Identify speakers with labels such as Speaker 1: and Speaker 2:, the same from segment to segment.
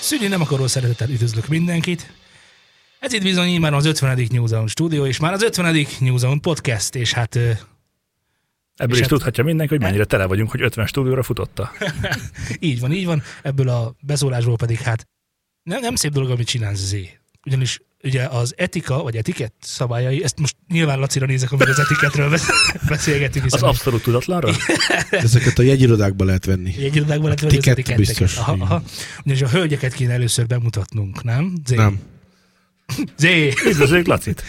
Speaker 1: Szűnyi nem akaró szeretettel üdvözlök mindenkit. Ez itt bizony így már az 50. New Zone stúdió, és már az 50. New Zone podcast, és hát ö,
Speaker 2: Ebből
Speaker 1: És
Speaker 2: is
Speaker 1: hát-
Speaker 2: tudhatja mindenki, hogy mennyire tele vagyunk, hogy 50 stúdióra futotta.
Speaker 1: így van, így van. Ebből a beszólásból pedig hát nem, nem szép dolog, amit csinálsz Zé. Ugyanis ugye az etika, vagy etikett szabályai, ezt most nyilván Lacira nézek, amikor az etiketről besz- beszélgetünk,
Speaker 2: Az
Speaker 1: hiszen
Speaker 2: abszolút tudatlanra?
Speaker 3: Ezeket a jegyirodákba lehet venni.
Speaker 1: egy irodákban lehet venni az
Speaker 3: Etikett
Speaker 1: etiketteket.
Speaker 3: biztos,
Speaker 1: Aha, aha. Ugyanis a hölgyeket kéne először bemutatnunk, nem? Zé.
Speaker 3: Nem.
Speaker 1: Zé.
Speaker 2: Üdvözlők, Lacit!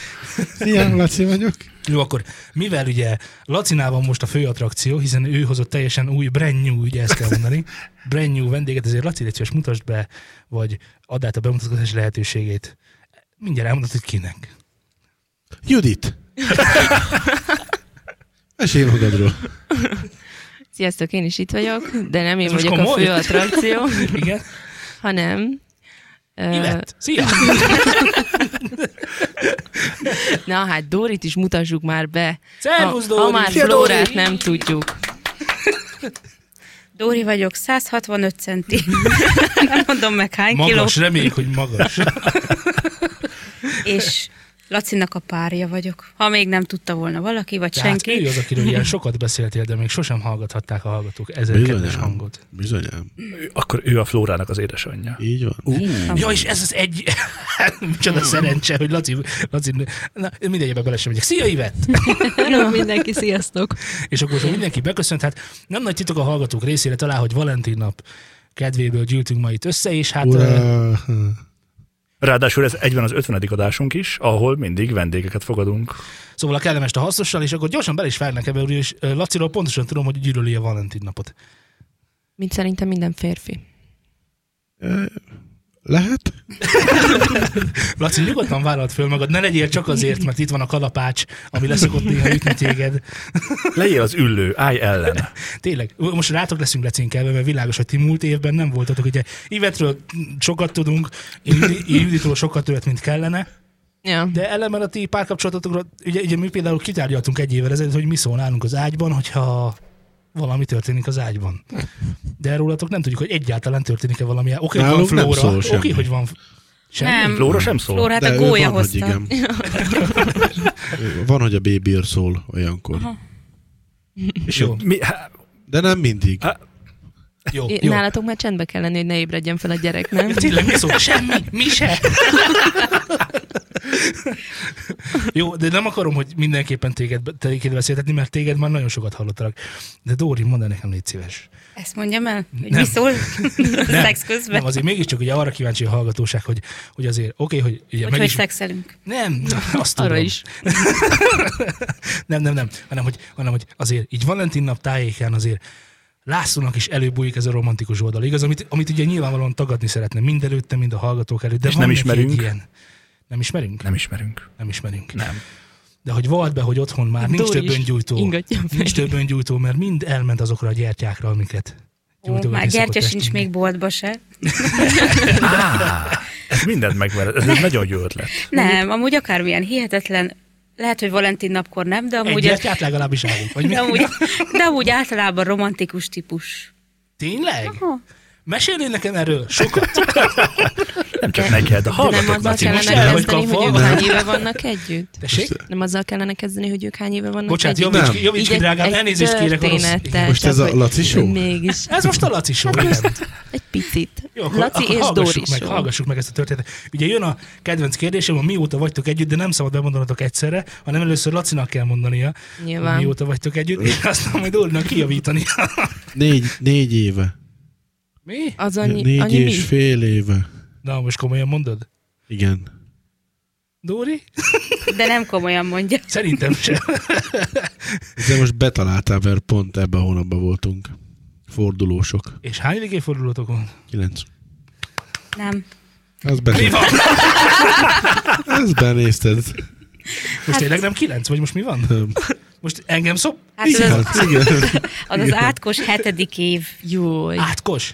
Speaker 3: Szia, Laci vagyok.
Speaker 1: Jó, akkor mivel ugye Lacinál van most a fő attrakció, hiszen ő hozott teljesen új, brand new, ugye ezt kell mondani, brand new vendéget, ezért Laci, légy szíves, mutasd be, vagy add át a bemutatkozás lehetőségét. Mindjárt elmondod, hogy kinek.
Speaker 3: Judit. Mesélj magadról.
Speaker 4: Sziasztok, én is itt vagyok, de nem én
Speaker 1: Ez most
Speaker 4: vagyok a
Speaker 1: komoly?
Speaker 4: fő attrakció,
Speaker 1: Igen?
Speaker 4: hanem... ö,
Speaker 1: Ivett, szia!
Speaker 4: na hát, Dórit is mutassuk már be.
Speaker 1: Szervusz,
Speaker 4: ha,
Speaker 1: Dóri!
Speaker 4: ha már
Speaker 1: Szia,
Speaker 4: Flórát
Speaker 1: Dóri!
Speaker 4: nem tudjuk.
Speaker 5: Dóri vagyok, 165 centi. Nem mondom meg hány kiló.
Speaker 1: Magas, reméljük, hogy magas.
Speaker 5: És Lacinak a párja vagyok. Ha még nem tudta volna valaki, vagy
Speaker 3: hát
Speaker 1: Tehát
Speaker 5: senki.
Speaker 1: ő az, akiről ilyen sokat beszéltél, de még sosem hallgathatták a hallgatók ezen kedves hangot.
Speaker 3: Bizonyám.
Speaker 2: Ő- Akkor ő a Flórának az édesanyja.
Speaker 3: Így van.
Speaker 1: Ja, és ez az egy... Micsoda szerencse, hogy Laci... Laci... Na, mindegy, ebbe bele sem megyek. Szia, Ivett!
Speaker 6: Hello mindenki, sziasztok!
Speaker 1: És akkor most mindenki beköszönt, hát nem nagy titok a hallgatók részére talán, hogy Valentin nap kedvéből gyűltünk ma itt össze, és hát Ura.
Speaker 3: Ura.
Speaker 2: Ráadásul ez egyben az 50. adásunk is, ahol mindig vendégeket fogadunk.
Speaker 1: szóval a kellemes a hasznossal, és akkor gyorsan bele is várnak ebbe, és ö, Laciról pontosan tudom, hogy gyűlöli a Valentin napot.
Speaker 4: Mint szerintem minden férfi.
Speaker 3: Lehet?
Speaker 1: Laci, nyugodtan vállalt föl magad, ne legyél csak azért, mert itt van a kalapács, ami leszokott néha ütni téged.
Speaker 2: Legyél az üllő, állj ellen.
Speaker 1: Tényleg, most rátok leszünk lecinkelve, mert világos, hogy ti múlt évben nem voltatok. Ugye Ivetről sokat tudunk, Judi- Juditról sokat többet, mint kellene.
Speaker 4: Ja.
Speaker 1: De ellenben a ti párkapcsolatokról, ugye, ugye mi például kitárgyaltunk egy évvel ezelőtt, hogy mi szól nálunk az ágyban, hogyha valami történik az ágyban. De rólatok nem tudjuk, hogy egyáltalán történik-e valami. Oké, okay, van
Speaker 3: Nálunk nem szól
Speaker 1: flóra. Oké,
Speaker 3: semmi.
Speaker 1: okay, hogy van semmi.
Speaker 5: Nem.
Speaker 2: Flóra sem szól.
Speaker 5: Flórát
Speaker 3: De
Speaker 5: hát a
Speaker 3: ő
Speaker 5: gólya
Speaker 3: van, hogy
Speaker 5: hozta.
Speaker 3: igen. Van, hogy a bébír szól olyankor.
Speaker 2: És
Speaker 1: Jó.
Speaker 2: jó. Mi, há,
Speaker 3: De nem mindig.
Speaker 2: Hát-
Speaker 1: Jó,
Speaker 4: É,
Speaker 1: jó.
Speaker 4: Nálatok már csendbe kell lenni, hogy ne ébredjen fel a gyerek, nem?
Speaker 1: Tényleg mi szól? Semmi, mi se. Jó, de nem akarom, hogy mindenképpen téged, téged beszéltetni, mert téged már nagyon sokat hallottalak. De Dóri, mondd nekem, légy szíves.
Speaker 5: Ezt mondjam el, hogy
Speaker 1: Nem.
Speaker 5: mi szól a szex közben.
Speaker 1: Nem, azért mégiscsak ugye arra kíváncsi a hallgatóság, hogy, hogy azért, oké, okay, hogy ugye
Speaker 5: Hogy
Speaker 1: meg
Speaker 5: hogy
Speaker 1: is,
Speaker 5: szexelünk.
Speaker 1: Nem, azt
Speaker 4: Arra
Speaker 1: tudom.
Speaker 4: is.
Speaker 1: Nem, nem, nem, hanem hogy, hanem, hogy azért így Valentin nap tájékán azért Lászlónak is előbújik ez a romantikus oldal, igaz? Amit, amit ugye nyilvánvalóan tagadni szeretne mind előtte, mind a hallgatók előtt. De
Speaker 2: És
Speaker 1: van
Speaker 2: nem
Speaker 1: neki egy
Speaker 2: ismerünk.
Speaker 1: Ilyen. Nem ismerünk? Nem.
Speaker 2: nem ismerünk.
Speaker 1: nem ismerünk.
Speaker 2: Nem.
Speaker 1: De hogy vald be, hogy otthon
Speaker 5: Hát
Speaker 1: már nincs
Speaker 4: Dóri
Speaker 1: több
Speaker 4: is
Speaker 1: öngyújtó.
Speaker 4: Ingatja
Speaker 1: Nincs
Speaker 4: fel.
Speaker 1: több öngyújtó, mert mind elment azokra a gyertyákra, amiket
Speaker 5: Ó,
Speaker 1: gyújtogatni
Speaker 5: már gyertya
Speaker 1: szokott
Speaker 5: sincs
Speaker 1: estén.
Speaker 5: még boltba se.
Speaker 2: Á, ez mindent megver. Ez egy nagyon jó ötlet.
Speaker 5: Nem, amúgy akármilyen hihetetlen. Lehet, hogy Valentin napkor nem, de
Speaker 1: Egy
Speaker 5: amúgy, ez,
Speaker 1: gyertyát legalábbis állunk. Vagy mi?
Speaker 5: de, amúgy, de amúgy általában romantikus típus.
Speaker 1: Tényleg? Mesélnél nekem erről sokat?
Speaker 2: Nem csak neked, a
Speaker 4: De nem
Speaker 2: hallgatok,
Speaker 4: azzal
Speaker 2: Laci.
Speaker 4: kellene
Speaker 2: Most
Speaker 1: el vagy
Speaker 4: kezdeni, hogy ők
Speaker 1: kapva?
Speaker 4: hány éve vannak együtt?
Speaker 1: Tessék?
Speaker 4: Nem azzal kellene kezdeni, hogy ők hány éve vannak
Speaker 1: Bocsánat,
Speaker 4: együtt?
Speaker 1: javíts
Speaker 3: Nem.
Speaker 1: ki, javíts
Speaker 4: Így
Speaker 1: ki
Speaker 4: egy-
Speaker 1: drágám,
Speaker 4: egy
Speaker 1: elnézést kérek a rossz...
Speaker 4: történettel,
Speaker 1: Igen.
Speaker 3: Most
Speaker 4: csak
Speaker 3: ez a
Speaker 4: hogy-
Speaker 3: Laci show?
Speaker 4: Mégis.
Speaker 1: Ez most a Laci show.
Speaker 4: Hát
Speaker 1: igen.
Speaker 4: most egy picit.
Speaker 1: Jó, akkor,
Speaker 4: Laci
Speaker 1: akkor
Speaker 4: és
Speaker 1: hallgassuk
Speaker 4: Dóri
Speaker 1: meg,
Speaker 4: show.
Speaker 1: Hallgassuk meg ezt a történetet. Ugye jön a kedvenc kérdésem, hogy mióta vagytok együtt, de nem szabad bemondanatok egyszerre, hanem először Lacinak kell mondania, hogy
Speaker 4: Nyilván.
Speaker 1: mióta vagytok együtt, és aztán majd Dórinak kijavítani.
Speaker 3: Négy, négy éve.
Speaker 1: Mi?
Speaker 4: Az annyi,
Speaker 3: négy
Speaker 4: annyi
Speaker 3: és
Speaker 4: mi?
Speaker 3: fél éve.
Speaker 1: Na, most komolyan mondod?
Speaker 3: Igen.
Speaker 1: Dóri?
Speaker 5: De nem komolyan mondja.
Speaker 1: Szerintem sem.
Speaker 3: De most betaláltál, mert pont ebben a hónapban voltunk. Fordulósok.
Speaker 1: És hány végén fordulótok van?
Speaker 3: Kilenc.
Speaker 5: Nem.
Speaker 3: Ez bené...
Speaker 1: Mi van?
Speaker 3: Ezt benézted.
Speaker 4: Hát-
Speaker 1: Most tényleg nem kilenc, vagy most mi van?
Speaker 3: Nem.
Speaker 1: Most engem szop?
Speaker 5: Hát az az,
Speaker 3: igen.
Speaker 5: az, az átkos hetedik év.
Speaker 4: Jó,
Speaker 1: Átkos?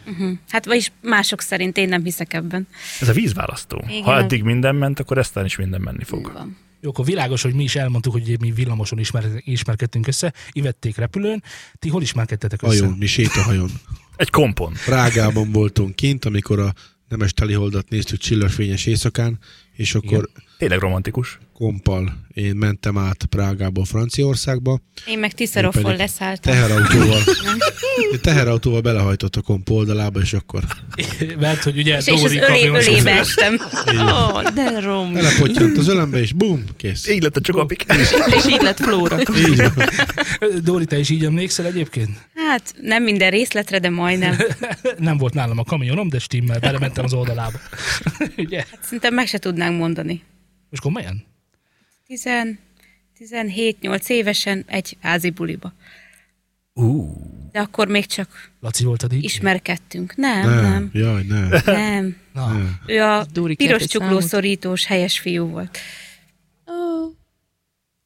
Speaker 5: Hát vagyis mások szerint én nem hiszek ebben.
Speaker 2: Ez a vízválasztó.
Speaker 5: Igen.
Speaker 2: Ha eddig minden ment, akkor eztán is minden menni fog.
Speaker 5: Van.
Speaker 1: Jó, akkor világos, hogy mi is elmondtuk, hogy ugye mi villamoson ismer, ismerkedtünk össze, ivették repülőn. Ti hol ismerkedtetek össze?
Speaker 3: Hajón, mi sétahajón.
Speaker 2: Egy kompon.
Speaker 3: Prágában voltunk kint, amikor a nemes teliholdat néztük csillagfényes éjszakán, és akkor
Speaker 1: Igen.
Speaker 2: Tényleg romantikus.
Speaker 3: kompal én mentem át Prágából Franciaországba,
Speaker 5: Én meg Tiszarofon
Speaker 3: pedig
Speaker 5: leszálltam.
Speaker 3: teherautóval, teherautóval belehajtott a komp oldalába, és akkor
Speaker 1: Mert hogy ugye
Speaker 5: És, és az
Speaker 1: Dóri
Speaker 5: ölé,
Speaker 1: kamionos
Speaker 5: ölébe estem.
Speaker 4: Ó, de rom.
Speaker 3: belepottyant az ölembe, és bum, kész.
Speaker 2: Így lett a csokapik.
Speaker 4: És így lett Flóra.
Speaker 3: Így van.
Speaker 1: Dóri, te is így emlékszel egyébként?
Speaker 5: Hát nem minden részletre, de majdnem. Hát,
Speaker 1: Nem volt nálam a kamionom, de stimmel, belementem az oldalába. Ugye?
Speaker 5: Szerintem meg se tudnánk mondani.
Speaker 1: Most komolyan?
Speaker 5: 10, 17-8 évesen egy házi buliba.
Speaker 2: Ú,
Speaker 5: De akkor még csak
Speaker 1: Laci voltad így?
Speaker 5: ismerkedtünk. Nem,
Speaker 3: Nem,
Speaker 5: nem,
Speaker 3: jaj, nem.
Speaker 5: nem.
Speaker 1: Na,
Speaker 5: Ő a
Speaker 4: Hát, Dóri kért
Speaker 5: piros
Speaker 4: egy
Speaker 5: csukló
Speaker 4: számot.
Speaker 5: szorítós helyes fiú volt.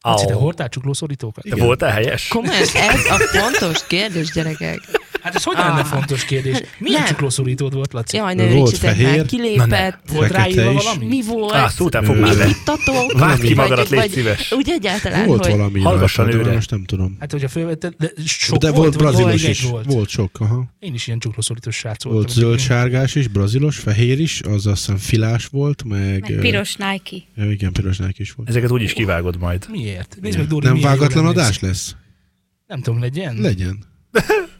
Speaker 1: Laci, te
Speaker 2: au.
Speaker 1: hordtál csuklószorítókat?
Speaker 2: Te voltál helyes?
Speaker 4: Komolyan, ez a fontos kérdés, gyerekek.
Speaker 1: Hát ez hogy lenne
Speaker 4: Ah.
Speaker 1: fontos kérdés? Milyen
Speaker 4: Nem.
Speaker 1: csuklószorítód volt, Laci?
Speaker 4: Jaj, ne
Speaker 3: Volt
Speaker 4: örítsetek
Speaker 3: fehér.
Speaker 4: már,
Speaker 2: Na ne.
Speaker 4: kilépett.
Speaker 1: Volt
Speaker 3: Fekete
Speaker 1: ráírva
Speaker 3: is.
Speaker 1: valami?
Speaker 4: Mi volt?
Speaker 2: Á, szóltál, fog már be.
Speaker 4: Tatók?
Speaker 2: Vágd ki
Speaker 4: Vagy-
Speaker 2: magadat, légy
Speaker 4: vagy-
Speaker 2: szíves.
Speaker 4: Úgy egyáltalán,
Speaker 3: Volt
Speaker 4: hogy...
Speaker 3: valami
Speaker 2: Hallgasson
Speaker 3: rajta, de
Speaker 2: őre.
Speaker 3: Most nem tudom.
Speaker 1: Hát, hogyha fölvetted, de sok
Speaker 3: De volt
Speaker 1: vagy
Speaker 3: brazilos
Speaker 1: egy
Speaker 3: is.
Speaker 1: Volt.
Speaker 3: Volt sok, aha.
Speaker 1: Én is ilyen csuklószorítós srác voltam.
Speaker 3: Volt zöldsárgás is, brazilos, fehér is, az azt hiszem filás volt, meg...
Speaker 5: Meg piros Nike.
Speaker 3: ö, Igen, piros Nike is volt.
Speaker 2: Ezeket úgy is kivágod majd.
Speaker 1: Miért? Nézd meg, Dóri,
Speaker 3: Nem
Speaker 1: milyen jól
Speaker 3: vágatlan
Speaker 1: emlékszik.
Speaker 3: adás lesz?
Speaker 1: Hmm. Nem tudom, legyen.
Speaker 3: Legyen.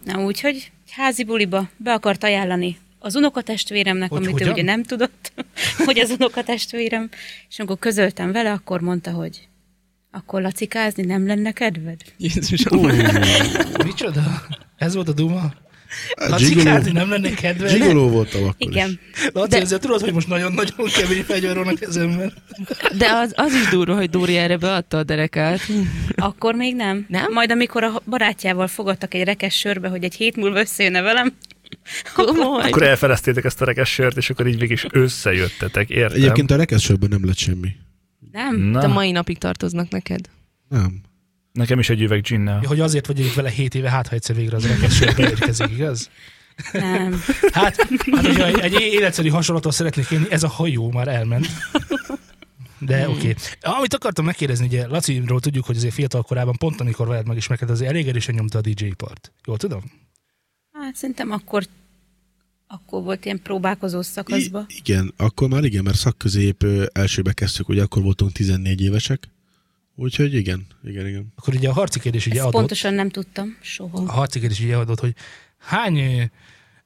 Speaker 5: Na úgyhogy egy házi buliba be akart ajánlani az unokatestvéremnek,
Speaker 1: Hogy
Speaker 5: amit
Speaker 1: hogyan?
Speaker 5: ő ugye nem tudott, hogy az unokatestvérem, és amikor közöltem vele, akkor mondta, hogy akkor lacikázni nem lenne kedved?
Speaker 4: Jézusom.
Speaker 1: Micsoda? Ez volt a duma?
Speaker 3: Hát,
Speaker 1: Laci
Speaker 3: Gigoló,
Speaker 1: Kárdi nem lenne kedve?
Speaker 3: gigoló voltam akkor
Speaker 5: Igen.
Speaker 3: is.
Speaker 1: Laci, De... ezzel tudod, hogy most nagyon-nagyon kemény fegyver van a kezemben.
Speaker 4: De az, az is durva, hogy Dóri erre beadta a derekát.
Speaker 5: Akkor még nem.
Speaker 4: Nem?
Speaker 5: Majd amikor a barátjával fogadtak egy rekes sörbe, hogy egy hét múlva összejönne velem,
Speaker 4: Komoly.
Speaker 2: Akkor elfeleztétek ezt a rekes sört, és akkor így mégis összejöttetek, értem?
Speaker 3: Egyébként a rekeszsőbben nem lett semmi.
Speaker 5: nem?
Speaker 4: De
Speaker 2: Na,
Speaker 4: mai napig tartoznak neked.
Speaker 3: Nem.
Speaker 2: nekem is egy üveg ginnel.
Speaker 1: Ja, hogy azért vagyok vele 7 éve, hát ha egyszer végre az rekesz sörbe érkezik, igaz?
Speaker 5: Nem.
Speaker 1: Hát, hát hogyha egy egy életszerű hasonlatot szeretnék élni, ez a hajó már elment. De oké. Okay. Amit akartam megkérdezni, ugye Laciról tudjuk, hogy azért fiatal korában, pont amikor veled megismerkedett, hát azért elég erősen nyomta a DJ part. Jól tudom?
Speaker 5: Hát szerintem akkor, akkor volt ilyen próbálkozó szakaszba.
Speaker 3: I- igen, akkor már igen, mert szakközép ö, elsőbe kezdtük, ugye akkor voltunk 14 évesek. Úgyhogy igen, igen, igen.
Speaker 1: Akkor ugye a harci kérdés ugye
Speaker 5: Ezt
Speaker 1: adott.
Speaker 5: pontosan nem tudtam soha.
Speaker 1: a harciked is ugye adott, hogy hány ö,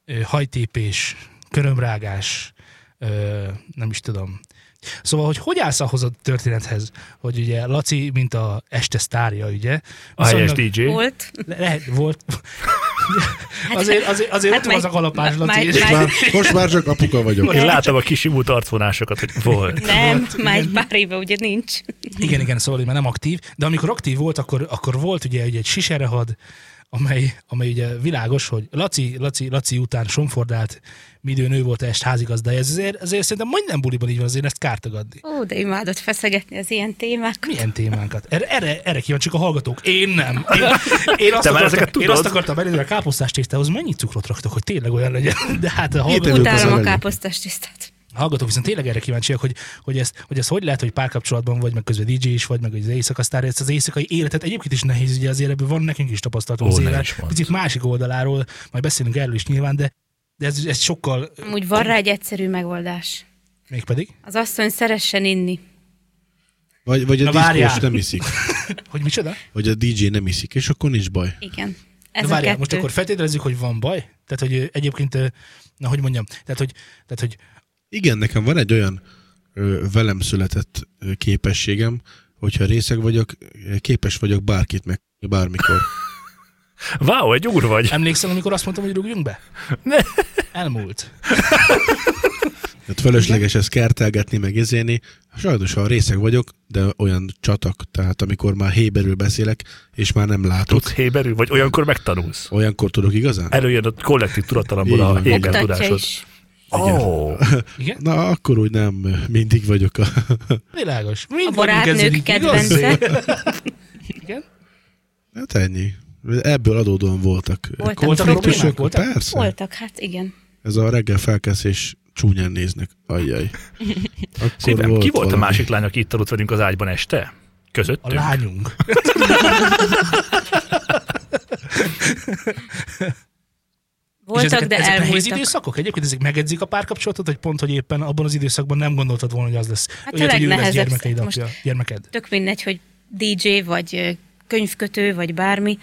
Speaker 1: ö, hajtépés, körömrágás, ö, nem is tudom. Szóval, hogy hogy állsz ahhoz a történethez, hogy ugye Laci, mint a este sztárja, ugye?
Speaker 2: A helyes
Speaker 1: viszonylag-
Speaker 2: DJ.
Speaker 5: Volt.
Speaker 1: Le- lehet, volt. azért azért, azért hát ott
Speaker 5: hát
Speaker 1: van az a
Speaker 5: meg-
Speaker 1: kalapás,
Speaker 5: meg-
Speaker 1: Laci.
Speaker 5: meg-
Speaker 1: és-
Speaker 3: Most már, most már csak apuka vagyok.
Speaker 2: Én láttam a kis imú arcvonásokat, hogy volt.
Speaker 5: Nem, már egy pár éve ugye nincs.
Speaker 1: Igen, igen, szóval hogy már nem aktív, de amikor aktív volt, akkor, akkor volt ugye egy, egy siserehad, amely, amely ugye világos, hogy Laci, Laci, Laci után Somfordált midőn ő volt a est házigazdája, ez azért, azért szerintem majdnem buliban így van, azért ezt kártagadni.
Speaker 5: Ó, de imádod feszegetni az ilyen témákat.
Speaker 1: Milyen témánkat? Erre, erre, erre kíváncsiak a hallgatók. Én nem. Én, én, azt,
Speaker 2: Te már
Speaker 1: akartam,
Speaker 2: ezeket
Speaker 1: én
Speaker 2: tudod?
Speaker 1: azt akartam elérni, hogy a káposztás tésztához mennyi cukrot raktok, hogy tényleg olyan legyen. De hát a hallgatók,
Speaker 3: Előbb az
Speaker 5: Utálom a
Speaker 3: elején.
Speaker 5: káposztás tisztát.
Speaker 1: hallgatók viszont tényleg erre kíváncsiak, hogy, hogy, ezt, hogy ez hogy lehet, hogy párkapcsolatban vagy, meg közben DJ is vagy, meg az éjszaka sztár, ezt az éjszakai életet egyébként is nehéz, ugye azért ebből van nekünk is tapasztalatunk
Speaker 2: Ó,
Speaker 1: az
Speaker 2: ne
Speaker 1: élet.
Speaker 2: is mondd.
Speaker 1: Picit másik oldaláról, majd beszélünk erről is nyilván, de, de ez, ez sokkal,
Speaker 5: Amúgy van rá egy egyszerű megoldás.
Speaker 1: mégpedig,
Speaker 5: Az asszony szeressen inni.
Speaker 3: Vagy, vagy
Speaker 1: Na,
Speaker 3: a
Speaker 1: várjál.
Speaker 3: diszkós nem iszik.
Speaker 1: hogy micsoda?
Speaker 3: Vagy a DJ nem iszik, és akkor nincs baj.
Speaker 5: Igen.
Speaker 1: De
Speaker 5: Ez a
Speaker 1: várjál,
Speaker 5: kettő.
Speaker 1: most akkor feltételezzük, hogy van baj? Tehát, hogy ö, egyébként, ö, na, hogy mondjam, tehát, hogy, tehát, hogy
Speaker 3: Igen, nekem van egy olyan ö, velem született ö, képességem, hogyha részeg vagyok, ö, képes vagyok bárkit meg bármikor.
Speaker 2: Wow, egy úr vagy.
Speaker 1: emlékszel, amikor azt mondtam, hogy rúgjunk be?
Speaker 2: Ne.
Speaker 1: Elmúlt.
Speaker 3: Tehát fölösleges ezt kertelgetni, meg ezélni. Sajnos, ha részeg vagyok, de olyan csatak, tehát amikor már héberül beszélek, és már nem látok,
Speaker 2: Tudsz E- héberül, vagy olyankor megtanulsz.
Speaker 3: olyankor tudok igazán?
Speaker 2: Előjön a kollektív tudatalamból
Speaker 3: Így
Speaker 2: a
Speaker 3: van.
Speaker 2: héber
Speaker 5: Mutatja
Speaker 2: tudásod.
Speaker 5: is.
Speaker 2: Ó,
Speaker 1: Igen?
Speaker 3: Na, akkor úgy nem mindig vagyok a...
Speaker 1: Világos.
Speaker 5: A
Speaker 1: Mind vagyunk ezzel
Speaker 5: barátnők
Speaker 1: így, igaz?
Speaker 5: kedvence.
Speaker 1: Igen?
Speaker 3: Hát ennyi. Ebből adódóan voltak.
Speaker 5: Voltak
Speaker 1: Voltak
Speaker 5: problémák?
Speaker 3: Konfliktusok?
Speaker 1: Voltak?
Speaker 3: Persze.
Speaker 5: Voltak, hát igen.
Speaker 3: Ez a reggel felkelszés csúnyán néznek. Ajjaj. Akkor
Speaker 2: szívem, ki volt
Speaker 3: valami.
Speaker 2: a másik lány, aki itt aludt velünk az ágyban este?
Speaker 1: A
Speaker 2: Közöttünk?
Speaker 1: lányunk.
Speaker 5: Voltak,
Speaker 1: és ezek,
Speaker 5: de
Speaker 1: ezek nehéz
Speaker 5: elmúltak.
Speaker 1: időszakok? Egyébként ezek megedzik a párkapcsolatot, hogy pont, hogy éppen abban az időszakban nem gondoltad volna, hogy az lesz.
Speaker 5: Hát a
Speaker 1: Olyat, hogy ő lesz
Speaker 5: legnehezebb
Speaker 1: gyermekeid
Speaker 5: most-
Speaker 1: apja, gyermeked.
Speaker 5: tök mindegy, hogy DJ, vagy ö, könyvkötő, vagy bármi,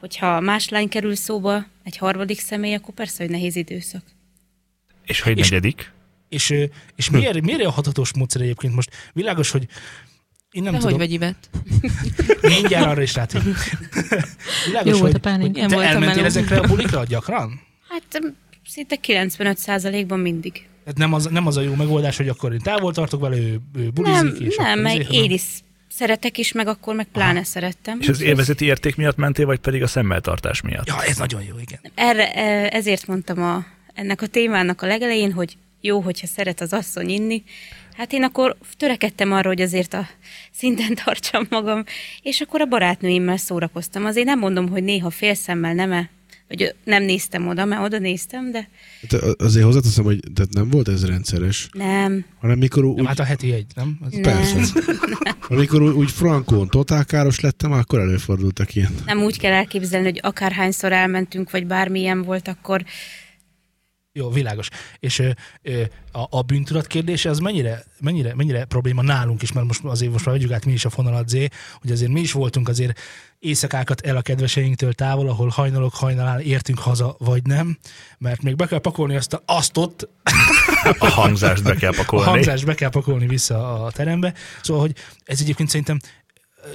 Speaker 5: hogyha más lány kerül szóba, egy harmadik személy, akkor persze, hogy nehéz időszak.
Speaker 2: És ha egy
Speaker 1: És-
Speaker 2: negyedik?
Speaker 1: És, ö, és miért, miért a hatatos módszer egyébként most? Világos, hogy én nem
Speaker 4: De hogy
Speaker 1: tudom,
Speaker 4: vagy Ivett?
Speaker 1: mindjárt arra is látom. Világos,
Speaker 6: Jó volt
Speaker 1: hogy,
Speaker 6: a pánik.
Speaker 1: hogy
Speaker 4: Ilyen
Speaker 1: te
Speaker 4: volt a
Speaker 1: elmentél
Speaker 4: meló.
Speaker 1: ezekre a bulikra gyakran?
Speaker 5: Hát ö, szinte 95%-ban mindig.
Speaker 1: Tehát nem az, nem az a jó megoldás, hogy akkor én távol tartok vele, ő, ő bulizik.
Speaker 5: nem,
Speaker 1: és
Speaker 5: nem,
Speaker 1: akkor
Speaker 5: meg
Speaker 1: izé, hanem-
Speaker 5: én is szeretek is, meg akkor meg pláne szerettem.
Speaker 2: És az élvezeti érték miatt mentél, vagy pedig a szemmeltartás miatt?
Speaker 1: Ja, ez nagyon jó, igen.
Speaker 5: Erre, e, ezért mondtam a, ennek a témának a legelején, hogy jó, hogyha szeret az asszony inni. Hát én akkor törekedtem arra, hogy azért a szinten tartsam magam, és akkor a barátnőimmel szórakoztam. Azért nem mondom, hogy néha félszemmel nem vagy nem néztem oda, mert oda néztem, de
Speaker 3: Hát a- azért hozzáteszem, hogy tehát nem volt ez rendszeres,
Speaker 5: nem.
Speaker 3: hanem mikor
Speaker 1: Nem,
Speaker 3: úgy...
Speaker 1: hát a heti egy, nem? Az...
Speaker 5: Nem.
Speaker 3: Persze. Amikor úgy, úgy frankón totálkáros lettem, akkor előfordultak ilyen.
Speaker 5: Nem úgy kell elképzelni, hogy akárhányszor elmentünk, vagy bármilyen volt, akkor
Speaker 1: Jó, világos. És ö, ö, a, a bűntudat kérdése az mennyire, mennyire, mennyire probléma nálunk is, mert most azért most már vegyük át mi is a fonalat Z, hogy azért mi is voltunk azért éjszakákat el a kedveseinktől távol, ahol hajnalok hajnalán értünk haza, vagy nem, mert még be kell pakolni azt, a, azt ott,
Speaker 2: A hangzást be kell
Speaker 1: a
Speaker 2: pakolni.
Speaker 1: hangzást be kell pakolni vissza a terembe. Szóval, hogy ez egyébként szerintem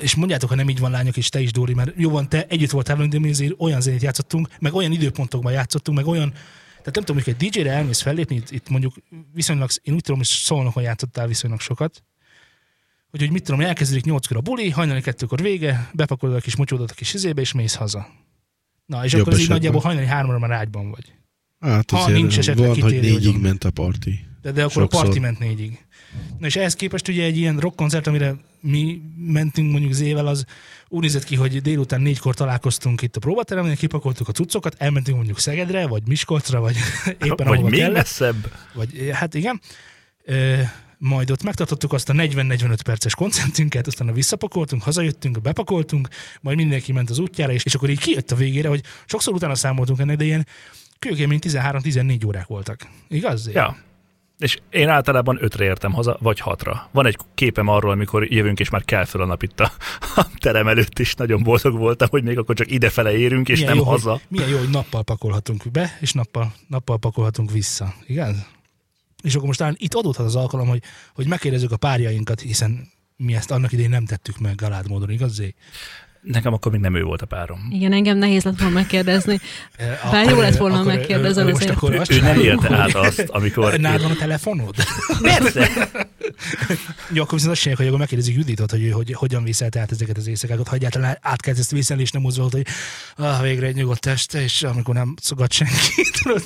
Speaker 1: és mondjátok, ha nem így van lányok, és te is, Dóri, mert jó van, te együtt voltál velünk, de mi azért olyan zenét játszottunk, meg olyan időpontokban játszottunk, meg olyan, tehát nem tudom, hogy egy DJ-re elmész fellépni, itt, itt mondjuk viszonylag, én úgy tudom, hogy szolnokon játszottál viszonylag sokat, hogy, hogy mit tudom, elkezdődik nyolckor a buli, hajnali kettőkor vége, bepakolod a kis motyódat a kis izébe, és mész haza. Na, és
Speaker 3: Jobb
Speaker 1: akkor ez így
Speaker 3: esetben.
Speaker 1: nagyjából hajnali háromra már ágyban vagy.
Speaker 3: Hát
Speaker 1: Ha
Speaker 3: azért
Speaker 1: nincs esetleg
Speaker 3: van, hogy
Speaker 1: kitérő
Speaker 3: négyig
Speaker 1: vagyunk.
Speaker 3: ment a parti.
Speaker 1: De, de akkor
Speaker 3: Sokszor.
Speaker 1: a parti ment négyig. Na és ehhez képest ugye egy ilyen rockkoncert, amire mi mentünk mondjuk az évvel, az úgy nézett ki, hogy délután négykor találkoztunk itt a próbateremben, kipakoltuk a cuccokat, elmentünk mondjuk Szegedre, vagy Miskolcra, vagy éppen
Speaker 2: Vagy
Speaker 1: ahova
Speaker 2: még
Speaker 1: kellett.
Speaker 2: messzebb.
Speaker 1: Vagy, hát igen. Ö, majd ott megtartottuk azt a 40-45 perces koncertünket, aztán visszapakoltunk, hazajöttünk, bepakoltunk, majd mindenki ment az útjára, és, és akkor így kijött a végére, hogy sokszor utána számoltunk ennek, de ilyen kőkemény 13-14 órák voltak. Igaz?
Speaker 2: Ja. És én általában ötre értem haza, vagy hatra. Van egy képem arról, amikor jövünk, és már kell fel a nap itt a, a terem előtt is. Nagyon boldog voltam, hogy még akkor csak idefele érünk, és
Speaker 1: Milyen
Speaker 2: nem
Speaker 1: jó,
Speaker 2: haza.
Speaker 1: Hogy, milyen jó, hogy nappal pakolhatunk be, és nappal, nappal pakolhatunk vissza. Igen? És akkor most talán itt adódhat az alkalom, hogy, hogy megkérdezzük a párjainkat, hiszen mi ezt annak idején nem tettük meg galád módon, igaz? Zé?
Speaker 2: Nekem akkor még nem ő volt a párom.
Speaker 6: Igen, engem nehéz lett volna megkérdezni.
Speaker 1: E,
Speaker 6: Bár jó lett volna,
Speaker 1: akkor,
Speaker 6: megkérdezed
Speaker 1: ö, ö, Most
Speaker 6: azért.
Speaker 1: akkor
Speaker 2: Ő,
Speaker 1: azt
Speaker 2: ő nem
Speaker 1: csináljuk,
Speaker 2: érte át azt, amikor...
Speaker 1: hogy Nálad van a telefonod?
Speaker 2: Persze.
Speaker 1: Jó, akkor viszont azt csinálják, hogy akkor megkérdezik Juditot, hogy, ő hogy hogyan viszelt át ezeket az éjszakákat, ha egyáltalán átkezd ezt vészelni, és nem úgy volt, hogy ah, végre egy nyugodt teste, és amikor nem szogat senki, tudod?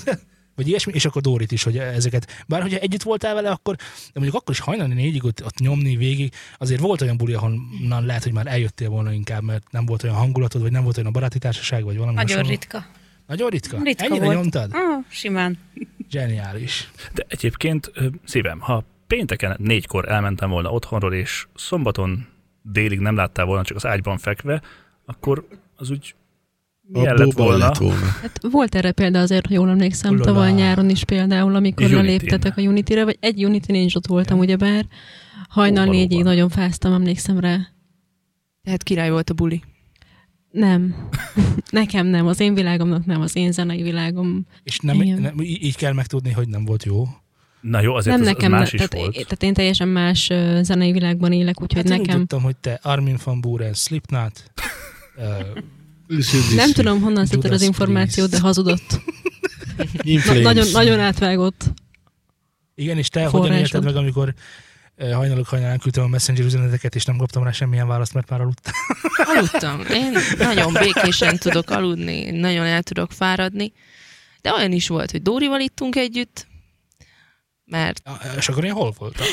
Speaker 1: Vagy ilyesmi, és akkor Dórit is, hogy ezeket. Bár hogyha együtt voltál vele, akkor de mondjuk akkor is hajnali négyig ott, ott nyomni végig, azért volt olyan buli, ahonnan lehet, hogy már eljöttél volna inkább, mert nem volt olyan hangulatod, vagy nem volt olyan a baráti társaság, vagy valami
Speaker 5: nagyon
Speaker 1: hasonló.
Speaker 5: ritka.
Speaker 1: Nagyon ritka?
Speaker 5: Ritka
Speaker 1: Ennyire
Speaker 5: volt.
Speaker 1: nyomtad?
Speaker 5: Ah, simán.
Speaker 1: Zseniális.
Speaker 2: De egyébként ö, szívem, ha pénteken négykor elmentem volna otthonról, és szombaton délig nem láttál volna, csak az ágyban fekve, akkor az úgy milyen lett
Speaker 3: Abból
Speaker 2: volna.
Speaker 3: lett volna.
Speaker 6: Hát volt erre példa azért, ha jól emlékszem,
Speaker 1: Ulala.
Speaker 6: tavaly nyáron is például, amikor
Speaker 2: Unity-n.
Speaker 6: leléptetek a Unity-re, vagy egy Unity nincs ott voltam, ugyebár hajnal
Speaker 2: Ó, valóban.
Speaker 6: négyig nagyon fáztam, emlékszem rá.
Speaker 4: Tehát király volt a buli.
Speaker 6: Nem. Nekem nem, az én világomnak nem, az én zenei világom.
Speaker 1: És nem,
Speaker 6: Igen. Hát
Speaker 1: nem, í- így kell megtudni, hogy nem volt jó.
Speaker 2: Na jó, azért
Speaker 6: nem
Speaker 2: nem az,
Speaker 6: nekem,
Speaker 2: nekem, az más is
Speaker 6: tehát,
Speaker 2: volt.
Speaker 6: tehát én teljesen más ö, zenei világban élek, úgyhogy
Speaker 1: Hát én úgy
Speaker 6: nekem...
Speaker 1: tudtam, hogy te Armin van Buren, Slipknot, ö,
Speaker 6: Nem tudom, honnan szedted az
Speaker 1: Judas
Speaker 6: információt, de
Speaker 1: Priest.
Speaker 6: hazudott. Na,
Speaker 3: Inflames.
Speaker 6: nagyon, nagyon átvágott.
Speaker 1: igen, és te
Speaker 6: Forrásod.
Speaker 1: hogyan élted meg, amikor ö, hajnalok hajnalán küldtem a messenger üzeneteket, és nem kaptam rá semmilyen választ, mert már aludtam.
Speaker 4: Aludtam. Én nagyon békésen tudok aludni, nagyon el tudok fáradni. De olyan is volt, hogy Dórival ittunk együtt, mert
Speaker 1: Ja, eh, És akkor én hol voltam?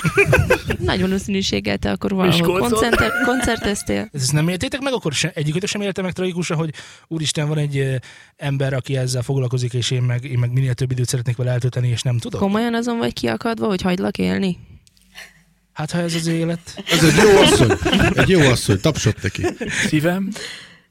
Speaker 4: nagy valószínűséggel te akkor valahol
Speaker 2: Miskolcon?
Speaker 4: koncerte- koncerteztél.
Speaker 1: Ezt nem éltétek meg, akkor se, egyikőtök sem élte meg tragikusan, hogy úristen, van egy ö, ember, aki ezzel foglalkozik, és én meg, én meg minél több időt szeretnék vele eltölteni, és nem tudok.
Speaker 4: Komolyan azon vagy kiakadva, hogy hagylak élni?
Speaker 1: Hát ha ez az élet.
Speaker 3: Ez egy jó asszony. Egy jó asszony. Tapsot neki.
Speaker 2: Szívem,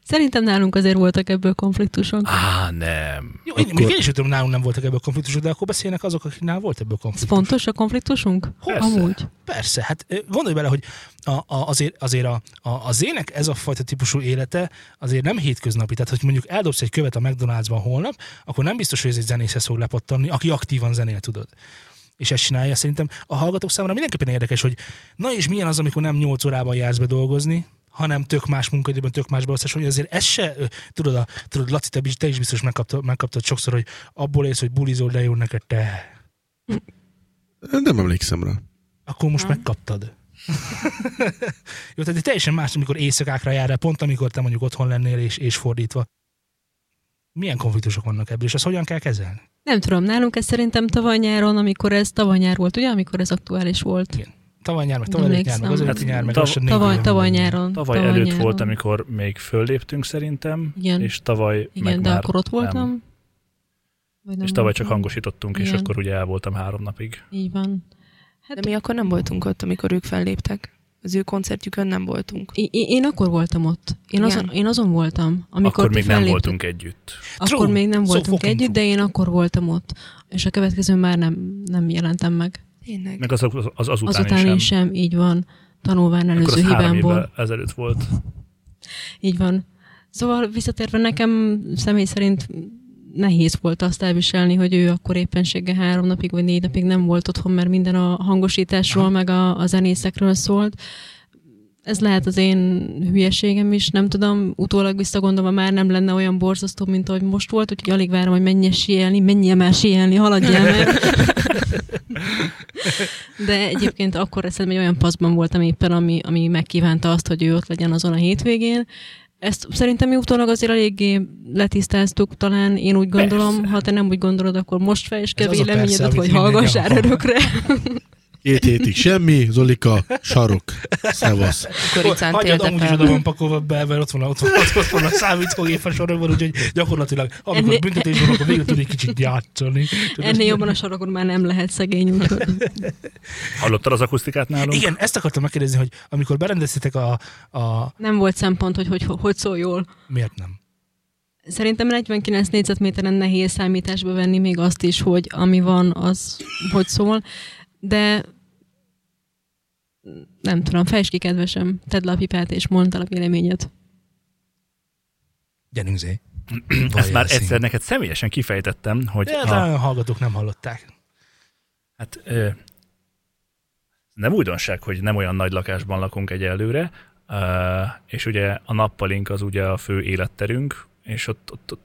Speaker 6: Szerintem nálunk azért voltak ebből konfliktusok.
Speaker 2: Á, nem.
Speaker 1: Jó, én, még én is tudom, nálunk nem voltak ebből konfliktusok, de akkor beszélnek azok, akiknál volt ebből
Speaker 6: Ez
Speaker 1: konfliktus.
Speaker 6: fontos a konfliktusunk?
Speaker 2: Persze.
Speaker 6: Amúgy.
Speaker 1: Persze, hát ö, gondolj bele, hogy a, a, azért, azért a, a, az ének ez a fajta típusú élete azért nem hétköznapi. Tehát, hogy mondjuk eldobsz egy követ a McDonald'sban holnap, akkor nem biztos, hogy ez egy zenészhez fog lepattanni, aki aktívan zenél, tudod. És ezt csinálja szerintem. A hallgatók számára mindenképpen érdekes, hogy na és milyen az, amikor nem 8 órában jársz be dolgozni, hanem tök más munkaidőben, tök más beosztás, hogy azért ez se, ö, tudod, a, tudod Laci, te, is- te is biztos megkaptad, megkaptad sokszor, hogy abból élsz, hogy bulizol, de jó neked te.
Speaker 3: Nem emlékszem rá.
Speaker 1: Akkor most megkaptad. Jó, tehát teljesen más, amikor éjszakákra jár el, pont amikor te mondjuk otthon lennél, és, és fordítva. Milyen konfliktusok vannak ebből, és azt hogyan kell kezelni?
Speaker 6: Nem tudom, nálunk ez szerintem tavaly nyáron, amikor ez tavaly nyár volt, ugye, amikor ez aktuális volt?
Speaker 1: Tavaly nyár, meg tavaly előtt nyár, meg az
Speaker 6: Emlékszem.
Speaker 1: előtti nyár, meg
Speaker 2: Tav-
Speaker 1: lassan négy
Speaker 6: Tavaly,
Speaker 1: éve
Speaker 6: tavaly
Speaker 1: minden.
Speaker 6: nyáron.
Speaker 2: Tavaly
Speaker 6: tavaly
Speaker 2: előtt
Speaker 6: nyáron.
Speaker 2: volt, amikor még fölléptünk szerintem,
Speaker 6: Igen.
Speaker 2: és tavaly meg
Speaker 6: Igen, de
Speaker 2: már
Speaker 6: akkor ott voltam.
Speaker 2: Nem.
Speaker 6: Vagy
Speaker 2: És tavaly csak
Speaker 6: voltam?
Speaker 2: hangosítottunk, és
Speaker 6: Igen.
Speaker 2: akkor ugye el voltam három napig.
Speaker 6: Így van. Hát-
Speaker 4: De mi akkor nem voltunk ott, amikor ők felléptek. Az ő koncertjükön nem voltunk.
Speaker 6: I- i- én akkor voltam ott. Én azon,
Speaker 4: Igen.
Speaker 6: én azon voltam. Amikor
Speaker 2: akkor
Speaker 6: ti
Speaker 2: még nem
Speaker 6: felléptek.
Speaker 2: voltunk együtt.
Speaker 6: Akkor
Speaker 1: True.
Speaker 6: még nem
Speaker 1: So
Speaker 6: voltunk
Speaker 1: fucking
Speaker 6: együtt,
Speaker 1: true.
Speaker 6: de én akkor voltam ott. És a következő már nem, nem jelentem meg.
Speaker 4: Tényleg.
Speaker 2: Meg az, az, az azután,
Speaker 6: Azután
Speaker 2: is sem.
Speaker 6: én sem, így van. Tanulván
Speaker 2: Akkor
Speaker 6: előző
Speaker 2: az három
Speaker 6: hibámból.
Speaker 2: évvel ezelőtt volt.
Speaker 6: Így van. Szóval visszatérve nekem személy szerint nehéz volt azt elviselni, hogy ő akkor éppenséggel három napig vagy négy napig nem volt otthon, mert minden a hangosításról, meg a, a zenészekről szólt. Ez lehet az én hülyeségem is, nem tudom, utólag visszagondolva már nem lenne olyan borzasztó, mint ahogy most volt, úgyhogy alig várom, hogy menjen síelni, menjen már síelni, haladjál meg. De egyébként akkor szerintem egy olyan paszban voltam éppen, ami, ami megkívánta azt, hogy ő ott legyen azon a hétvégén. Ezt szerintem mi utólag azért eléggé letisztáztuk, talán én úgy gondolom, persze. ha te nem úgy gondolod, akkor most fel is kell
Speaker 1: Ez az a persze,
Speaker 6: véleményedet,
Speaker 1: amit
Speaker 6: vagy
Speaker 1: mindenki
Speaker 6: hallgassál
Speaker 1: akar.
Speaker 6: örökre.
Speaker 3: Két hétig semmi, Zolika, sarok, szevasz.
Speaker 4: Koricán
Speaker 1: Hagyjad, amúgy is oda
Speaker 4: térdepel.
Speaker 1: van pakolva be, mert ott van, ott van, ott van a számítógép a sorokban, úgyhogy gyakorlatilag, amikor
Speaker 6: Ennél-
Speaker 1: büntetés van, akkor végül tud egy kicsit játszani. Tudod?
Speaker 6: Ennél jobban a sarokon már nem lehet szegény, úgyhogy
Speaker 2: Hallottad az akusztikát nálunk?
Speaker 1: Igen, ezt akartam megkérdezni, hogy amikor berendeztétek a, a...
Speaker 6: nem volt szempont, hogy hogy, hogy szól jól.
Speaker 1: Miért nem?
Speaker 6: Szerintem 49 négyzetméteren nehéz számításba venni még azt is, hogy ami van, az hogy szól, de nem tudom, fejtsd ki, kedvesem, tedd le a pipát és mondd el a véleményed.
Speaker 1: Gyerünk zé.
Speaker 2: Ezt már
Speaker 1: Vajjál,
Speaker 2: egyszer neked személyesen kifejtettem, hogy
Speaker 1: Ja,
Speaker 2: a-
Speaker 1: talán a hallgatók nem hallották.
Speaker 2: Hát ö, nem újdonság, hogy nem olyan nagy lakásban lakunk egyelőre, ö, és ugye a nappalink az ugye a fő életterünk, és ott, ott, ott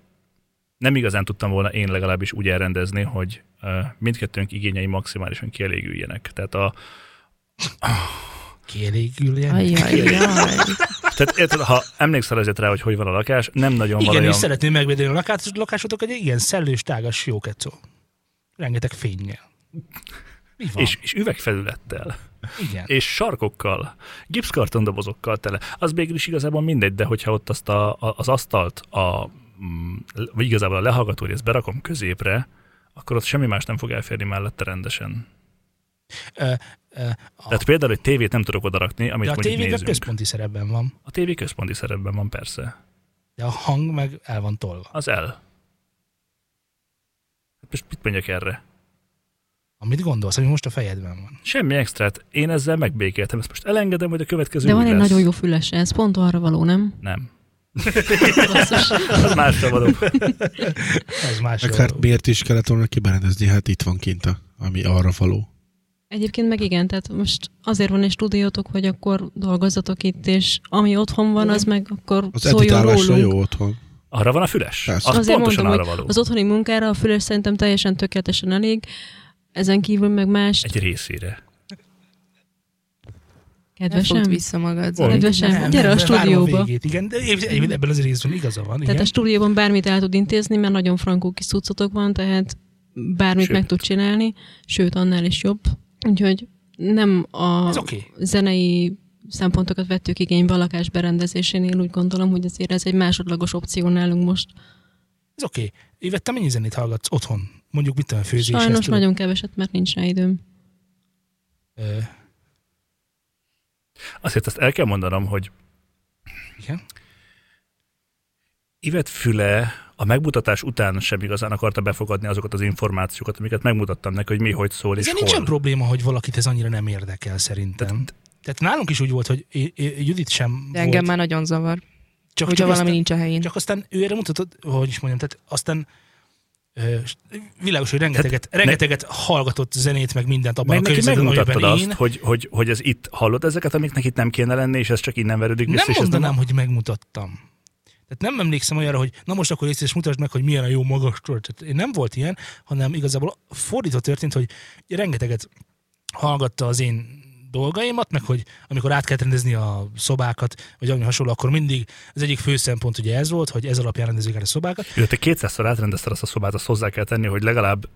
Speaker 2: nem igazán tudtam volna én legalábbis úgy elrendezni, hogy ö, mindkettőnk igényei maximálisan kielégüljenek. Tehát, a,
Speaker 1: Kielégüljenek.
Speaker 4: Ajjaj, jaj.
Speaker 2: tehát érted, ha emlékszel azért rá, hogy hogy van a lakás, nem nagyon van
Speaker 1: Igen, és
Speaker 2: olyan...
Speaker 1: szeretném megvédeni a lakás, lakásotok egy ilyen szellős, tágas jókecó. Rengeteg fényjel. Mi van?
Speaker 2: És, és üvegfelülettel,
Speaker 1: Igen.
Speaker 2: és sarkokkal, gipszkartondobozokkal tele. Az végül is igazából mindegy, de hogyha ott azt a, a, az asztalt, a, mm, vagy igazából a lehallgató részt berakom középre, akkor ott semmi más nem fog elférni mellette rendesen.
Speaker 1: Ö, ö, a,
Speaker 2: Tehát például egy tévét nem tudok odarakni, amit
Speaker 1: de a
Speaker 2: mondjuk
Speaker 1: tévének
Speaker 2: nézünk.
Speaker 1: központi szerepben van,
Speaker 2: A tévé központi szerepben van persze.
Speaker 1: de a hang meg el van tolva.
Speaker 2: Az el. Most mit mondjak erre?
Speaker 1: Amit gondolsz, ami most a fejedben van.
Speaker 2: Semmi extrát. Én ezzel megbékéltem. Ezt most elengedem, hogy a következő
Speaker 6: De
Speaker 2: úgy
Speaker 6: van egy
Speaker 2: lesz.
Speaker 6: nagyon jó füles, ez pont arra való, nem?
Speaker 2: Nem.
Speaker 6: Basszus.
Speaker 2: Az másra való.
Speaker 1: Ez más.
Speaker 3: Meg hát miért is kellett volna kiberendezni? Hát itt van kint, a, ami arra való.
Speaker 6: Egyébként meg igen, tehát most azért van egy stúdiótok, hogy akkor dolgozzatok itt, és ami otthon van, az meg akkor
Speaker 3: Az
Speaker 6: szóljon
Speaker 3: editálásra
Speaker 6: rólunk.
Speaker 3: jó otthon.
Speaker 2: Arra van a füles?
Speaker 3: Persze.
Speaker 2: Az
Speaker 6: Azért
Speaker 2: pontosan
Speaker 6: mondom,
Speaker 2: arra való.
Speaker 6: Az otthoni munkára a füles szerintem teljesen tökéletesen elég, ezen kívül meg más,
Speaker 2: Egy részére.
Speaker 4: Ne fogd
Speaker 6: kedvesem.
Speaker 4: vissza magad.
Speaker 2: Ol.
Speaker 4: Zoli.
Speaker 6: Kedvesem, gyere a
Speaker 1: de várom
Speaker 6: stúdióba.
Speaker 1: végét. Igen, de év- év- ebben az részben igaza van.
Speaker 6: Tehát
Speaker 1: Igen.
Speaker 6: a stúdióban bármit el tud intézni, mert nagyon frankó kis cuccotok van, tehát bármit
Speaker 2: Sőt.
Speaker 6: sőt. meg tud csinálni, sőt, annál is jobb. Úgyhogy nem a
Speaker 1: Ez oké.
Speaker 6: zenei szempontokat vettük igénybe a lakás berendezésénél, úgy gondolom, hogy azért ez egy másodlagos opció nálunk most.
Speaker 1: Ez oké. Évette mennyi zenét hallgatsz otthon? Mondjuk mit tudom, főzéshez?
Speaker 6: Sajnos
Speaker 1: tudod?
Speaker 6: nagyon keveset, mert nincs rá időm.
Speaker 1: Ö,
Speaker 2: Azért azt el kell mondanom, hogy
Speaker 1: igen.
Speaker 2: Ivet Füle a megmutatás után sem igazán akarta befogadni azokat az információkat, amiket megmutattam neki, hogy mi hogy szól
Speaker 1: Ez
Speaker 2: és
Speaker 1: nincsen
Speaker 2: hol. Hát-
Speaker 1: probléma, hogy valakit ez annyira nem érdekel szerintem. Tehát nálunk is úgy volt, hogy I- I- Judit sem
Speaker 4: De engem
Speaker 1: volt.
Speaker 4: már nagyon zavar,
Speaker 1: csak,
Speaker 4: hogyha valami
Speaker 1: aztán,
Speaker 4: nincs a helyén.
Speaker 1: csak aztán ő erre mutatott, hogy is mondjam, tehát aztán ö, s- világos, hogy rengeteget, rengeteget hallgatott zenét, meg mindent abban
Speaker 2: Hát Meg
Speaker 1: a
Speaker 2: neki
Speaker 1: környezetben,
Speaker 2: megmutattad
Speaker 1: amiben
Speaker 2: azt,
Speaker 1: én
Speaker 2: hogy, hogy, hogy ez itt hallod ezeket, amiknek itt nem kéne lenni, és ez csak innen verődik vissza.
Speaker 1: nem
Speaker 2: és ez
Speaker 1: mondanám, hogy megmutattam. Tehát nem emlékszem olyanra, hogy na most akkor észre és mutasd meg, hogy milyen a jó magas sor. Tehát én nem volt ilyen, hanem igazából fordítva történt, hogy rengeteget hallgatta az én dolgaimat, meg hogy amikor át kellett rendezni a szobákat, vagy valami hasonló, akkor mindig az egyik fő szempont ugye ez volt, hogy ez alapján rendezzük el a szobákat.
Speaker 2: Jó, te kétszázszor átrendezted azt a szobát, azt hozzá kell tenni, hogy legalább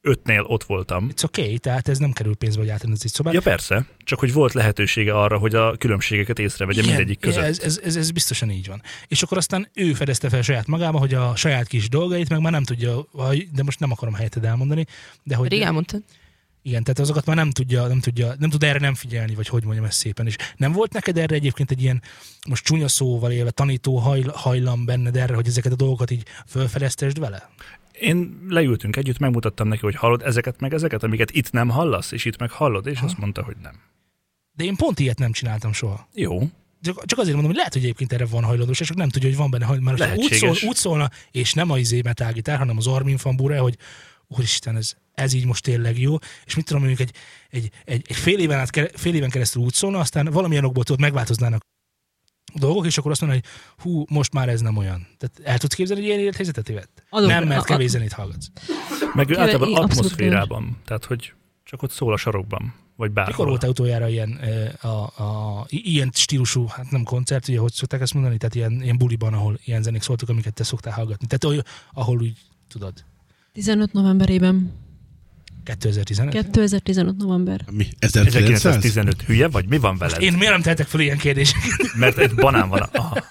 Speaker 2: ötnél ott voltam.
Speaker 1: It's okay, tehát ez nem kerül pénzbe, hogy átrendezni egy szobát.
Speaker 2: Ja persze, csak hogy volt lehetősége arra, hogy a különbségeket észrevegye
Speaker 1: Igen,
Speaker 2: mindegyik között.
Speaker 1: Ez, ez, ez, ez biztosan így van. És akkor aztán ő fedezte fel saját magába, hogy a saját kis dolgait, meg már nem tudja, vagy- de most nem akarom helyetted elmondani, de hogy
Speaker 4: Pedig elmondtad.
Speaker 1: igen, tehát azokat már nem tudja, nem tudja, nem tud erre nem figyelni, vagy hogy mondjam ezt szépen. És nem volt neked erre egyébként egy ilyen, most csúnya szóval élve tanító hajl, hajlam benned erre, hogy ezeket a dolgokat így felfedeztesd vele?
Speaker 2: Én leültünk együtt, megmutattam neki, hogy hallod ezeket meg ezeket, amiket itt nem hallasz, és itt meg hallod, és azt mondta, hogy nem.
Speaker 1: De én pont ilyet nem csináltam soha.
Speaker 2: Jó,
Speaker 1: Csak, csak azért mondom, hogy lehet, hogy egyébként erre van hajlandós, és csak nem tudja, hogy van benne hajlandós. Mert ha úgy, szól,
Speaker 2: Lehetséges.
Speaker 1: úgy szólna, és nem a izé metágitár, hanem az Armin van Buuren, hogy úristen, ez, ez így most tényleg jó, és mit tudom, mondjuk egy, egy, egy, egy fél, éven át, kere- fél éven keresztül úgy szólna, aztán valamilyen okból tudod, megváltoznának a dolgok, és akkor azt mondod, hogy hú, most már ez nem olyan. Tehát el tudsz képzelni egy ilyen élethelyzetet, évet?
Speaker 6: Adok-
Speaker 1: Nem, mert
Speaker 6: a-
Speaker 1: kevés zenét hallgatsz.
Speaker 2: meg ő
Speaker 6: Tényleg,
Speaker 2: általában
Speaker 6: én abszolút
Speaker 2: atmoszférában, tehát hogy csak ott szól a sarokban, vagy
Speaker 1: Mikor
Speaker 2: bárhol.
Speaker 1: volt utoljára ilyen, ö, a, a, i- ilyen stílusú, hát nem koncert, ugye, hogy szokták ezt mondani, tehát ilyen, ilyen buliban, ahol ilyen zenék szóltak, amiket te szoktál hallgatni. Tehát oly, ahol úgy tudod,
Speaker 6: 15 novemberében.
Speaker 1: 2015.
Speaker 6: 2015 november.
Speaker 3: Hát Mi? 1900?
Speaker 2: 1915 hülye vagy? Mi van veled?
Speaker 1: Én miért nem tehetek fel ilyen kérdéseket?
Speaker 2: Mert egy banán van. A... Aha.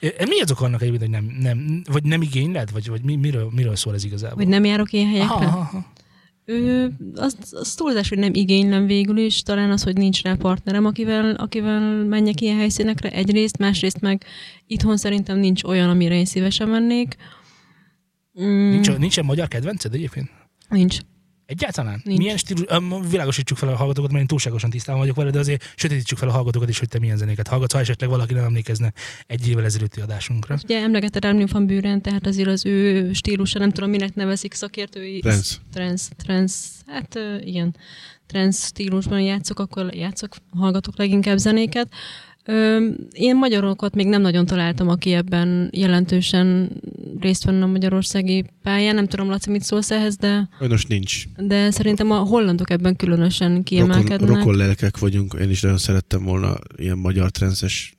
Speaker 1: Ö, Mi azok annak egyébként, hogy nem, nem, vagy nem igényled, vagy, vagy mi, miről, miről szól ez igazából?
Speaker 6: Vagy nem járok ilyen helyekre?
Speaker 1: aha, aha, aha.
Speaker 6: Ő, az, az túlzás, hogy nem igénylem végül is, talán az, hogy nincs rá partnerem, akivel, akivel menjek ilyen helyszínekre egyrészt, másrészt meg itthon szerintem nincs olyan, amire én szívesen mennék. Mm,
Speaker 1: Nincs, nincsen magyar kedvenced egyébként?
Speaker 6: nincs.
Speaker 1: Egyáltalán?
Speaker 6: Nincs.
Speaker 1: Milyen stílus? Öm, világosítsuk fel a hallgatókat, mert én túlságosan tisztában vagyok vele, de azért sötétítsük fel a hallgatókat is, hogy te milyen zenéket hallgatsz, ha esetleg valaki nem emlékezne egy évvel ezelőtti adásunkra.
Speaker 6: Ugye emlegeted Armin van Buren, tehát azért az ő stílusa, nem tudom, minek nevezik szakértői.
Speaker 3: Trance.
Speaker 6: Trans, trans, hát ö, igen, trans stílusban játszok, akkor játszok, hallgatok leginkább zenéket. Ö, Én magyarokat még nem nagyon találtam, aki ebben jelentősen részt venne a magyarországi pályán. Nem tudom, Laci, mit szólsz ehhez, de,
Speaker 3: Sajnos nincs.
Speaker 6: de szerintem a hollandok ebben különösen
Speaker 3: Rokon,
Speaker 6: kiemelkednek.
Speaker 3: rokon lelkek vagyunk. Én is nagyon szerettem volna ilyen magyar transzes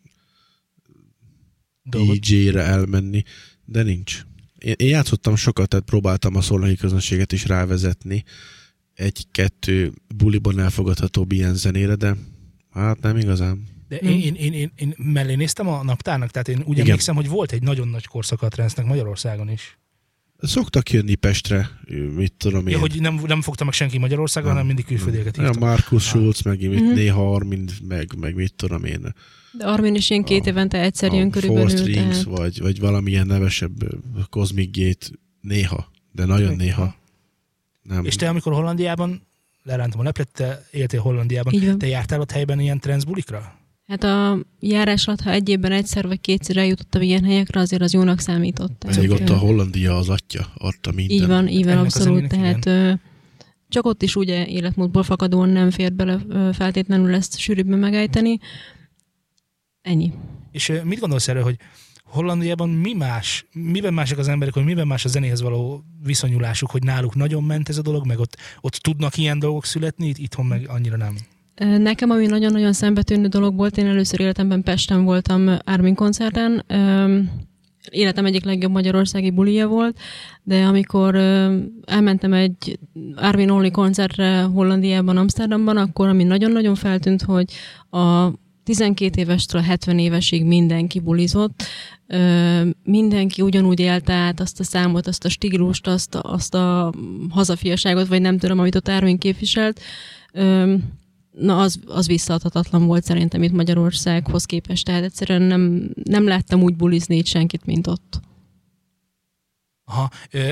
Speaker 1: Dolgot.
Speaker 3: DJ-re elmenni, de nincs. Én, én játszottam sokat, tehát próbáltam a szolnoki közönséget is rávezetni egy-kettő buliban elfogadhatóbb ilyen zenére, de hát nem igazán.
Speaker 1: De
Speaker 6: Nem?
Speaker 1: én, én, én, én, én mellé néztem a naptárnak, tehát én úgy
Speaker 3: Igen.
Speaker 1: Igen. emlékszem, hogy volt egy nagyon nagy korszak a transznek Magyarországon is.
Speaker 3: Szoktak jönni Pestre, mit tudom én.
Speaker 1: Ja, hogy nem, nem fogta meg senki Magyarországon,
Speaker 3: Nem.
Speaker 1: hanem mindig külföldieket
Speaker 3: Ja,
Speaker 1: hívtak.
Speaker 3: Markus Schulz, meg mit,
Speaker 6: Mhm.
Speaker 3: néha Armin, meg, meg mit tudom én.
Speaker 6: De Armin is ilyen két
Speaker 3: A-
Speaker 6: évente egyszer
Speaker 3: a
Speaker 6: jön körülbelül.
Speaker 3: Four Strings,
Speaker 6: tehát-
Speaker 3: vagy, vagy valamilyen nevesebb ö, Cosmic Gate, néha, de nagyon néha. Nem.
Speaker 1: És te, amikor Hollandiában, lerántam a leplet, te éltél Hollandiában,
Speaker 6: Így van.
Speaker 1: te jártál ott helyben ilyen transzbulikra?
Speaker 6: Hát a járás alatt, ha egy évben egyszer vagy kétszer eljutottam ilyen helyekre, azért az jónak számított. Tehát,
Speaker 3: Pedig ott
Speaker 6: ö,
Speaker 3: a Hollandia az atya adta mindent.
Speaker 6: Így van, így van,
Speaker 1: Ennek az
Speaker 6: abszolút.
Speaker 1: zenének
Speaker 6: Tehát ö, csak ott is ugye életmódból fakadóan nem fér bele ö, feltétlenül ezt sűrűbben megejteni. Ennyi.
Speaker 1: És ö, mit gondolsz erről, hogy Hollandiában mi más, miben mások az emberek, hogy miben más a zenéhez való viszonyulásuk, hogy náluk nagyon ment ez a dolog, meg ott, ott tudnak ilyen dolgok születni, itt- itthon meg annyira nem.
Speaker 6: Ö, Nekem, ami nagyon-nagyon szembetűnő dolog volt, én először életemben Pesten voltam ö, Armin koncerten. Öm, Életem egyik legjobb magyarországi bulija volt, de amikor ö, elmentem egy Armin Oli koncertre Hollandiában, Amsterdamban, akkor ami nagyon-nagyon feltűnt, hogy a 12 évestől a 70 évesig mindenki bulizott, Ö, mindenki ugyanúgy élte át azt a számot, azt a stílust, azt, a- azt a hazafiaságot, vagy nem tudom, amit ott Árvin képviselt. Ö, na az, az visszaadhatatlan volt szerintem itt Magyarországhoz képest, tehát egyszerűen nem, nem láttam úgy bulizni itt senkit, mint ott.
Speaker 1: Aha. Ö,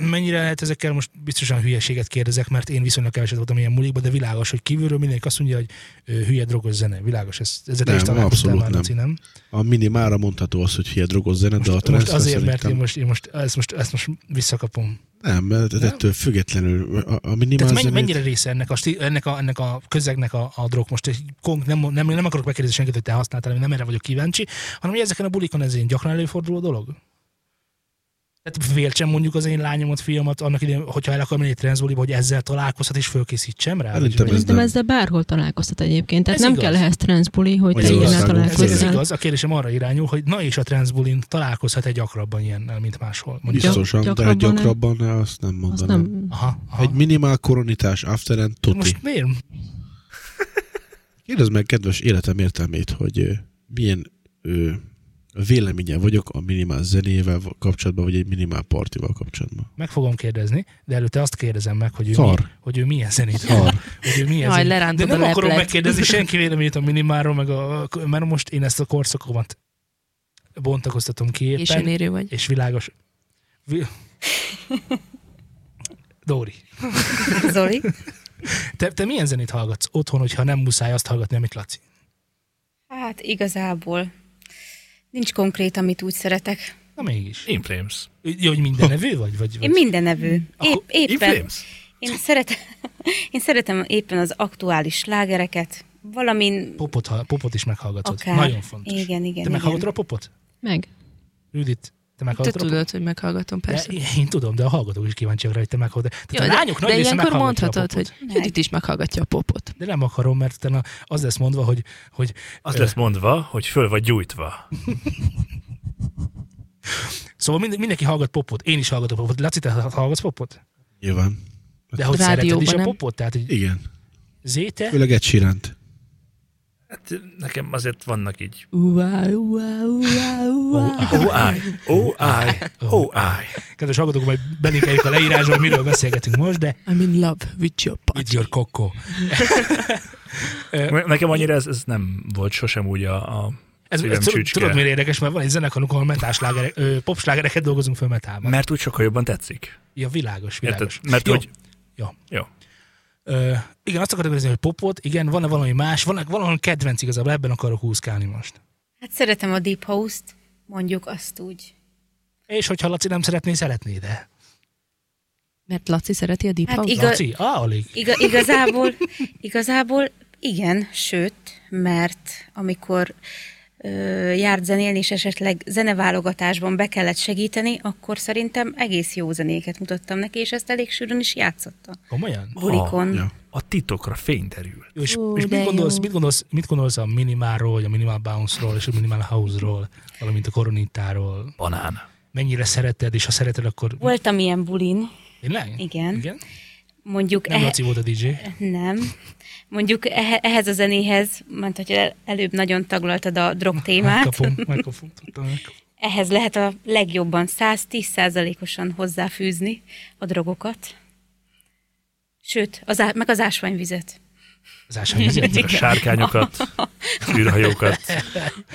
Speaker 1: m- mennyire lehet ezekkel most biztosan hülyeséget kérdezek, mert én viszonylag keveset voltam ilyen mulikban, de világos, hogy kívülről mindenki azt mondja, hogy ö, hülye drogos zene. Világos, ez, ezzel te
Speaker 3: Nem,
Speaker 1: is találkoztál
Speaker 3: abszolút
Speaker 1: már,
Speaker 3: nem.
Speaker 1: Laci, nem?
Speaker 3: A minimára mondható az, hogy hülye drogos zene, de a
Speaker 1: Most, most
Speaker 3: transfer
Speaker 1: azért, mert
Speaker 3: szerintem-
Speaker 1: én most, én most, ezt, most, ezt most visszakapom.
Speaker 3: Nem, mert
Speaker 1: Nem?
Speaker 3: ettől függetlenül a, a minimál
Speaker 1: Tehát mennyi,
Speaker 3: zenét-
Speaker 1: mennyire része ennek a, stí- ennek a, ennek a közegnek a, a drog? Most egy konk, nem, nem, nem akarok megkérdezni senkit, hogy te használtál, nem erre vagyok kíváncsi, hanem hogy ezeken a bulikon ez ilyen gyakran előforduló dolog? Tehát féltsem mondjuk az én lányomat, fiamat, annak idején, hogyha el akar menni egy transzbuliba, hogy ezzel találkozhat és fölkészítsem rá?
Speaker 3: Szerintem
Speaker 1: Vagy-
Speaker 3: ez
Speaker 6: Szerintem
Speaker 3: nem.
Speaker 6: ezzel bárhol találkoztat egyébként, tehát
Speaker 1: Ez
Speaker 6: nem
Speaker 1: igaz.
Speaker 6: kell ehhez transzbuli, hogy te
Speaker 3: Magyarországon
Speaker 6: ilyennel
Speaker 1: ez, ez
Speaker 6: találkozzál.
Speaker 1: igaz, a kérdésem arra irányul, hogy na és a transzbulin találkozhat-e gyakrabban ilyennel, mint máshol? Mondjuk.
Speaker 6: Biztos.
Speaker 3: Biztosan, de
Speaker 6: gyakrabban
Speaker 3: hát
Speaker 6: nem.
Speaker 3: gyakrabban nem. azt nem
Speaker 6: Azt
Speaker 3: mondanám.
Speaker 6: nem,
Speaker 1: Aha, aha.
Speaker 3: Egy minimál koronitás afteren tuti. Most...
Speaker 1: Most miért?
Speaker 3: Kérdezd meg kedves életem értelmét, hogy ö, milyen ö, véleménye vagyok a minimál zenével va- kapcsolatban, vagy egy minimál partival kapcsolatban.
Speaker 1: Meg fogom kérdezni, de előtte azt kérdezem meg, hogy ő, mi,
Speaker 3: Szar.
Speaker 1: hogy ő milyen zenét
Speaker 3: Szar.
Speaker 1: hogy ő milyen
Speaker 4: Jaj,
Speaker 1: zenét- De
Speaker 4: lerántod
Speaker 1: nem
Speaker 4: a
Speaker 1: akarom
Speaker 4: leplet.
Speaker 1: megkérdezni senki véleményét a minimáról, meg a, mert most én ezt a korszakomat bontakoztatom ki éppen,
Speaker 4: Későn
Speaker 1: és,
Speaker 4: érő vagy.
Speaker 1: és világos. Vi- Dóri,
Speaker 5: Zoli?
Speaker 1: te, te milyen zenét hallgatsz otthon, hogyha nem muszáj azt hallgatni, amit Laci?
Speaker 5: Hát igazából nincs konkrét, amit úgy szeretek.
Speaker 1: Na mégis.
Speaker 2: In Flames.
Speaker 1: Jó, hogy minden nevű vagy? vagy, vagy?
Speaker 5: Én minden nevű. Épp,
Speaker 2: In
Speaker 5: éppen,
Speaker 2: Flames?
Speaker 5: én, szeretem, én szeretem éppen az aktuális slágereket, valamin
Speaker 1: Popot, ha- popot is meghallgatod.
Speaker 5: Akár.
Speaker 1: Nagyon fontos.
Speaker 5: Igen, igen,
Speaker 1: te
Speaker 5: igen.
Speaker 1: meghallgatod a popot?
Speaker 6: meg.
Speaker 1: Judit, te
Speaker 4: Te
Speaker 1: meghallgatod a popot?
Speaker 4: tudod, hogy meghallgatom, persze.
Speaker 1: De, én tudom, de a hallgatók is kíváncsiak rá, hogy te meghallgatod.
Speaker 4: Jó,
Speaker 1: Tehát a lányok nagy
Speaker 4: de
Speaker 1: része
Speaker 4: ilyenkor
Speaker 1: meghallgatja a
Speaker 4: mondhatod,
Speaker 1: popot.
Speaker 4: hogy Judit is meghallgatja a popot.
Speaker 1: De nem akarom, mert utána az lesz mondva, hogy, hogy
Speaker 2: Az lesz mondva, hogy föl vagy gyújtva.
Speaker 1: Szóval mind, mindenki hallgat popot. Én is hallgatok popot. Laci, te hallgatsz popot?
Speaker 3: Nyilván.
Speaker 1: De hogy
Speaker 4: Rádióban
Speaker 1: szereted is a
Speaker 4: nem.
Speaker 1: popot? Tehát, hogy
Speaker 3: Igen.
Speaker 1: zéte?
Speaker 3: Főleg egy siránt.
Speaker 2: Hát nekem azért vannak így.
Speaker 4: Uá, uá, uá, uá.
Speaker 2: Oh, I, oh, I, oh, I.
Speaker 1: Kedves hallgatók, majd belinkeljük a leírásba, hogy miről beszélgetünk most, de
Speaker 4: I'm in love with your body.
Speaker 1: it's your coco.
Speaker 2: Ne- Nekem annyira ez, ez nem volt sosem úgy a, a
Speaker 1: Ez,
Speaker 2: szívem
Speaker 1: ez tudod,
Speaker 2: csücske.
Speaker 1: tudod, miért érdekes, mert van egy zenekarunk, ahol metáslágerek, ö, popslágereket dolgozunk föl metában.
Speaker 2: Mert úgy sokkal jobban tetszik.
Speaker 1: Ja, világos,
Speaker 2: Érted?
Speaker 1: világos.
Speaker 2: Mert
Speaker 1: Jó.
Speaker 2: hogy...
Speaker 1: Jó.
Speaker 2: Jó.
Speaker 1: Ö, igen, azt akartam kérdezni, hogy popot, igen, van-e valami más, van-e valami kedvenc igazából, ebben akarok húzkálni most.
Speaker 5: Hát szeretem a Deep House-t, mondjuk azt úgy.
Speaker 1: És hogyha Laci nem szeretné, szeretné, de...
Speaker 4: Mert Laci szereti a Deep
Speaker 5: Hát
Speaker 4: House-ot.
Speaker 5: Iga-
Speaker 1: Laci? Á, alig.
Speaker 5: Iga, igazából, igazából igen, sőt, mert amikor ö, járt zenélni, és esetleg zeneválogatásban be kellett segíteni, akkor szerintem egész jó zenéket mutattam neki, és ezt elég sűrűn is játszotta.
Speaker 1: Ah, Komolyan?
Speaker 5: Bulikon.
Speaker 3: Ja.
Speaker 2: A titokra fény derül.
Speaker 1: Jó, és,
Speaker 4: Ú,
Speaker 1: és
Speaker 4: de
Speaker 1: mit,
Speaker 4: jó.
Speaker 1: gondolsz, mit, gondolsz, mit gondolsz a minimálról, vagy a minimál bounce-ról, és a minimál house-ról, valamint a koronitáról?
Speaker 2: Banán.
Speaker 1: Mennyire szereted, és ha szereted, akkor...
Speaker 5: Voltam ilyen bulin,
Speaker 1: Tényleg?
Speaker 5: igen.
Speaker 1: igen?
Speaker 5: mondjuk...
Speaker 1: Nem
Speaker 5: e-
Speaker 1: Laci volt a DJ.
Speaker 5: Nem. Mondjuk ehe- ehhez a zenéhez, mert hogy el- előbb nagyon taglaltad a drog témát,
Speaker 1: Megkapom, megkapom, tudtam, megkapom.
Speaker 5: ehhez lehet a legjobban 110%-osan hozzáfűzni a drogokat. Sőt, az á- meg az ásványvizet.
Speaker 1: Az ásványvizet?
Speaker 2: A sárkányokat, űrhajókat.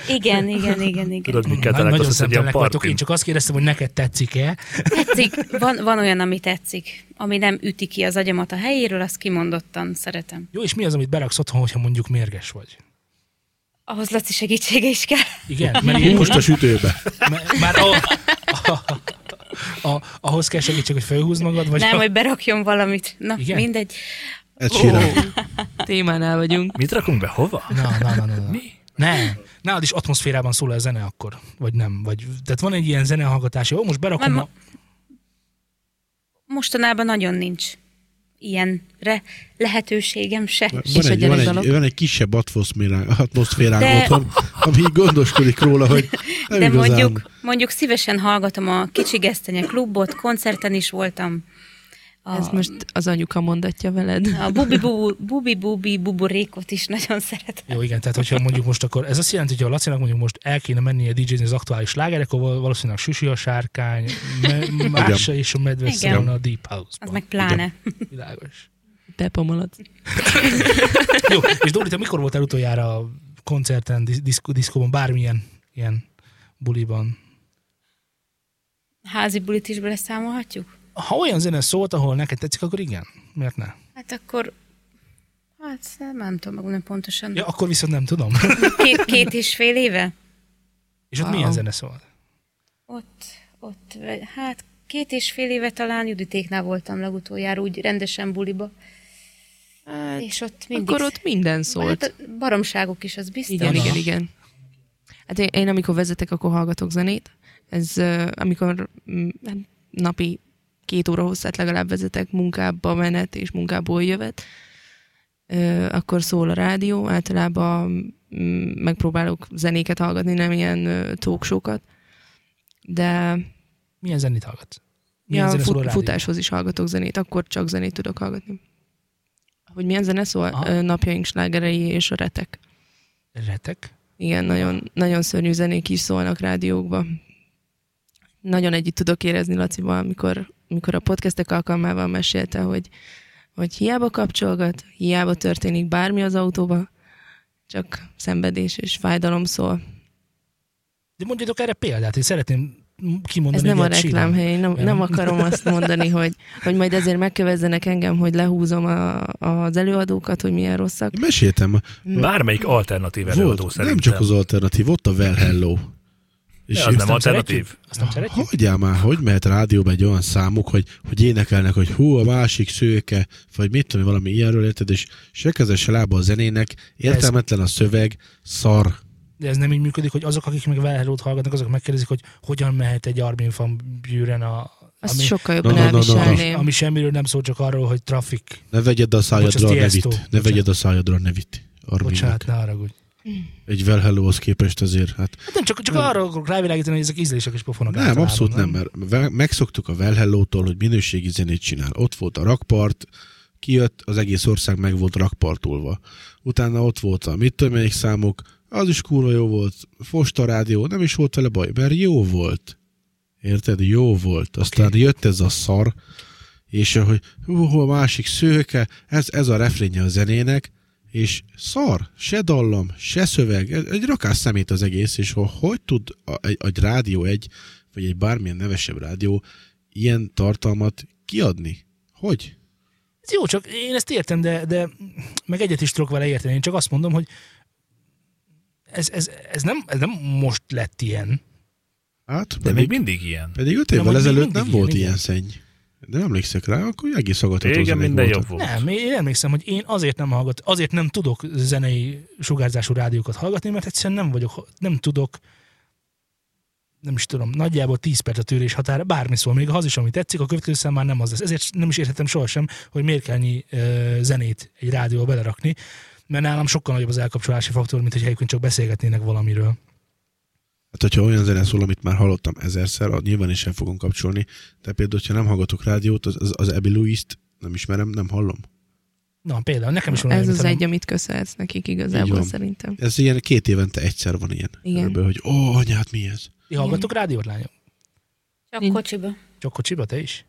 Speaker 5: Igen, igen, igen, igen.
Speaker 2: Tudod, mikkel
Speaker 1: Nagyon
Speaker 2: találkozhatsz egy ilyen
Speaker 1: szemtelenek vagytok. Én
Speaker 2: partin?
Speaker 1: csak azt kérdeztem, hogy neked tetszik-e.
Speaker 5: Tetszik, van, van olyan, ami tetszik, ami nem üti ki az agyamat a helyéről, azt kimondottan szeretem.
Speaker 1: Jó, és mi az, amit beraksz otthon, hogyha mondjuk mérges vagy?
Speaker 5: Ahhoz Laci segítsége is kell.
Speaker 1: Igen, mert ilyen
Speaker 3: Most a sütőbe.
Speaker 1: M- Már a, a, a, ahhoz kell segítség, hogy felhúzd magad, vagy
Speaker 5: Nem,
Speaker 1: a,
Speaker 5: hogy berakjon valamit. Na,
Speaker 1: Igen?
Speaker 5: igen? mindegy.
Speaker 3: Egy siránt.
Speaker 4: Témánál vagyunk.
Speaker 2: Mit rakunk be? Hova?
Speaker 1: Na, na, na, na, na.
Speaker 2: Mi?
Speaker 1: Nem. Nálad is atmoszférában szól a zene akkor, vagy nem? Vagy, tehát van egy ilyen zenehallgatás, jó, most berakom,
Speaker 5: Nem,
Speaker 1: a,
Speaker 5: Mostanában nagyon nincs ilyenre lehetőségem se.
Speaker 3: Van
Speaker 4: És
Speaker 3: egy,
Speaker 4: a
Speaker 3: van,
Speaker 4: gyerekdalok?
Speaker 3: egy, van egy kisebb atmoszférán, atmoszférán
Speaker 5: De-
Speaker 3: otthon, ami így gondoskodik róla, hogy nem
Speaker 5: De
Speaker 3: igazán.
Speaker 5: mondjuk, mondjuk szívesen hallgatom a Kicsi Gesztenye klubot, koncerten is voltam. A,
Speaker 4: Ez most az anyuka mondatja veled.
Speaker 5: a bubi, bubu, bubi bubi buborékot is nagyon szeretem.
Speaker 1: jó igen, tehát hogyha mondjuk most akkor, ez azt jelenti, hogy a Lacinak mondjuk most el kéne mennie DJ-zni az aktuális sláger, akkor val- valószínűleg Süsi a sárkány, me- Mársa és a medve
Speaker 5: Igen.
Speaker 1: szólna a Deep
Speaker 5: Az
Speaker 1: House-ban.
Speaker 5: meg pláne.
Speaker 1: Világos.
Speaker 4: tepamalac.
Speaker 1: Jó, és Dóri, te mikor voltál utoljára a koncerten, disz- diszkó, diszkóban, bármilyen ilyen buliban?
Speaker 5: Házi bulit is beleszámolhatjuk?
Speaker 1: Ha olyan zene szólt, ahol neked tetszik, akkor igen. Miért ne?
Speaker 5: Hát akkor, hát nem, nem tudom megmondani pontosan.
Speaker 1: Ja, akkor viszont nem tudom.
Speaker 5: Két, két és fél éve?
Speaker 1: És ott wow. milyen zene szólt?
Speaker 5: Ott, ott, ve- hát két és fél éve talán Juditéknál voltam legutoljára, úgy rendesen buliba. Hát, és ott mindig...
Speaker 4: Akkor ott minden szólt.
Speaker 5: Hát a baromságok is, az biztos.
Speaker 4: Igen,
Speaker 1: Aha.
Speaker 4: igen, igen. Hát én, én amikor vezetek, akkor hallgatok zenét. Ez uh, amikor mm, hát napi két óra hosszát legalább vezetek munkába menet és munkából jövet, uh, akkor szól a rádió, általában mm, megpróbálok zenéket hallgatni, nem ilyen uh, tóksókat, de
Speaker 1: Milyen zenét hallgatsz? Milyen
Speaker 4: ja,
Speaker 1: zene szól a
Speaker 4: fut,
Speaker 1: rádió?
Speaker 4: futáshoz is hallgatok zenét, akkor csak zenét tudok hallgatni. Hogy milyen zene szól?
Speaker 1: Aha.
Speaker 4: Ö, Napjaink slágerei és a retek.
Speaker 1: Retek?
Speaker 4: Igen, nagyon, nagyon szörnyű zenék is szólnak rádiókba. Nagyon együtt tudok érezni Lacival, amikor, amikor a podcastek alkalmával mesélte, hogy, hogy hiába kapcsolgat, hiába történik bármi az autóba, csak szenvedés és fájdalom szól.
Speaker 1: De mondjatok erre példát, én szeretném
Speaker 4: Ez
Speaker 1: kimondani.
Speaker 4: nem
Speaker 1: egy
Speaker 4: a
Speaker 1: ilyet síran.
Speaker 4: reklámhely, nem,
Speaker 1: hát Ja.
Speaker 4: nem akarom azt mondani, hogy, hogy majd ezért megkövezzenek engem, hogy lehúzom a, az előadókat, hogy milyen rosszak.
Speaker 3: Én meséltem,
Speaker 2: Bármelyik alternatív előadó
Speaker 3: volt, nem
Speaker 2: szerintem.
Speaker 3: csak az alternatív, ott a Well Hello. És
Speaker 2: az nem
Speaker 1: Azt
Speaker 2: alternatív.
Speaker 1: szeretjük? Azt nem szeretjük?
Speaker 3: Hogyan Ah, már, hogy mehet rádióba egy olyan számuk, hogy, hogy énekelnek, hogy hú, a másik szőke, vagy mit tudom, én, valami ilyenről érted, és se keze, se lába a zenének, értelmetlen a szöveg, szar.
Speaker 1: De ez nem így működik, hogy azok, akik meg Velhelót hallgatnak, azok megkérdezik, hogy hogyan mehet egy Armin van Buren a...
Speaker 4: Azt
Speaker 1: ami,
Speaker 4: sokkal
Speaker 3: Na,
Speaker 4: jobban
Speaker 3: na, na, na, na.
Speaker 4: elviselném.
Speaker 1: ami semmiről nem szól, csak arról, hogy trafik.
Speaker 3: Ne vegyed a szájadra a
Speaker 1: Bocs, ez Tiesto.
Speaker 3: nevit. Ne vegyed a szájadra a nevit. Arminnak.
Speaker 1: Bocsánat, ne haragudj.
Speaker 3: Egy Well Hello-hoz képest azért, hát
Speaker 1: Hát nem, csak, csak arra akarok rávilágítani, hogy ezek ízlések és pofonok
Speaker 3: Nem,
Speaker 1: általában,
Speaker 3: abszolút nem, mert ve- megszoktuk a Velhellótól, hogy minőségi zenét csinál. Ott volt a rakpart, kijött, az egész ország meg volt rakpartolva. Utána ott volt a mit tudom én, számok, az is kurva jó volt, Fosta rádió, nem is volt vele baj, mert jó volt. Érted? Jó volt. Aztán okay. jött ez a szar, és eh, hogy hú, hol a másik szőke, ez, ez a refrénje a zenének, és szar, se dallam, se szöveg, ez egy rakás szemét az egész, és hogy, hogy tud a, egy, egy rádió egy, vagy egy bármilyen nevesebb rádió ilyen tartalmat kiadni? Hogy?
Speaker 1: Ez jó, csak én ezt értem, de, de meg egyet is tudok vele érteni. Én csak azt mondom, hogy ez, ez, ez, nem, ez nem most lett ilyen.
Speaker 3: Hát,
Speaker 2: De
Speaker 3: pedig,
Speaker 2: még
Speaker 3: még,
Speaker 2: mindig ilyen.
Speaker 3: pedig öt
Speaker 1: Na,
Speaker 3: évvel
Speaker 1: mondjuk
Speaker 3: ezelőtt
Speaker 1: mindig
Speaker 3: nem
Speaker 1: ilyen,
Speaker 3: volt
Speaker 1: igen.
Speaker 3: ilyen, ilyen szenny. De emlékszek rá, akkor egész aggatható
Speaker 2: Régen
Speaker 3: zenék
Speaker 2: minden
Speaker 3: voltak.
Speaker 2: jobb volt.
Speaker 1: Nem, én emlékszem, hogy én azért nem hallgat, azért nem tudok zenei sugárzású rádiókat hallgatni, mert egyszerűen nem vagyok, nem tudok nem is tudom, nagyjából 10 perc a tűrés határa, bármi szól, még ha az is, ami tetszik, a következő szám már nem az lesz. Ezért nem is érthetem sohasem, hogy miért kell ennyi ö, zenét egy rádióba belerakni, mert nálam sokkal nagyobb az elkapcsolási faktor, mint hogy helyükön csak beszélgetnének valamiről.
Speaker 3: Hát, hogyha olyan zene szól, amit már hallottam ezerszer, az nyilván is el fogom kapcsolni, de például, ha nem hallgatok rádiót, az, az, az Abby Louis-t nem ismerem, nem hallom.
Speaker 1: Na, például nekem is van
Speaker 4: Ez
Speaker 1: olyan,
Speaker 4: az
Speaker 1: mint
Speaker 4: egy, amit köszönhetsz nekik
Speaker 3: Így
Speaker 4: igazából
Speaker 3: van.
Speaker 4: szerintem.
Speaker 3: Ez ilyen két évente egyszer van ilyen.
Speaker 4: Igen.
Speaker 3: Körülbelül, hogy ó, anyát, mi ez?
Speaker 1: Ti hallgatok rádiót, lányom?
Speaker 5: Csak kocsiba.
Speaker 1: Csak kocsiba, te is?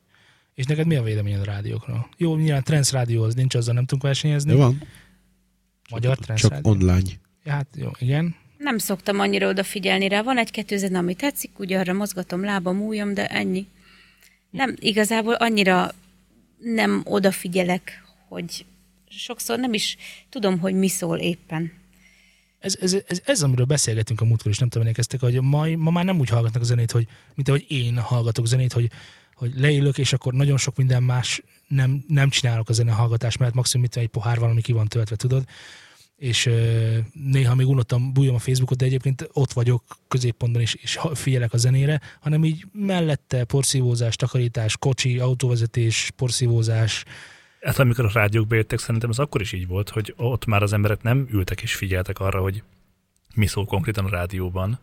Speaker 1: És neked mi a véleményed a rádiókról? Jó, nyilván trans rádió az nincs, azzal nem tudunk versenyezni.
Speaker 3: De van,
Speaker 1: Magyar trans
Speaker 3: csak
Speaker 1: rádió.
Speaker 3: online.
Speaker 1: Ja, Hát jó, igen.
Speaker 5: Nem szoktam annyira odafigyelni rá. Van egy-kettő zene, ami tetszik, ugye arra mozgatom lábam, ujjam, de ennyi. Nem, igazából annyira nem odafigyelek, hogy sokszor nem is tudom, hogy mi szól éppen.
Speaker 1: Ez, ez, ez, ez, amiről beszélgetünk a múltkor is, nem tudom, emlékeztek, hogy ma, ma már nem úgy hallgatnak a zenét, hogy, mint ahogy én hallgatok zenét, hogy, hogy leülök, és akkor nagyon sok minden más nem, nem csinálok a zenehallgatás, mert maximum itt van egy pohár valami ki van töltve, tudod? És ö, néha még unottam, bújom a Facebookot, de egyébként ott vagyok középpontban is, és ha- figyelek a zenére, hanem így mellette porszívózás, takarítás, kocsi, autóvezetés, porszívózás,
Speaker 2: Hát amikor a rádiók bejöttek, szerintem ez akkor is így volt, hogy ott már az emberek nem ültek és figyeltek arra, hogy mi szól konkrétan a rádióban,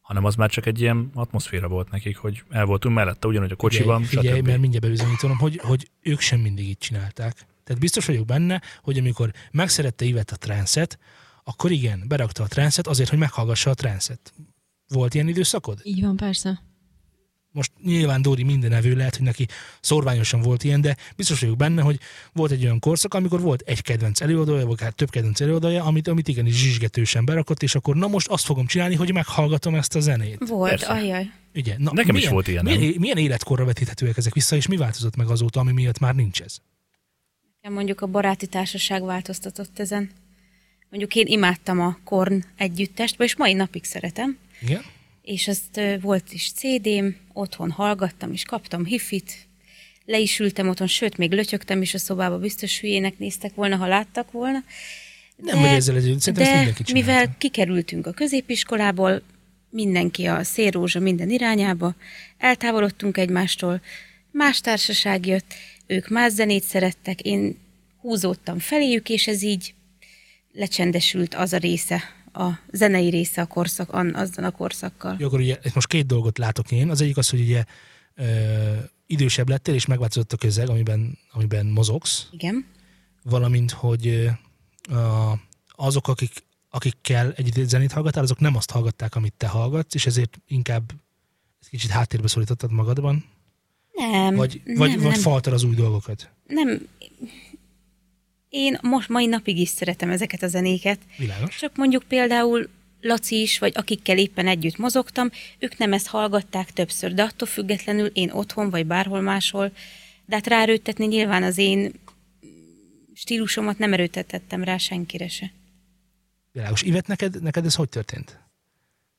Speaker 2: hanem az már csak egy ilyen atmoszféra volt nekik, hogy el voltunk mellette, ugyanúgy a kocsiban,
Speaker 1: figyelj, figyelj mert
Speaker 2: stb.
Speaker 1: mindjárt bebizonyítom, hogy, hogy ők sem mindig így csinálták. Tehát biztos vagyok benne, hogy amikor megszerette Ivet a transzet, akkor igen, berakta a transzet azért, hogy meghallgassa a transzet. Volt ilyen időszakod?
Speaker 6: Így van, persze.
Speaker 1: most nyilván Dóri minden evő lehet, hogy neki szorványosan volt ilyen, de biztos vagyok benne, hogy volt egy olyan korszak, amikor volt egy kedvenc előadója, vagy hát több kedvenc előadója, amit, amit igenis zsizsgetősen berakott, és akkor na most azt fogom csinálni, hogy meghallgatom ezt a zenét.
Speaker 5: Volt,
Speaker 2: Persze.
Speaker 5: ajaj.
Speaker 1: Ugye? Na,
Speaker 2: Nekem is
Speaker 1: milyen,
Speaker 2: volt ilyen, nem?
Speaker 1: Milyen, milyen életkorra vetíthetőek ezek vissza, és mi változott meg azóta, ami miatt már nincs ez?
Speaker 5: Nekem Mondjuk a baráti társaság változtatott ezen. Mondjuk én imádtam a Korn együttest, és mai napig szeretem.
Speaker 1: Igen?
Speaker 5: és azt ö, volt is CD-m, otthon hallgattam, és kaptam hifit, le is ültem otthon, sőt, még lötyögtem is a szobába, biztos hülyének néztek volna, ha láttak volna.
Speaker 1: Nem vagy ezzel együtt, szerintem ezt
Speaker 5: de
Speaker 1: mindenki csinálta.
Speaker 5: mivel kikerültünk a középiskolából, mindenki a szélrózsa minden irányába, eltávolodtunk egymástól, más társaság jött, ők más zenét szerettek, én húzódtam feléjük, és ez így lecsendesült az a része, a zenei része a korszak, an, azzal a korszakkal.
Speaker 1: Jó, akkor ugye itt most két dolgot látok én. Az egyik az, hogy ugye ö, idősebb lettél, és megváltozott a közeg, amiben, amiben mozogsz,
Speaker 5: Igen.
Speaker 1: valamint, hogy ö, a- azok, akik, akikkel egy zenét hallgattál, azok nem azt hallgatták, amit te hallgatsz, és ezért inkább ezt kicsit háttérbe szorítottad magadban,
Speaker 5: Nem.
Speaker 1: vagy, vagy,
Speaker 5: nem,
Speaker 1: vagy
Speaker 5: nem,
Speaker 1: faltad az új dolgokat.
Speaker 5: nem. Én most mai napig is szeretem ezeket a zenéket,
Speaker 1: Világos?
Speaker 5: csak mondjuk például Laci is, vagy akikkel éppen együtt mozogtam, ők nem ezt hallgatták többször, de attól függetlenül én otthon, vagy bárhol máshol, de hát ráerőtetni nyilván az én stílusomat nem erőtetettem rá senkire se.
Speaker 1: Világos. Ivet, neked, neked ez hogy történt?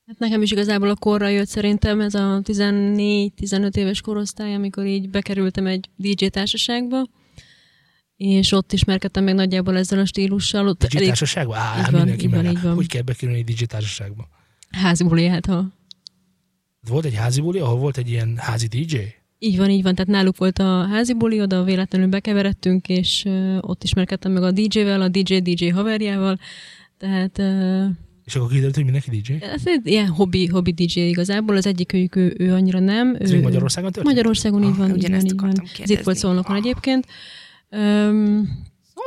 Speaker 6: Hát nekem is igazából a korra jött szerintem ez a 14-15 éves korosztály, amikor így bekerültem egy DJ társaságba, és ott ismerkedtem meg nagyjából ezzel a stílussal. Ott
Speaker 1: Digi
Speaker 6: elég
Speaker 1: társaságba? Á, hát
Speaker 6: Így van,
Speaker 1: mindenki
Speaker 6: így van,
Speaker 1: menne.
Speaker 6: így van.
Speaker 1: Hogy kell bekerülni egy digi társaságba?
Speaker 6: házi buli, hát ha.
Speaker 1: Volt egy házi buli, ahol volt egy ilyen házi DJ?
Speaker 6: Így van, így van, tehát náluk volt a házi buli, oda véletlenül bekeveredtünk, és ö, ott ismerkedtem meg a DJ-vel, a DJ-DJ haverjával, tehát ö,
Speaker 1: És akkor kiderült, hogy mindenki DJ?
Speaker 6: ez egy ilyen hobbi, hobbi DJ igazából, az egyikőjük ő, ő annyira nem.
Speaker 1: Ez
Speaker 6: ő,
Speaker 1: még Magyarországon történt?
Speaker 6: Magyarországon így van, így van,
Speaker 4: Ah, Ugyanezt
Speaker 6: így van.
Speaker 4: akartam
Speaker 6: Ez itt volt
Speaker 4: kérdezni. Ah.
Speaker 6: Szolnokon egyébként. Öm,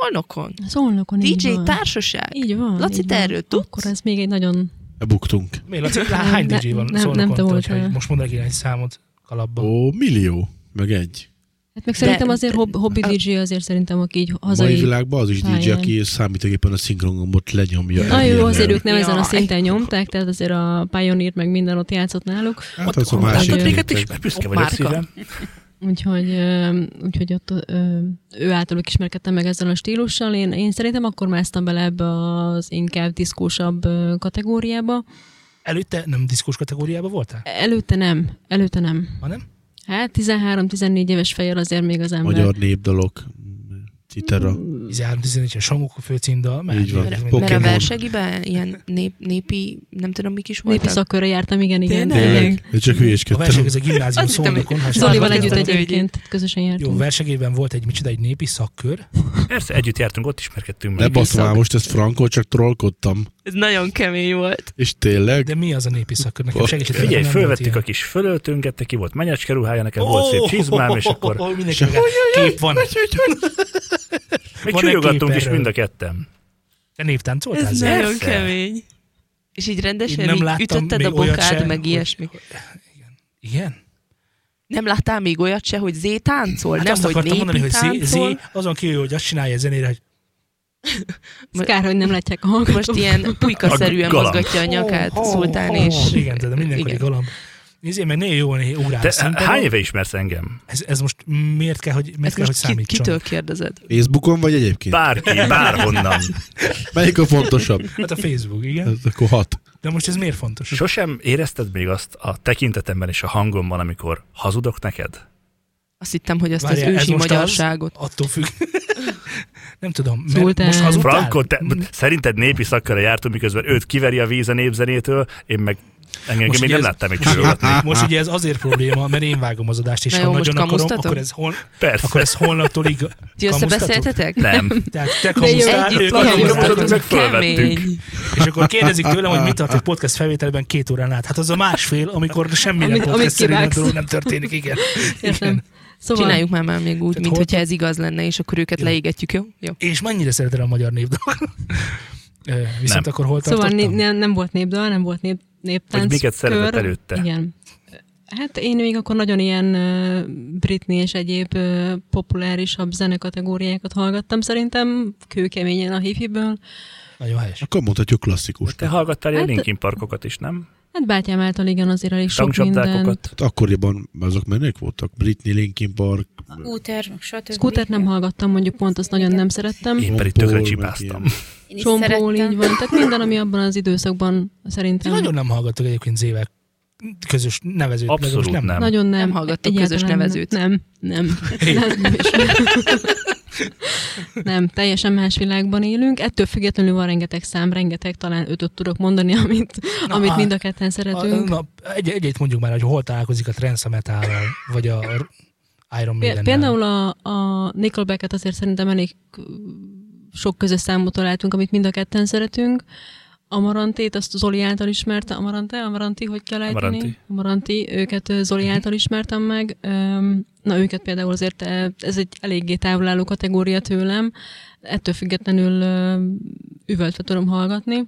Speaker 4: Szolnokon.
Speaker 6: Szolnokon így
Speaker 4: DJ
Speaker 6: van.
Speaker 4: társaság.
Speaker 6: Így van.
Speaker 4: Laci,
Speaker 6: így
Speaker 4: te
Speaker 6: van.
Speaker 4: erről tudsz?
Speaker 6: Akkor ez még egy nagyon...
Speaker 3: Buktunk.
Speaker 1: Miért, Laci, lá- hány
Speaker 6: Nem,
Speaker 1: DJ van
Speaker 6: nem,
Speaker 1: szólnak
Speaker 6: nem
Speaker 1: ott,
Speaker 6: tudom,
Speaker 1: hogyha
Speaker 6: hogy-
Speaker 1: most mondanak egy számot kalapban.
Speaker 3: Ó, millió, meg egy.
Speaker 6: Hát meg szerintem azért
Speaker 4: de-
Speaker 6: hob, hobbi
Speaker 4: a-
Speaker 6: DJ azért szerintem, aki így
Speaker 3: Hazai mai
Speaker 6: hazai...
Speaker 3: világban az is DJ,
Speaker 6: pályán.
Speaker 3: aki számítógépen a szinkrongombot lenyomja.
Speaker 6: Na jó,
Speaker 3: Ilyen-
Speaker 6: azért ők nem ezen a
Speaker 4: Jaj.
Speaker 6: szinten nyomták, tehát azért a Pioneer meg minden ott játszott náluk,
Speaker 3: Hát az a
Speaker 6: ott-
Speaker 3: másik.
Speaker 6: ott- ott-
Speaker 2: Mindegyiket
Speaker 3: réteg.
Speaker 2: ismer, büszke
Speaker 4: Ott
Speaker 2: vagyok
Speaker 4: márka.
Speaker 2: szívem.
Speaker 6: úgyhogy, ö, úgyhogy ott ö, ő általuk ismerkedtem meg ezzel a stílussal. Én, én szerintem akkor másztam bele ebbe az inkább diszkósabb ö, kategóriába.
Speaker 1: Előtte nem diszkós kategóriában voltál?
Speaker 6: Előtte nem, előtte nem.
Speaker 1: Ha nem?
Speaker 6: Hát 13-14 éves fejjel azért még az ember.
Speaker 3: Magyar népdalok, citera.
Speaker 1: 13-14-en Sangóku főcímdal, mert
Speaker 3: Így van.
Speaker 1: ez
Speaker 4: Mert,
Speaker 1: minden-
Speaker 4: mert a
Speaker 3: Pokémon.
Speaker 4: versegiben ilyen nép, népi, nem tudom mik is
Speaker 6: Népi
Speaker 4: voltak.
Speaker 6: szakkörre jártam, igen, igen.
Speaker 4: Tényleg?
Speaker 6: tényleg.
Speaker 3: Én csak
Speaker 1: A
Speaker 3: hülyéskedtem.
Speaker 1: verseg ez a gimnázium
Speaker 4: Azt hittem,
Speaker 1: szónokon. ha
Speaker 4: Szóval hogy
Speaker 1: jól
Speaker 6: Zolival
Speaker 4: Zolival
Speaker 6: együtt
Speaker 1: emlékszem.
Speaker 4: kezdtem,
Speaker 6: egyébként közösen
Speaker 1: Jó,
Speaker 6: jártunk.
Speaker 1: versegében volt egy micsoda, egy népi szakkör.
Speaker 2: Persze, együtt jártunk, ott ismerkedtünk
Speaker 3: Ne
Speaker 2: meg.
Speaker 3: basz már, most ezt frankol, csak trollkodtam.
Speaker 4: Ez nagyon kemény volt.
Speaker 3: És tényleg?
Speaker 1: De mi az a népi szakkör? Nekem
Speaker 3: Volt.
Speaker 1: segítsetek.
Speaker 2: Figyelj,
Speaker 1: nem volt
Speaker 2: fölvettük a
Speaker 1: ilyen.
Speaker 2: kis fölöltünket, neki volt menyecske ruhája, nekem volt szép csizmám, és akkor
Speaker 1: Ó, Mindenkinek kép van.
Speaker 2: még
Speaker 1: Van egy
Speaker 2: csúlyogattunk
Speaker 1: kép
Speaker 2: is
Speaker 1: erről.
Speaker 2: mind a ketten.
Speaker 1: Te névtáncoltál?
Speaker 4: Ez
Speaker 1: Zé?
Speaker 4: nagyon
Speaker 2: persze.
Speaker 4: kemény. És így
Speaker 1: Én
Speaker 4: rendesen
Speaker 1: nem
Speaker 4: így
Speaker 1: láttam
Speaker 4: ütötted
Speaker 1: még
Speaker 4: a
Speaker 1: olyat
Speaker 4: bokád,
Speaker 1: se,
Speaker 4: meg
Speaker 1: hogy-
Speaker 4: ilyesmi.
Speaker 1: Igen?
Speaker 4: Nem láttál még olyat se, hogy Zé táncol?
Speaker 1: Hát
Speaker 4: nem,
Speaker 1: azt
Speaker 4: hogy
Speaker 1: akartam
Speaker 4: népi
Speaker 1: mondani, hogy Zé,
Speaker 4: táncol.
Speaker 1: Zé, azon kívül, hogy azt csinálja a zenére, hogy
Speaker 6: Ez kár, hogy nem látják a hangot.
Speaker 4: Most ilyen
Speaker 2: A
Speaker 4: pulykaszerűen
Speaker 2: galamb.
Speaker 4: mozgatja a nyakát, Szultán és...
Speaker 1: Igen, tehát a mindenkori
Speaker 4: Igen.
Speaker 1: galamb. Nézzél, meg néha jól né- ugrál.
Speaker 2: Te
Speaker 1: Szerinted
Speaker 2: hány
Speaker 1: a-
Speaker 2: éve ismersz engem?
Speaker 1: Ez, ez most miért kell, hogy, miért
Speaker 4: Ezt
Speaker 1: kell, hogy
Speaker 4: most ki,
Speaker 1: számítson?
Speaker 4: kitől kérdezed?
Speaker 3: Facebookon vagy egyébként?
Speaker 2: Bárki, bárhonnan.
Speaker 3: Melyik a fontosabb?
Speaker 1: Hát a Facebook, igen.
Speaker 3: Ez Akkor hat.
Speaker 1: De most ez miért fontos?
Speaker 2: Sosem érezted még azt a tekintetemben és a hangomban, amikor hazudok neked?
Speaker 4: Azt hittem, hogy azt
Speaker 1: Várjál,
Speaker 4: az
Speaker 1: ez
Speaker 4: ősi
Speaker 1: most az?
Speaker 4: magyarságot.
Speaker 1: Attól függ. Nem tudom, mert
Speaker 6: Zoltán.
Speaker 1: most hazudtál? Mm.
Speaker 2: Franco, te, szerinted népi szakkörre jártunk, miközben őt kiveri a víz a népzenétől, én meg engem
Speaker 1: Most
Speaker 2: még
Speaker 1: ugye
Speaker 2: nem
Speaker 1: ez-
Speaker 2: láttam még csúlyogatni.
Speaker 1: Hát, Most ugye ez azért probléma, mert én vágom az adást, és
Speaker 4: Na
Speaker 1: ha
Speaker 4: jó, most
Speaker 1: nagyon akarom,
Speaker 4: kamusztatom?
Speaker 1: akkor ez, hol,
Speaker 2: Persze.
Speaker 1: akkor ez holnaptól ig...
Speaker 4: Ti összebeszéltetek?
Speaker 2: Nem.
Speaker 1: Tehát te kamusztál,
Speaker 4: Együtt
Speaker 1: ők
Speaker 2: Laci,
Speaker 1: kamusztáltak.
Speaker 2: kamusztatok. meg fölvettük.
Speaker 4: Kemény.
Speaker 1: És akkor kérdezik tőlem, hogy mit tart egy podcast felvételben két órán át. Hát az a másfél, amikor semmilyen
Speaker 6: Amit- amit
Speaker 1: podcast szerint
Speaker 6: kivágsz.
Speaker 1: dolog nem történik, igen.
Speaker 6: Értem. Szóval,
Speaker 4: Csináljuk már, már még úgy,
Speaker 1: Tehát
Speaker 4: mint
Speaker 1: hol-
Speaker 4: hogyha ez igaz lenne, és akkor őket leégetjük, jó? Jó.
Speaker 1: És mennyire szereted a magyar névdalot? Ö, Viszont
Speaker 2: Nem.
Speaker 1: akkor hol
Speaker 6: szóval
Speaker 1: tartottam?
Speaker 6: né, nem, nem volt népdal, nem volt nép, néptánc
Speaker 2: Hogy miket szeretett
Speaker 6: kör.
Speaker 2: előtte.
Speaker 6: Igen. Hát én még akkor nagyon ilyen ö, Britney és egyéb ö, populárisabb zenekategóriákat hallgattam, szerintem kőkeményen a hifiből.
Speaker 1: Nagyon helyes.
Speaker 3: Akkor mondhatjuk klasszikus.
Speaker 2: Te hallgattál ilyen
Speaker 6: Hát-
Speaker 2: Linkin Parkokat is, nem?
Speaker 6: Hát bátyám által igen, azért elég sok minden.
Speaker 2: Tankcsapdákokat.
Speaker 3: Hát Akkoriban azok menők voltak. Britney, Linkin Park,
Speaker 5: Scooter, stb.
Speaker 6: Scootert nem hallgattam, mondjuk pont azt nagyon nem szerettem.
Speaker 2: Én
Speaker 3: Jean
Speaker 2: pedig tökre
Speaker 3: Paul,
Speaker 2: csipáztam.
Speaker 3: meg
Speaker 5: Én is
Speaker 6: Csompól
Speaker 5: szerettem.
Speaker 6: így van, tehát minden, ami abban az időszakban
Speaker 1: Én
Speaker 6: szerintem
Speaker 1: nagyon nem hallgattok egyébként zével közös nevezőt.
Speaker 2: Abszolút
Speaker 1: legalábbis
Speaker 2: nem.
Speaker 6: nagyon nem.
Speaker 4: Nem hallgattok közös
Speaker 6: Egyáltalán
Speaker 4: nevezőt.
Speaker 6: Nem, nem. nem, nem, is. nem, teljesen más világban élünk. Ettől függetlenül van rengeteg szám, rengeteg, talán ötöt tudok mondani, amit,
Speaker 1: Na,
Speaker 6: amit
Speaker 1: á,
Speaker 6: mind a ketten
Speaker 1: A,
Speaker 6: szeretünk.
Speaker 1: na, egy, egyet mondjuk már, hogy hol találkozik a trance metállal, vagy a a Iron
Speaker 6: Pé-
Speaker 1: maiden
Speaker 6: Például a, a Nickelback-et azért szerintem elég ö, sok közös számot találtunk, amit mind a ketten szeretünk. Amarantét, azt Zoli által ismerte. Amarante? Amaranti, hogy kell ejteni?
Speaker 2: Amaranti.
Speaker 6: Amaranti. Őket ö, Zoli által ismertem meg. Öm, Na őket például azért ö, ez egy eléggé távolálló kategória tőlem. Ettől függetlenül ö, üvöltve tudom hallgatni.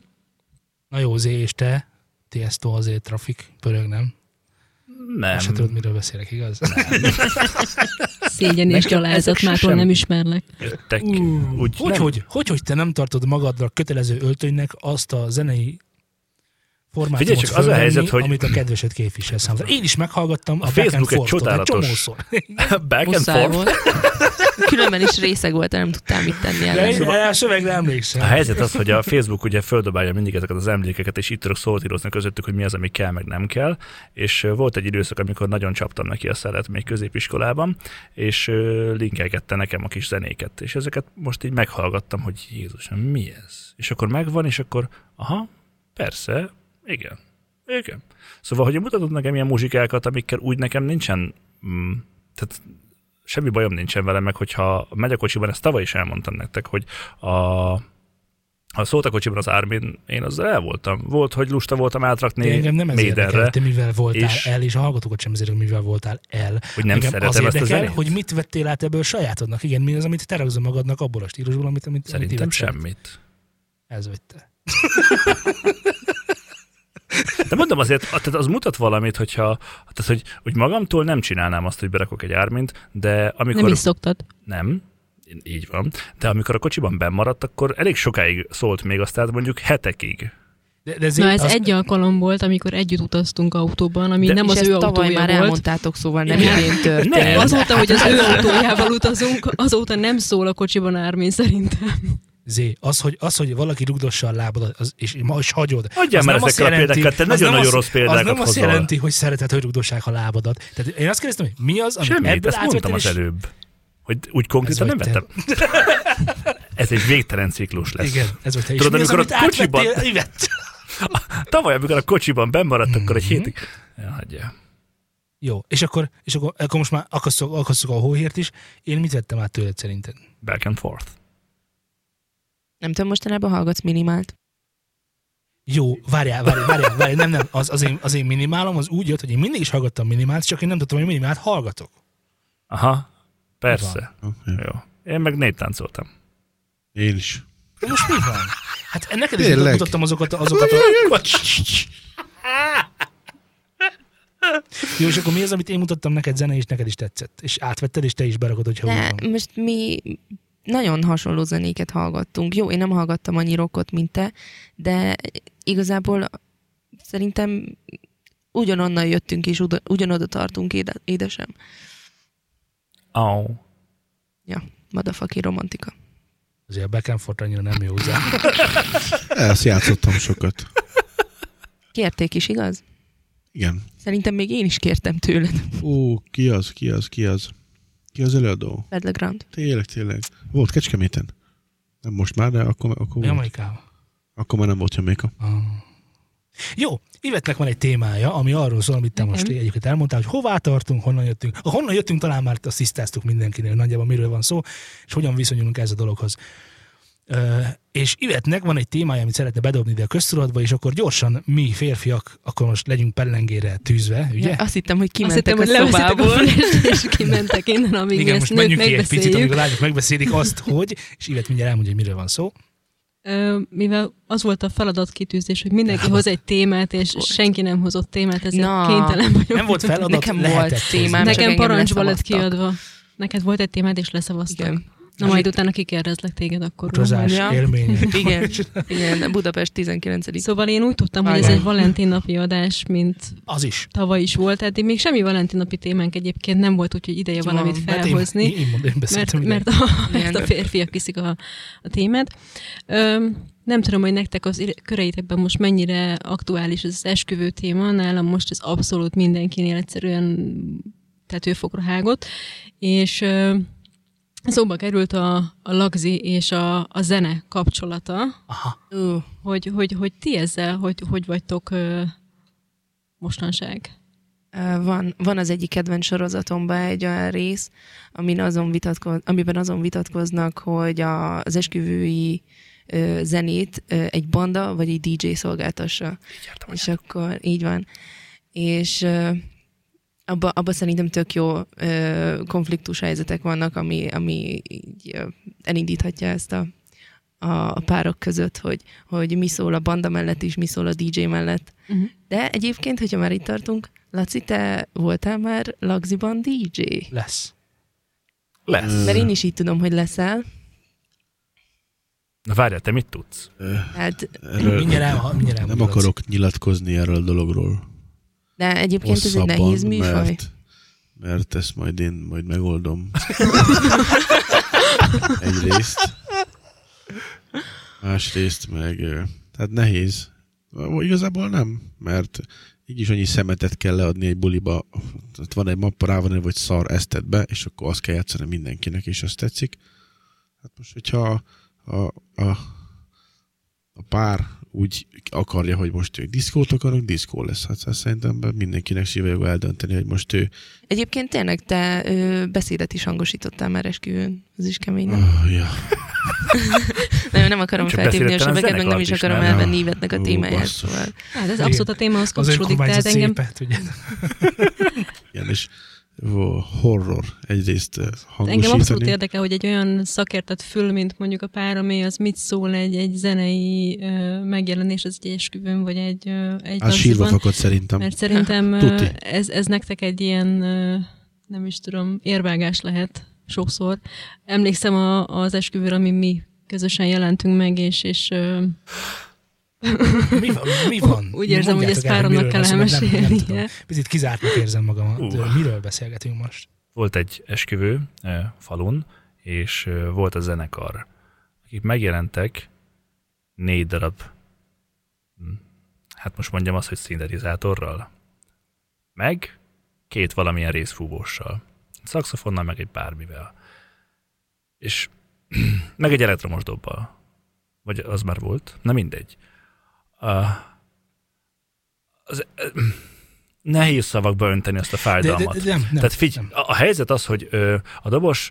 Speaker 1: Na jó, Zé és te, Tiesto azért trafik, pörög, nem?
Speaker 2: Nem.
Speaker 1: Azt se tudod, miről beszélek, igaz?
Speaker 6: Szégyen és gyalázat,
Speaker 2: ezek
Speaker 6: mától
Speaker 2: sosem-
Speaker 6: nem ismerlek.
Speaker 2: Jöttek.
Speaker 1: Úgy,
Speaker 2: Úgy
Speaker 1: hogy,
Speaker 2: nem.
Speaker 1: hogy, hogy, hogy te nem tartod magadra kötelező öltönynek azt a zenei formátumot
Speaker 2: Figyelj csak, az a
Speaker 1: fölvenni,
Speaker 2: helyzet, hogy-
Speaker 1: amit a kedvesed képvisel számomra. Én is meghallgattam a,
Speaker 2: Facebook
Speaker 1: Back and
Speaker 2: egy
Speaker 1: Forth-ot,
Speaker 2: csodálatos-
Speaker 1: csomószor.
Speaker 2: Back and
Speaker 4: Muszáj
Speaker 2: forth.
Speaker 4: volt. Különben is részeg voltam, nem tudtam mit tenni
Speaker 1: De
Speaker 4: ellen.
Speaker 1: én a szövegre
Speaker 2: A
Speaker 1: emlékszem.
Speaker 2: helyzet az, hogy a Facebook ugye földobálja mindig ezeket az emlékeket, és itt tudok szortírozni közöttük, hogy mi az, ami kell, meg nem kell. És ö, volt egy időszak, amikor nagyon csaptam neki a szeret még középiskolában, és ö, linkelgette nekem a kis zenéket. És ezeket most így meghallgattam, hogy Jézusom, mi ez? És akkor megvan, és akkor, aha, persze, igen, igen. Szóval, hogy mutatod nekem ilyen muzsikákat, amikkel úgy nekem nincsen, mm, tehát semmi bajom nincsen vele, meg hogyha megy a kocsiban, ezt tavaly is elmondtam nektek, hogy a ha szólt a kocsiban az Ármin, én azzal el voltam. Volt, hogy lusta voltam átrakni
Speaker 1: Engem nem ez érdekel,
Speaker 2: Maidenre,
Speaker 1: te mivel voltál
Speaker 2: és-
Speaker 1: el, és a hallgatókat sem érdekel, mivel voltál el.
Speaker 2: hogy nem
Speaker 1: Engem az
Speaker 2: szeretem ezt a
Speaker 1: érdekel,
Speaker 2: zenét.
Speaker 1: hogy mit vettél át ebből sajátodnak. Igen, mi az, amit te ragzol magadnak abból a stílusból, amit, amit amit
Speaker 2: Szerintem
Speaker 1: ti vettél?
Speaker 2: semmit.
Speaker 1: Ez vagy te.
Speaker 2: De mondom azért, a- tehát az mutat valamit, hogyha, tehát hogy, hogy magamtól nem csinálnám azt, hogy berakok egy ármint, de amikor...
Speaker 6: Nem is szoktad.
Speaker 2: Nem, így van. De amikor a kocsiban bennmaradt, akkor elég sokáig szólt még azt, tehát mondjuk hetekig.
Speaker 1: De, de
Speaker 6: Na ez
Speaker 1: az-
Speaker 6: egy alkalom volt, amikor együtt utaztunk autóban, ami
Speaker 2: De-
Speaker 6: nem
Speaker 4: És
Speaker 6: az
Speaker 4: ezt
Speaker 6: ő
Speaker 4: tavaly
Speaker 6: autója
Speaker 4: már
Speaker 6: volt.
Speaker 4: elmondtátok, szóval nem
Speaker 2: Igen.
Speaker 4: idén történt.
Speaker 2: Nem.
Speaker 6: Azóta, hogy az
Speaker 4: Hát
Speaker 6: ő autójával utazunk, azóta nem szól a kocsiban Ármin szerintem.
Speaker 1: Zé, az, hogy, az, hogy valaki rugdossa a lábadat, az, és ma is hagyod.
Speaker 2: Adjál
Speaker 1: az
Speaker 2: már
Speaker 1: nem azt
Speaker 2: ezekkel a
Speaker 1: jelenti-
Speaker 2: példákat, te
Speaker 1: az
Speaker 2: nagyon-nagyon
Speaker 1: nem azt-
Speaker 2: rossz példákat
Speaker 1: Az nem azt
Speaker 2: hozol.
Speaker 1: jelenti, hogy szereted, hogy rugdossák a lábadat. Tehát én azt kérdeztem, hogy mi az, amit
Speaker 2: Semmit,
Speaker 1: ebből
Speaker 2: ezt mondtam
Speaker 1: átvettél,
Speaker 2: az előbb. Hogy úgy konkrétan
Speaker 1: Ez
Speaker 2: nem
Speaker 1: vagy
Speaker 2: vettem. Ez egy végtelen ciklus lesz.
Speaker 1: és, Igen, ez volt te.
Speaker 2: Tudod,
Speaker 1: és mi az, amit
Speaker 2: amikor a kocsiban-
Speaker 1: átvettél, ivett?
Speaker 2: Tavaly, amikor a kocsiban bennmaradt, akkor egy
Speaker 1: Mhm.
Speaker 2: hétig... Ja, hagyja.
Speaker 1: Jó, és akkor, és akkor, akkor most már akasszuk, akasszuk a hóhért is. Én mit vettem át tőled szerinted?
Speaker 2: Back and forth.
Speaker 4: Nem tudom, mostanában hallgatsz minimált.
Speaker 1: Jó, várjál, várjál, várjál, várjál nem, nem, az, az, én, az én minimálom az úgy jött, hogy én mindig is hallgattam minimált, csak én nem tudtam, hogy minimált hallgatok.
Speaker 2: Aha, persze.
Speaker 3: Okay.
Speaker 2: Jó. Én meg néptáncoltam.
Speaker 3: Én is.
Speaker 1: De most mi van? Hát neked is
Speaker 3: Tényleg?
Speaker 1: mutattam azokat, azokat a... Jó, és akkor mi az, amit én mutattam neked zene, és neked is tetszett? És átvetted, és te is berakod, hogyha úgy
Speaker 4: De
Speaker 1: van.
Speaker 4: most mi nagyon hasonló zenéket hallgattunk. Jó, én nem hallgattam annyi rockot, mint te, de igazából szerintem ugyanonnan jöttünk, és uda- ugyanoda tartunk, éde- édesem.
Speaker 2: Au.
Speaker 4: Ja, madafaki romantika.
Speaker 1: Azért a back and forth annyira nem jó hozzá.
Speaker 3: Ezt játszottam sokat.
Speaker 4: Kérték is, igaz?
Speaker 3: Igen.
Speaker 4: Szerintem még én is kértem tőled.
Speaker 3: Ó, ki az, ki az, ki az? Ki az előadó?
Speaker 4: Fed Legrand.
Speaker 3: Tényleg, tényleg. Volt Kecskeméten. Nem most már, de akkor, akkor,
Speaker 1: Mi
Speaker 3: volt.
Speaker 1: Amerikában?
Speaker 3: akkor már nem volt Jamaica.
Speaker 1: Ah. Jó, Ivetnek van egy témája, ami arról szól, amit te
Speaker 6: Mhm.
Speaker 1: most egyébként elmondtál, hogy hová tartunk, honnan jöttünk. A honnan jöttünk talán már azt tisztáztuk mindenkinél, nagyjából miről van szó, és hogyan viszonyulunk ez a dologhoz. Ö, és Ivetnek van egy témája, amit szeretne bedobni ide a köztudatba, és akkor gyorsan mi férfiak, akkor most legyünk pellengére tűzve, ugye?
Speaker 4: Azt hittem, hogy
Speaker 6: Azt
Speaker 4: kimentek
Speaker 6: hittem, hogy
Speaker 4: a
Speaker 6: leveszitek a
Speaker 4: szobából.
Speaker 6: fülest, és kimentek innen, amíg mi
Speaker 1: Igen,
Speaker 6: ezt
Speaker 1: most
Speaker 6: nőtt
Speaker 1: menjünk ki egy picit,
Speaker 6: megbeszéljük.
Speaker 1: amíg a lányok megbeszélik azt, hogy, és Ivet mindjárt elmondja, hogy miről van szó.
Speaker 6: ö, mivel az volt a feladatkitűzés, hogy mindenki hoz egy témát, és senki nem hozott témát, ezért
Speaker 4: Na.
Speaker 6: kénytelen vagyok.
Speaker 1: Nem volt feladat,
Speaker 4: Nekem volt
Speaker 1: lehetett hozni.
Speaker 4: témám. csak
Speaker 6: Nekem
Speaker 4: engem
Speaker 6: parancsba lett
Speaker 4: leszavaztak.
Speaker 6: kiadva. Neked volt egy témád, és leszavaztak.
Speaker 4: Igen.
Speaker 6: Igen. Na majd utána kikérdezlek téged akkor.
Speaker 1: Utazás
Speaker 4: Ja.
Speaker 1: élmény.
Speaker 4: Igen, igen, Budapest 19.
Speaker 6: Szóval én úgy tudtam, hogy ez
Speaker 4: Igen.
Speaker 6: egy Valentin napi adás, mint
Speaker 1: Az is.
Speaker 6: tavaly is volt, eddig még semmi Valentin napi témánk egyébként nem volt, úgyhogy ideje
Speaker 4: Van.
Speaker 6: valamit
Speaker 1: Hát
Speaker 6: felhozni.
Speaker 1: Én, én, mondom, én
Speaker 6: mert,
Speaker 1: beszéltem.
Speaker 6: mert, a,
Speaker 4: Igen.
Speaker 6: mert a férfiak viszik a, a témát. Öm, nem tudom, hogy nektek az ire- köreitekben most mennyire aktuális ez az esküvő téma, nálam most ez abszolút mindenkinél egyszerűen tetőfokra hágott, és ö, szóba került a, a lagzi és a, a zene kapcsolata,
Speaker 1: Aha.
Speaker 4: Ú,
Speaker 6: hogy, hogy, hogy ti ezzel, hogy, hogy vagytok ö, mostanság?
Speaker 4: Ö, Van, van az egyik kedvenc sorozatomban egy olyan rész, amin azon vitatkoz, amiben azon vitatkoznak, hogy a, az esküvői ö, zenét ö, egy banda vagy egy DJ szolgáltassa. És akkor így van. És ö, abba, abba szerintem tök jó ö, konfliktus helyzetek vannak, ami, ami így ö, elindíthatja ezt a, a párok között, hogy, hogy mi szól a banda mellett és mi szól a DJ mellett.
Speaker 6: Uh-huh.
Speaker 4: De egyébként, hogyha már itt tartunk, Laci, te voltál már Lagziban DJ?
Speaker 1: Lesz.
Speaker 2: Lesz.
Speaker 1: Mm.
Speaker 4: Mert én is így tudom, hogy leszel.
Speaker 2: Na várjál, te mit tudsz?
Speaker 4: Hát,
Speaker 3: Erről
Speaker 1: Mindjárt el, mindjárt
Speaker 3: nem
Speaker 1: elmondod.
Speaker 3: akarok nyilatkozni erről a dologról.
Speaker 4: de egyébként ez egy nehéz műfaj.
Speaker 3: mert, mert ezt majd én majd megoldom. Egyrészt. Másrészt meg, ö, tehát nehéz. Ö, Igazából nem, mert így is annyi szemetet kell leadni egy buliba. Tehát van egy mappa rá van, írva, hogy szar eztet be, és akkor azt kell játszani mindenkinek, és azt tetszik. Hát most, hogyha a, a, a pár úgy akarja, hogy most ők diszkót akarnak, diszkó lesz. Hát ez szerintem ebben mindenkinek szíve joga eldönteni, hogy most ő
Speaker 4: Egyébként tényleg te ö, beszédet is hangosítottál már esküvőn. Ez is kemény, nem?
Speaker 3: Ah, ja.
Speaker 4: Nem, nem akarom
Speaker 2: Mm. Csak
Speaker 4: feltépni a
Speaker 2: beszédtelen
Speaker 4: sebeket, meg nem
Speaker 2: zenekart
Speaker 4: is
Speaker 2: is,
Speaker 4: akarom
Speaker 2: nem?
Speaker 4: elvenni Ivetnek a
Speaker 3: Ó,
Speaker 4: témáját.
Speaker 3: basszus.
Speaker 4: Szóval.
Speaker 6: Hát ez abszolút a témához
Speaker 1: Az
Speaker 6: kapcsolódik,
Speaker 1: önkormányzat
Speaker 6: tehát engem
Speaker 1: szépet, ugye.
Speaker 3: Igen, és ó, horror egyrészt eh,
Speaker 6: Engem abszolút
Speaker 3: hangosítani.
Speaker 6: érdekel, hogy egy olyan szakértett fül, mint mondjuk a páramé, az mit szól egy, egy zenei ö, megjelenés, az egy esküvőn, vagy egy, ö, egy
Speaker 3: Hát sírva
Speaker 6: lagziban.
Speaker 3: fakad szerintem.
Speaker 6: Mert szerintem ö,
Speaker 3: Tuti.
Speaker 6: ez, ez nektek egy ilyen, ö, nem is tudom, érvágás lehet sokszor. Emlékszem a, az esküvőre, ami mi közösen jelentünk meg, és, és ö,
Speaker 1: Mi van? Mi van?
Speaker 6: Úgy érzem,
Speaker 1: Mondjátok
Speaker 6: hogy ezt
Speaker 1: el,
Speaker 6: páromnak
Speaker 1: miről
Speaker 6: kell
Speaker 1: van szó, mert nem- nem
Speaker 6: elmesélnie.
Speaker 1: tudom. Picit kizártnak érzem magamat.
Speaker 2: Ú.
Speaker 1: Miről beszélgetünk most?
Speaker 2: Volt egy esküvő eh, falun, és eh, volt a zenekar, akik megjelentek négy darab, hm, hát most mondjam azt, hogy szintetizátorral, meg két valamilyen részfúvóssal, szaxofonnal, meg egy bármivel, és meg egy elektromos dobbal, vagy az már volt, na mindegy. Uh, az, eh, nehéz szavakba önteni azt a
Speaker 1: De,
Speaker 2: fájdalmat.
Speaker 1: de, de nem, nem,
Speaker 2: Tehát figy,
Speaker 1: nem.
Speaker 2: a a helyzet az, hogy ö, a dobos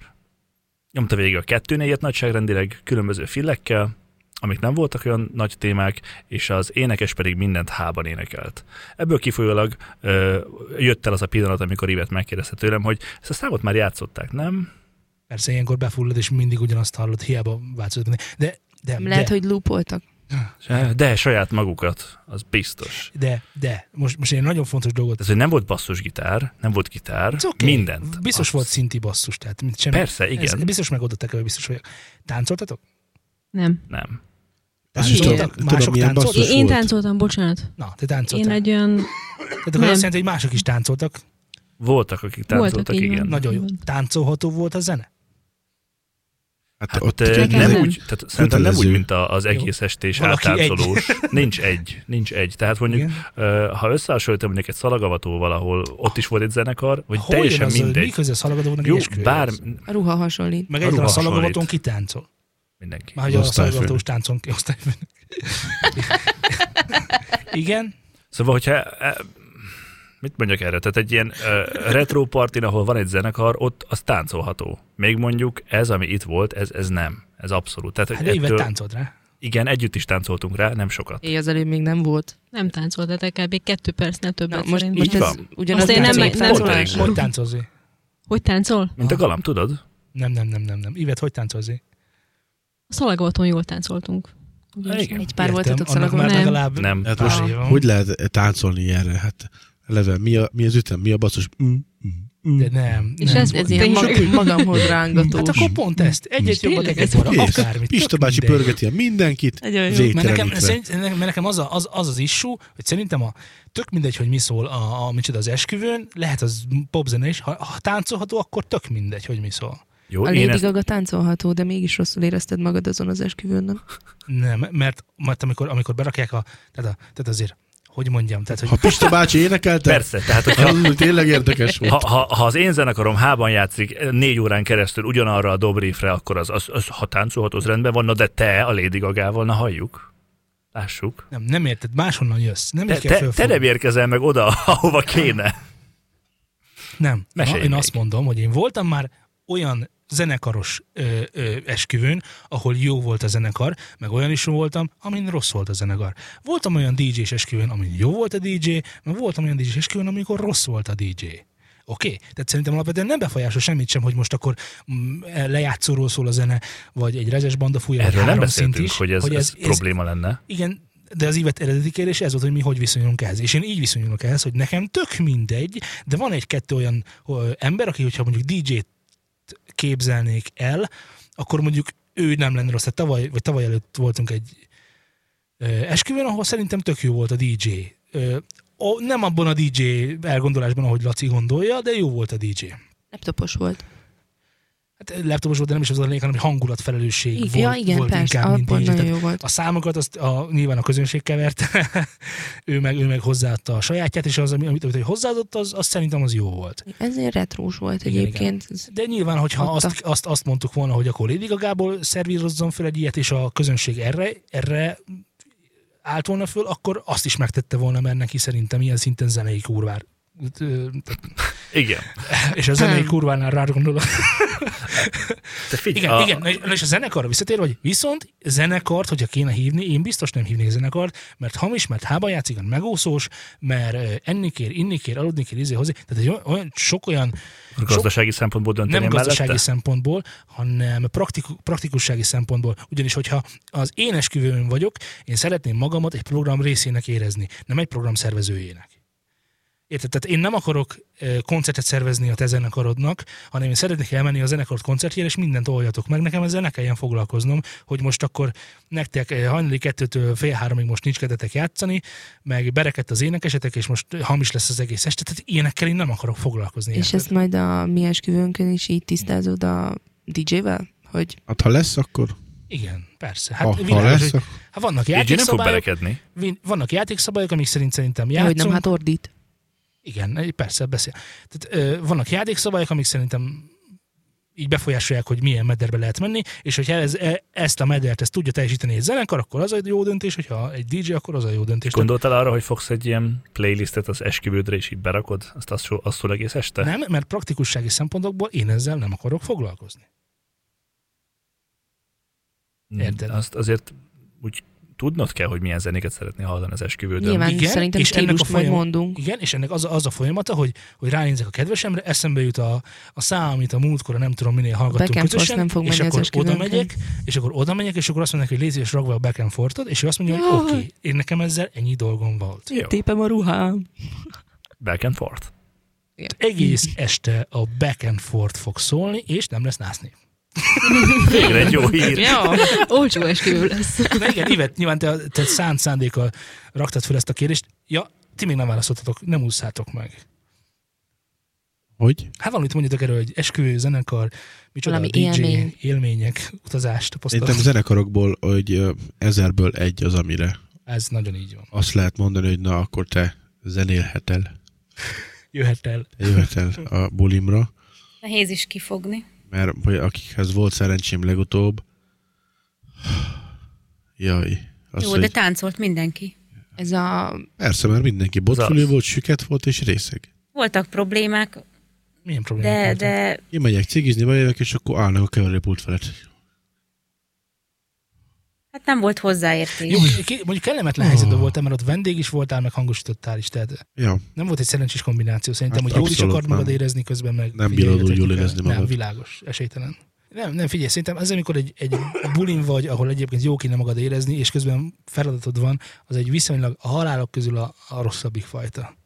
Speaker 2: nyomta végig a kettő négyet nagyságrendileg különböző fillekkel, amik nem voltak olyan nagy témák, és az énekes pedig mindent hában énekelt. Ebből kifolyólag ö, jött el az a pillanat, amikor Ivet megkérdezte tőlem, hogy ezt a számot már játszották, nem?
Speaker 1: Persze ilyenkor befullad, és mindig ugyanazt hallod, hiába változott. De, de,
Speaker 4: Lehet,
Speaker 1: de,
Speaker 4: hogy lúpoltak.
Speaker 2: De saját magukat, az biztos.
Speaker 1: de, de, most, most én egy nagyon fontos dolgot
Speaker 2: Ez, hogy nem volt basszusgitár, nem volt gitár,
Speaker 1: It's okay.
Speaker 2: mindent.
Speaker 1: Biztos
Speaker 2: Az-
Speaker 1: volt szinti basszus, tehát mint semmi.
Speaker 2: Persze, igen.
Speaker 1: Ez, biztos megoldották, hogy biztos vagyok. Táncoltatok?
Speaker 6: nem.
Speaker 2: Nem.
Speaker 3: Azt is
Speaker 1: Táncoltak?
Speaker 3: tudom,
Speaker 1: Mások
Speaker 3: tudom, milyen
Speaker 1: táncoltak?
Speaker 3: basszus
Speaker 6: Én, én
Speaker 3: volt.
Speaker 6: táncoltam, bocsánat.
Speaker 1: Na, te táncoltál.
Speaker 6: Én egy olyan,
Speaker 1: Tehát akkor azt
Speaker 6: nem.
Speaker 1: jelenti, hogy mások is táncoltak.
Speaker 2: Voltak, akik
Speaker 6: Voltak,
Speaker 2: táncoltak,
Speaker 6: így van.
Speaker 2: igen.
Speaker 1: Nagyon jó.
Speaker 6: Igen.
Speaker 1: Táncolható volt a zene?
Speaker 3: Hát,
Speaker 2: Hát ott
Speaker 3: ott
Speaker 1: eh,
Speaker 3: egy-
Speaker 6: nekem
Speaker 2: nem
Speaker 6: nem.
Speaker 2: úgy, tehát szerintem nem úgy,
Speaker 3: Kötelező.
Speaker 2: mint a- az egész estés
Speaker 1: Valaki egy.
Speaker 2: átáncolós. Nincs egy, nincs egy. Tehát mondjuk,
Speaker 1: Igen.
Speaker 2: ö, ha összehasonlítom mondjuk egy szalagavatóval, ahol ott is volt egy zenekar, vagy
Speaker 1: Hol jön
Speaker 2: teljesen
Speaker 1: az, hogy mi
Speaker 2: mindegy.
Speaker 1: közös szalagatónak
Speaker 2: Jó,
Speaker 1: egy esküvőhöz?
Speaker 2: bár
Speaker 4: A ruha hasonlít.
Speaker 1: Meg
Speaker 2: a
Speaker 1: egyre a
Speaker 2: ruha
Speaker 1: szalagavatón
Speaker 2: hasonlít.
Speaker 1: ki táncol.
Speaker 2: mindenki.
Speaker 1: Már hogy a
Speaker 3: Az osztályfőnök.
Speaker 1: szalagatós táncon ki osztályfőnök. Igen,
Speaker 2: Szóval, hogyha e, mit mondjak erre? Tehát egy ilyen ö, retro partin, ahol van egy zenekar, ott az táncolható. Még mondjuk ez, ami itt volt, ez, ez nem. Ez abszolút. Tehát,
Speaker 1: hát
Speaker 2: hogy
Speaker 1: évet
Speaker 2: ettől,
Speaker 1: táncolt rá.
Speaker 2: igen, együtt is táncoltunk rá, nem sokat.
Speaker 4: Éj, az előbb még nem volt.
Speaker 6: nem táncoltam, tehát kb. kettő percnél
Speaker 4: Na,
Speaker 6: többet
Speaker 4: most,
Speaker 6: szerintem.
Speaker 4: most ez
Speaker 2: van.
Speaker 4: ugyanaz
Speaker 6: Azt én nem-
Speaker 4: táncolás.
Speaker 6: nem-
Speaker 2: nem-
Speaker 4: táncolás?
Speaker 2: Volt
Speaker 1: Hogy táncolzi?
Speaker 6: Hogy táncol?
Speaker 2: Mint a
Speaker 1: Aha.
Speaker 2: galamb, tudod?
Speaker 1: Nem, nem, nem, nem, nem. Ivet, hogy táncolzi?
Speaker 6: A szalagavaton jól táncoltunk.
Speaker 4: Ugye,
Speaker 2: Igen.
Speaker 4: egy pár volt
Speaker 1: Értem,
Speaker 4: voltatok
Speaker 1: annak már
Speaker 6: szalagon.
Speaker 4: szalagon.
Speaker 6: Nem.
Speaker 1: legalább
Speaker 2: Nem.
Speaker 3: Hát most
Speaker 1: pár év van.
Speaker 3: hogy lehet eh, táncolni erre? Hát eleve mi, a, mi az ütem, mi a basszus? Mm, mm, mm.
Speaker 1: De nem.
Speaker 6: És
Speaker 1: nem.
Speaker 6: ez-
Speaker 4: Ez ilyen
Speaker 6: Tényleg.
Speaker 4: mag- magamhoz
Speaker 1: Hát
Speaker 4: rángatós.
Speaker 1: akkor pont ezt. Egyet jobbat,
Speaker 6: Tényleg,
Speaker 1: egyet
Speaker 6: ez
Speaker 1: balra,
Speaker 3: Kész.
Speaker 1: akármit.
Speaker 3: Pista
Speaker 1: tök
Speaker 3: bácsi
Speaker 1: mindegy.
Speaker 3: pörgeti a mindenkit,
Speaker 4: Nagyon jó.
Speaker 1: Mert nekem,
Speaker 3: végtelenítve.
Speaker 1: szerint, mert nekem az, a, az, az az issú, hogy szerintem a, tök mindegy, hogy mi szól a, a micsoda az esküvőn, lehet az popzene is, ha, ha táncolható, akkor tök mindegy, hogy mi szól.
Speaker 2: Jó,
Speaker 4: A
Speaker 2: én
Speaker 4: Lady
Speaker 2: ezt,
Speaker 4: Gaga táncolható, de mégis rosszul érezted magad azon az esküvőn. nem?
Speaker 1: Nem, mert, mert amikor, amikor berakják a, tehát, a, tehát azért, hogy mondjam, tehát,
Speaker 3: Ha
Speaker 1: hogy
Speaker 3: Pista bácsi énekelte,
Speaker 2: persze, tehát hogyha,
Speaker 3: az tényleg érdekes volt.
Speaker 2: ha, ha, ha, az én zenekarom hában játszik négy órán keresztül ugyanarra a dobrifre, akkor az, az, az ha táncolhat, az rendben van, na de te a Lady Gagával, na halljuk. Lássuk.
Speaker 1: nem, nem érted, máshonnan jössz. Nem
Speaker 2: Te,
Speaker 1: így kell
Speaker 2: te, te
Speaker 1: fölfogni.
Speaker 2: nem érkezel meg oda, ahova kéne.
Speaker 1: Nem.
Speaker 2: Mesélj
Speaker 1: Na, én
Speaker 2: még.
Speaker 1: azt mondom, hogy én voltam már olyan zenekaros ö, ö, esküvőn, ahol jó volt a zenekar, meg olyan is voltam, amin rossz volt a zenekar. Voltam olyan DJ-s esküvőn, amin jó volt a DJ, meg voltam olyan DJ-s esküvőn, amikor rossz volt a DJ. Oké? Okay? Tehát szerintem alapvetően nem befolyásol semmit sem, hogy most akkor mm, lejátszóról szól a zene, vagy egy rezes banda fújja, vagy
Speaker 2: Erről nem
Speaker 1: három szint
Speaker 2: beszéltünk,
Speaker 1: is,
Speaker 2: hogy ez, hogy ez, ez probléma lenne.
Speaker 1: igen, de az évet eredeti kérdés ez volt, hogy mi hogy viszonyulunk ehhez. És én így viszonyulok ehhez, hogy nekem tök mindegy, de van egy-kettő olyan ö, ember, aki, hogyha mondjuk DJ-t képzelnék el, akkor mondjuk ő nem lenne rossz. Tehát tavaly, vagy tavaly előtt voltunk egy ö, esküvőn, ahol szerintem tök jó volt a DJ. Ö, ó, nem abban a DJ elgondolásban, ahogy Laci gondolja, de jó volt a DJ.
Speaker 4: Laptopos volt.
Speaker 1: Hát laptopos volt, de nem is az a lényeg, hanem hogy hangulatfelelősség volt,
Speaker 4: ja, igen,
Speaker 1: volt
Speaker 4: persze,
Speaker 1: inkább, mint
Speaker 4: abban
Speaker 1: DJ.
Speaker 4: nagyon
Speaker 1: Tehát
Speaker 4: jó volt.
Speaker 1: a számokat azt a, nyilván a közönség kevert, ő, meg, ő meg hozzáadta a sajátját, és az, amit, amit hogy hozzáadott, az, az szerintem az jó volt.
Speaker 4: Ezért retrós volt
Speaker 1: Igen,
Speaker 4: egyébként. Ez-
Speaker 1: De nyilván, hogyha
Speaker 4: Adta.
Speaker 1: azt, azt, azt mondtuk volna, hogy akkor Lady Gagából szervírozzon fel egy ilyet, és a közönség erre, erre állt volna föl, akkor azt is megtette volna, mert neki szerintem ilyen szinten zenei kurvár. Ö,
Speaker 2: Igen.
Speaker 1: És a
Speaker 4: Hm.
Speaker 1: zenei kurvánál rá gondolok.
Speaker 2: Te figyelj,
Speaker 1: Igen,
Speaker 2: a,
Speaker 1: a... igen. Na és- Na és a zenekarra visszatér, hogy viszont zenekart, hogyha kéne hívni, én biztos nem hívnék zenekart, mert hamis, mert hába játszik, mert megúszós, mert ö, enni kér, inni kér, aludni kér, izé hozzá. Tehát egy olyan- olyan, sok olyan,
Speaker 2: Gazdasági szempontból dönteném
Speaker 1: nem gazdasági
Speaker 2: mellette?
Speaker 1: szempontból, hanem praktiku, praktikussági szempontból. Ugyanis, hogyha az én esküvőn vagyok, én szeretném magamat egy program részének érezni, nem egy program szervezőjének. Érted? Tehát én nem akarok ö, koncertet szervezni a te zenekarodnak, hanem én szeretnék elmenni a zenekarod koncertjére, és mindent oljatok meg. Nekem ezzel ne kelljen foglalkoznom, hogy most akkor nektek ö, hajnali kettőtől fél háromig most nincs kedetek játszani, meg berekedt az énekesetek, és most hamis lesz az egész este. Tehát ilyenekkel én nem akarok foglalkozni.
Speaker 4: És
Speaker 1: érted?
Speaker 4: ezt majd a mi esküvőnkön is így tisztázod a DJ-vel? Hogy
Speaker 3: Hát ha lesz, akkor?
Speaker 1: Igen, persze. Hát,
Speaker 3: Ha, ha
Speaker 1: világos,
Speaker 3: lesz,
Speaker 1: hogy,
Speaker 3: akkor?
Speaker 1: hát vannak,
Speaker 2: Így nem fog
Speaker 1: játékszabályok,
Speaker 2: belekedni.
Speaker 1: vin- vannak játékszabályok, amik szerint szerintem
Speaker 4: ja, hogy
Speaker 1: játszunk.
Speaker 4: nem, hát ordít.
Speaker 1: Igen, egy- persze, beszél. Tehát, ö, vannak játékszabályok, amik szerintem így befolyásolják, hogy milyen mederbe lehet menni, és hogyha ez, e, ezt a medert ezt tudja teljesíteni egy zenekar, akkor az a jó döntés, hogyha egy DJ, akkor az a jó döntés.
Speaker 2: Gondoltál arra, hogy fogsz egy ilyen playlistet az esküvődre, és így berakod? Azt azt, szól- azt szól egész este?
Speaker 1: Tehát Nem, mert praktikussági szempontokból én ezzel nem akarok foglalkozni.
Speaker 2: Mm,
Speaker 1: érted.
Speaker 2: Azt azért úgy tudnod kell, hogy milyen zenéket szeretnél hallani az esküvődön.
Speaker 4: Nyilván
Speaker 1: igen,
Speaker 4: szerintem
Speaker 1: és ennek a
Speaker 4: stílust majd
Speaker 1: folyam-
Speaker 4: mondunk.
Speaker 1: Igen, és ennek az a, az a folyamata, hogy, hogy ránézek a kedvesemre, eszembe jut a, a szám, amit a múltkor a nem tudom minél hallgattunk
Speaker 4: Back and forth
Speaker 1: közösen,
Speaker 4: nem fog
Speaker 1: és
Speaker 4: menni az
Speaker 1: akkor oda
Speaker 4: esküvőnkön.
Speaker 1: megyek, és akkor oda megyek, és akkor azt mondják, hogy légy és ragva a back and forthod, és ő azt mondja, hogy
Speaker 4: Jaj.
Speaker 1: oké, okay, én nekem ezzel ennyi dolgom volt.
Speaker 2: Jó,
Speaker 4: Tépem a ruhám.
Speaker 2: back and forth.
Speaker 1: Egész este a back and forth fog szólni, és nem lesz nászni.
Speaker 2: Végre egy jó hír.
Speaker 4: Ja.
Speaker 6: Olcsó esküvő lesz.
Speaker 1: Na igen, Ivet, nyilván te, te szánt szándékkal raktad fel ezt a kérdést. Ja, ti még nem válaszoltatok, nem ússzátok meg.
Speaker 3: Hogy?
Speaker 1: Hát valamit mondjatok erről, hogy esküvő, zenekar, micsoda,
Speaker 4: Valami
Speaker 1: DJ,
Speaker 4: élmény.
Speaker 1: élmények, utazás, tapasztalat.
Speaker 3: Szerintem zenekarokból, hogy ö, ezerből egy az, amire
Speaker 1: Ez nagyon így van.
Speaker 3: azt lehet mondani, hogy na, akkor te zenélhetel,
Speaker 1: Jöhet el.
Speaker 3: te jöhetel a bulimra,
Speaker 5: Nehéz is kifogni.
Speaker 3: mert hogy akikhez volt szerencsém legutóbb, jaj, az,
Speaker 5: Jó,
Speaker 3: hogy
Speaker 5: de táncolt mindenki.
Speaker 4: Ez a
Speaker 3: persze, mert mindenki botfülő
Speaker 2: az.
Speaker 3: volt, süket volt és részeg.
Speaker 5: Voltak problémák,
Speaker 1: Milyen probléma?
Speaker 5: de,
Speaker 3: hát
Speaker 5: de
Speaker 3: Én megyek cigizni, bejövök, és akkor állnak a keverőpult felett.
Speaker 5: hát nem volt hozzáértés.
Speaker 1: Jó, mondjuk- ki- mondjuk kellemetlen helyzetben voltam, mert ott vendég is voltál, meg hangosítottál is, tehát
Speaker 3: Ja,
Speaker 1: nem volt egy szerencsés kombináció. Szerintem,
Speaker 3: Hát
Speaker 1: hogy jól is
Speaker 3: abszolút
Speaker 1: akart magad
Speaker 3: nem.
Speaker 1: érezni közben, meg
Speaker 3: Nem
Speaker 1: figyeljetek
Speaker 3: bírod úgy jól
Speaker 1: ki kell.
Speaker 3: érezni
Speaker 1: Nem,
Speaker 3: magad.
Speaker 1: világos, esélytelen. Nem, nem figyelj, szerintem ez, amikor egy, egy bulin vagy, ahol egyébként jó kéne magad érezni, és közben feladatod van, az egy viszonylag a halálok közül a, a rosszabbik fajta.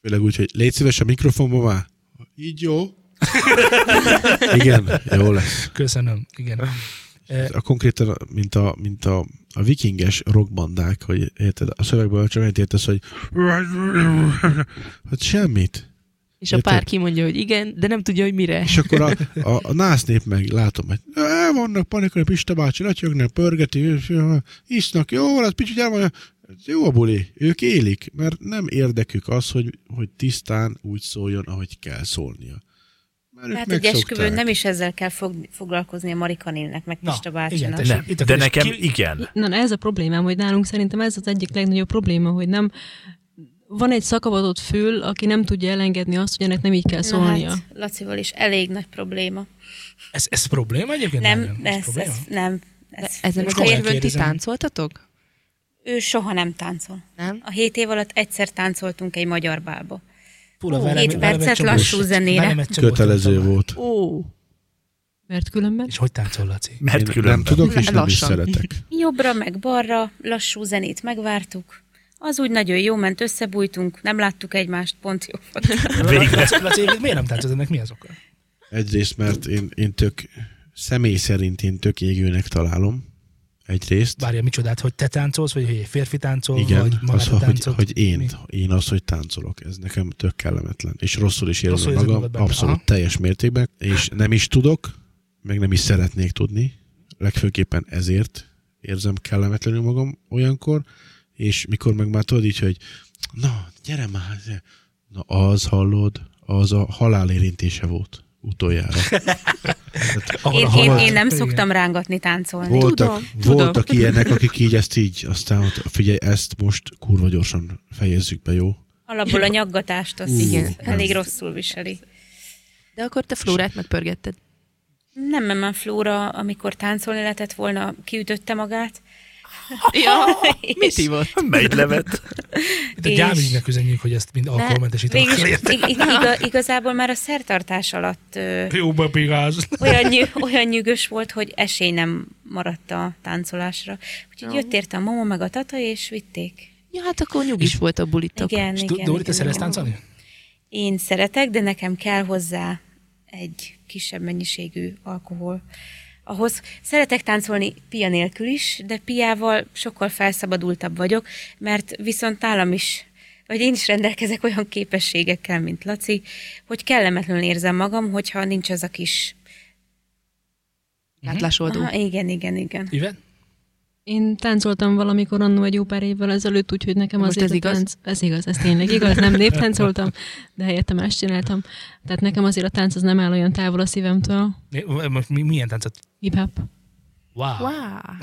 Speaker 3: Főleg úgy, hogy légy szíves a mikrofonba már. Így jó. Igen, jó lesz.
Speaker 1: Köszönöm, igen.
Speaker 3: Ez A konkrétan, mint a, mint a, a vikinges rockbandák, hogy érted, a szövegből csak annyit értesz, hogy hát semmit.
Speaker 4: És a
Speaker 3: Érted?
Speaker 4: pár kimondja, hogy igen, de nem tudja, hogy mire.
Speaker 3: És akkor a, a, a nász nép meg látom, hogy "Á, vannak panikolni, Pista bácsi, ratyognak, pörgeti, isznak, jó, az picit elmondja, jó a buli, ők élik, mert nem érdekük az, hogy, hogy tisztán úgy szóljon, ahogy kell szólnia. Mert ők
Speaker 5: Tehát Hát egy
Speaker 3: megszokták.
Speaker 5: esküvőn nem is ezzel kell fog, foglalkozni a Marika nénnek, meg Pista
Speaker 1: igen,
Speaker 5: bácsinak.
Speaker 1: tessék,
Speaker 2: Nem,
Speaker 1: itt a
Speaker 2: de
Speaker 1: kérdés,
Speaker 2: nekem
Speaker 1: ki-
Speaker 2: igen.
Speaker 6: Na, ez a problémám, hogy nálunk szerintem ez az egyik legnagyobb probléma, hogy nem van egy szakavatott fül, aki nem tudja elengedni azt, hogy ennek nem így kell
Speaker 5: Na
Speaker 6: szólnia.
Speaker 5: Hát, Lacival is elég nagy probléma.
Speaker 1: Ez, ez probléma egyébként?
Speaker 5: Nem,
Speaker 1: Nagyon,
Speaker 5: ez,
Speaker 1: probléma?
Speaker 5: ez, nem. Ez,
Speaker 4: Ezen
Speaker 1: Most
Speaker 4: a
Speaker 1: komolyan
Speaker 4: hétből ti
Speaker 1: kérdezem.
Speaker 4: táncoltatok?
Speaker 5: ő soha nem táncol.
Speaker 4: Nem?
Speaker 5: A hét év alatt egyszer táncoltunk egy magyar bálba.
Speaker 1: Fura,
Speaker 5: Hú,
Speaker 1: velem-
Speaker 5: hét
Speaker 1: velem egy
Speaker 5: percet
Speaker 1: csomót-
Speaker 5: lassú zenére.
Speaker 1: velem egy csomót
Speaker 3: Kötelező
Speaker 1: tanultam.
Speaker 3: volt.
Speaker 4: Ó,
Speaker 6: Mert különben
Speaker 1: És hogy táncol, Laci?
Speaker 2: Mert
Speaker 3: Én nem
Speaker 2: különben.
Speaker 3: tudok, és nem is
Speaker 4: Lassan.
Speaker 3: szeretek.
Speaker 5: Jobbra meg balra, lassú zenét megvártuk. Az úgy nagyon jó ment, összebújtunk, nem láttuk egymást, pont jó volt.
Speaker 2: Végre.
Speaker 1: Laci, Laci, miért nem táncolod ennek? Mi az oka?
Speaker 3: Egyrészt, mert én, én tök személy szerint én tök égőnek találom. Egyrészt.
Speaker 1: Várja, micsodát, hogy te táncolsz, vagy hogy egy férfi táncol, vagy
Speaker 3: Igen,
Speaker 1: magát
Speaker 3: az,
Speaker 1: a
Speaker 3: hogy,
Speaker 1: táncot?
Speaker 3: hogy én,
Speaker 1: Mi?
Speaker 3: én az, hogy táncolok, ez nekem tök kellemetlen. És rosszul is érzem
Speaker 1: Rosszul érzed
Speaker 3: magam,
Speaker 1: magad benne,
Speaker 3: abszolút
Speaker 1: aha.
Speaker 3: teljes mértékben, és nem is tudok, meg nem is szeretnék tudni. Legfőképpen ezért érzem kellemetlenül magam olyankor, és mikor meg már tudod így, hogy na, gyere már, na az hallod, az a halál érintése volt utoljára.
Speaker 1: Ahol a
Speaker 5: Én, én,
Speaker 1: halál-
Speaker 5: én nem
Speaker 1: Igen.
Speaker 5: szoktam rángatni táncolni.
Speaker 3: Voltak,
Speaker 4: Tudom, tudom.
Speaker 3: voltak ilyenek, akik így ezt így, aztán ott, figyelj, ezt most kurva gyorsan fejezzük be, jó?
Speaker 5: Alapból a nyaggatást azt
Speaker 3: Igen.
Speaker 5: Igen. elég rosszul viseli.
Speaker 4: de akkor te Flórát megpörgetted.
Speaker 5: Nem, mert már Flóra, amikor táncolni lehetett volna, kiütötte magát.
Speaker 4: Ja, mit
Speaker 5: És-
Speaker 4: hívott?
Speaker 2: Megy levet.
Speaker 1: Itt a
Speaker 5: és-
Speaker 1: gyámügynek üzenjük, hogy ezt mind alkoholmentesítően
Speaker 5: Végülis
Speaker 1: kell
Speaker 5: ig-
Speaker 1: érteni.
Speaker 5: ig- iga- igazából már a szertartás alatt ö,
Speaker 1: Jó, bepigáz.
Speaker 5: olyan, nyű, olyan nyűgös volt, hogy esély nem maradt a táncolásra. Úgyhogy jött érte a mama meg a tata, és vitték.
Speaker 4: Ja, hát akkor nyugis volt a bulitok.
Speaker 5: Igen,
Speaker 1: És
Speaker 5: igen.
Speaker 1: Dori, te
Speaker 5: igen,
Speaker 1: szeretsz
Speaker 5: igen.
Speaker 1: táncolni?
Speaker 5: Én szeretek, de nekem kell hozzá egy kisebb mennyiségű alkohol. Ahhoz szeretek táncolni pia nélkül is, de piával sokkal felszabadultabb vagyok, mert viszont nálam is, vagy én is rendelkezek olyan képességekkel, mint Laci, hogy kellemetlenül érzem magam, hogyha nincs az a kis...
Speaker 4: Hát Gátlásoldó.
Speaker 5: Aha, igen, igen, igen.
Speaker 1: Iven?
Speaker 6: Én táncoltam valamikor annó egy jó pár évvel ezelőtt, úgyhogy nekem
Speaker 4: Most
Speaker 6: azért
Speaker 4: ez
Speaker 6: a
Speaker 4: igaz?
Speaker 6: Tánc, ez igaz, ez tényleg igaz, nem néptáncoltam, de helyette más csináltam. Tehát nekem azért a tánc az nem áll olyan távol a szívemtől.
Speaker 1: Mi- most mi- Milyen táncot?
Speaker 6: Hip-hop.
Speaker 1: Wow.
Speaker 4: Wow.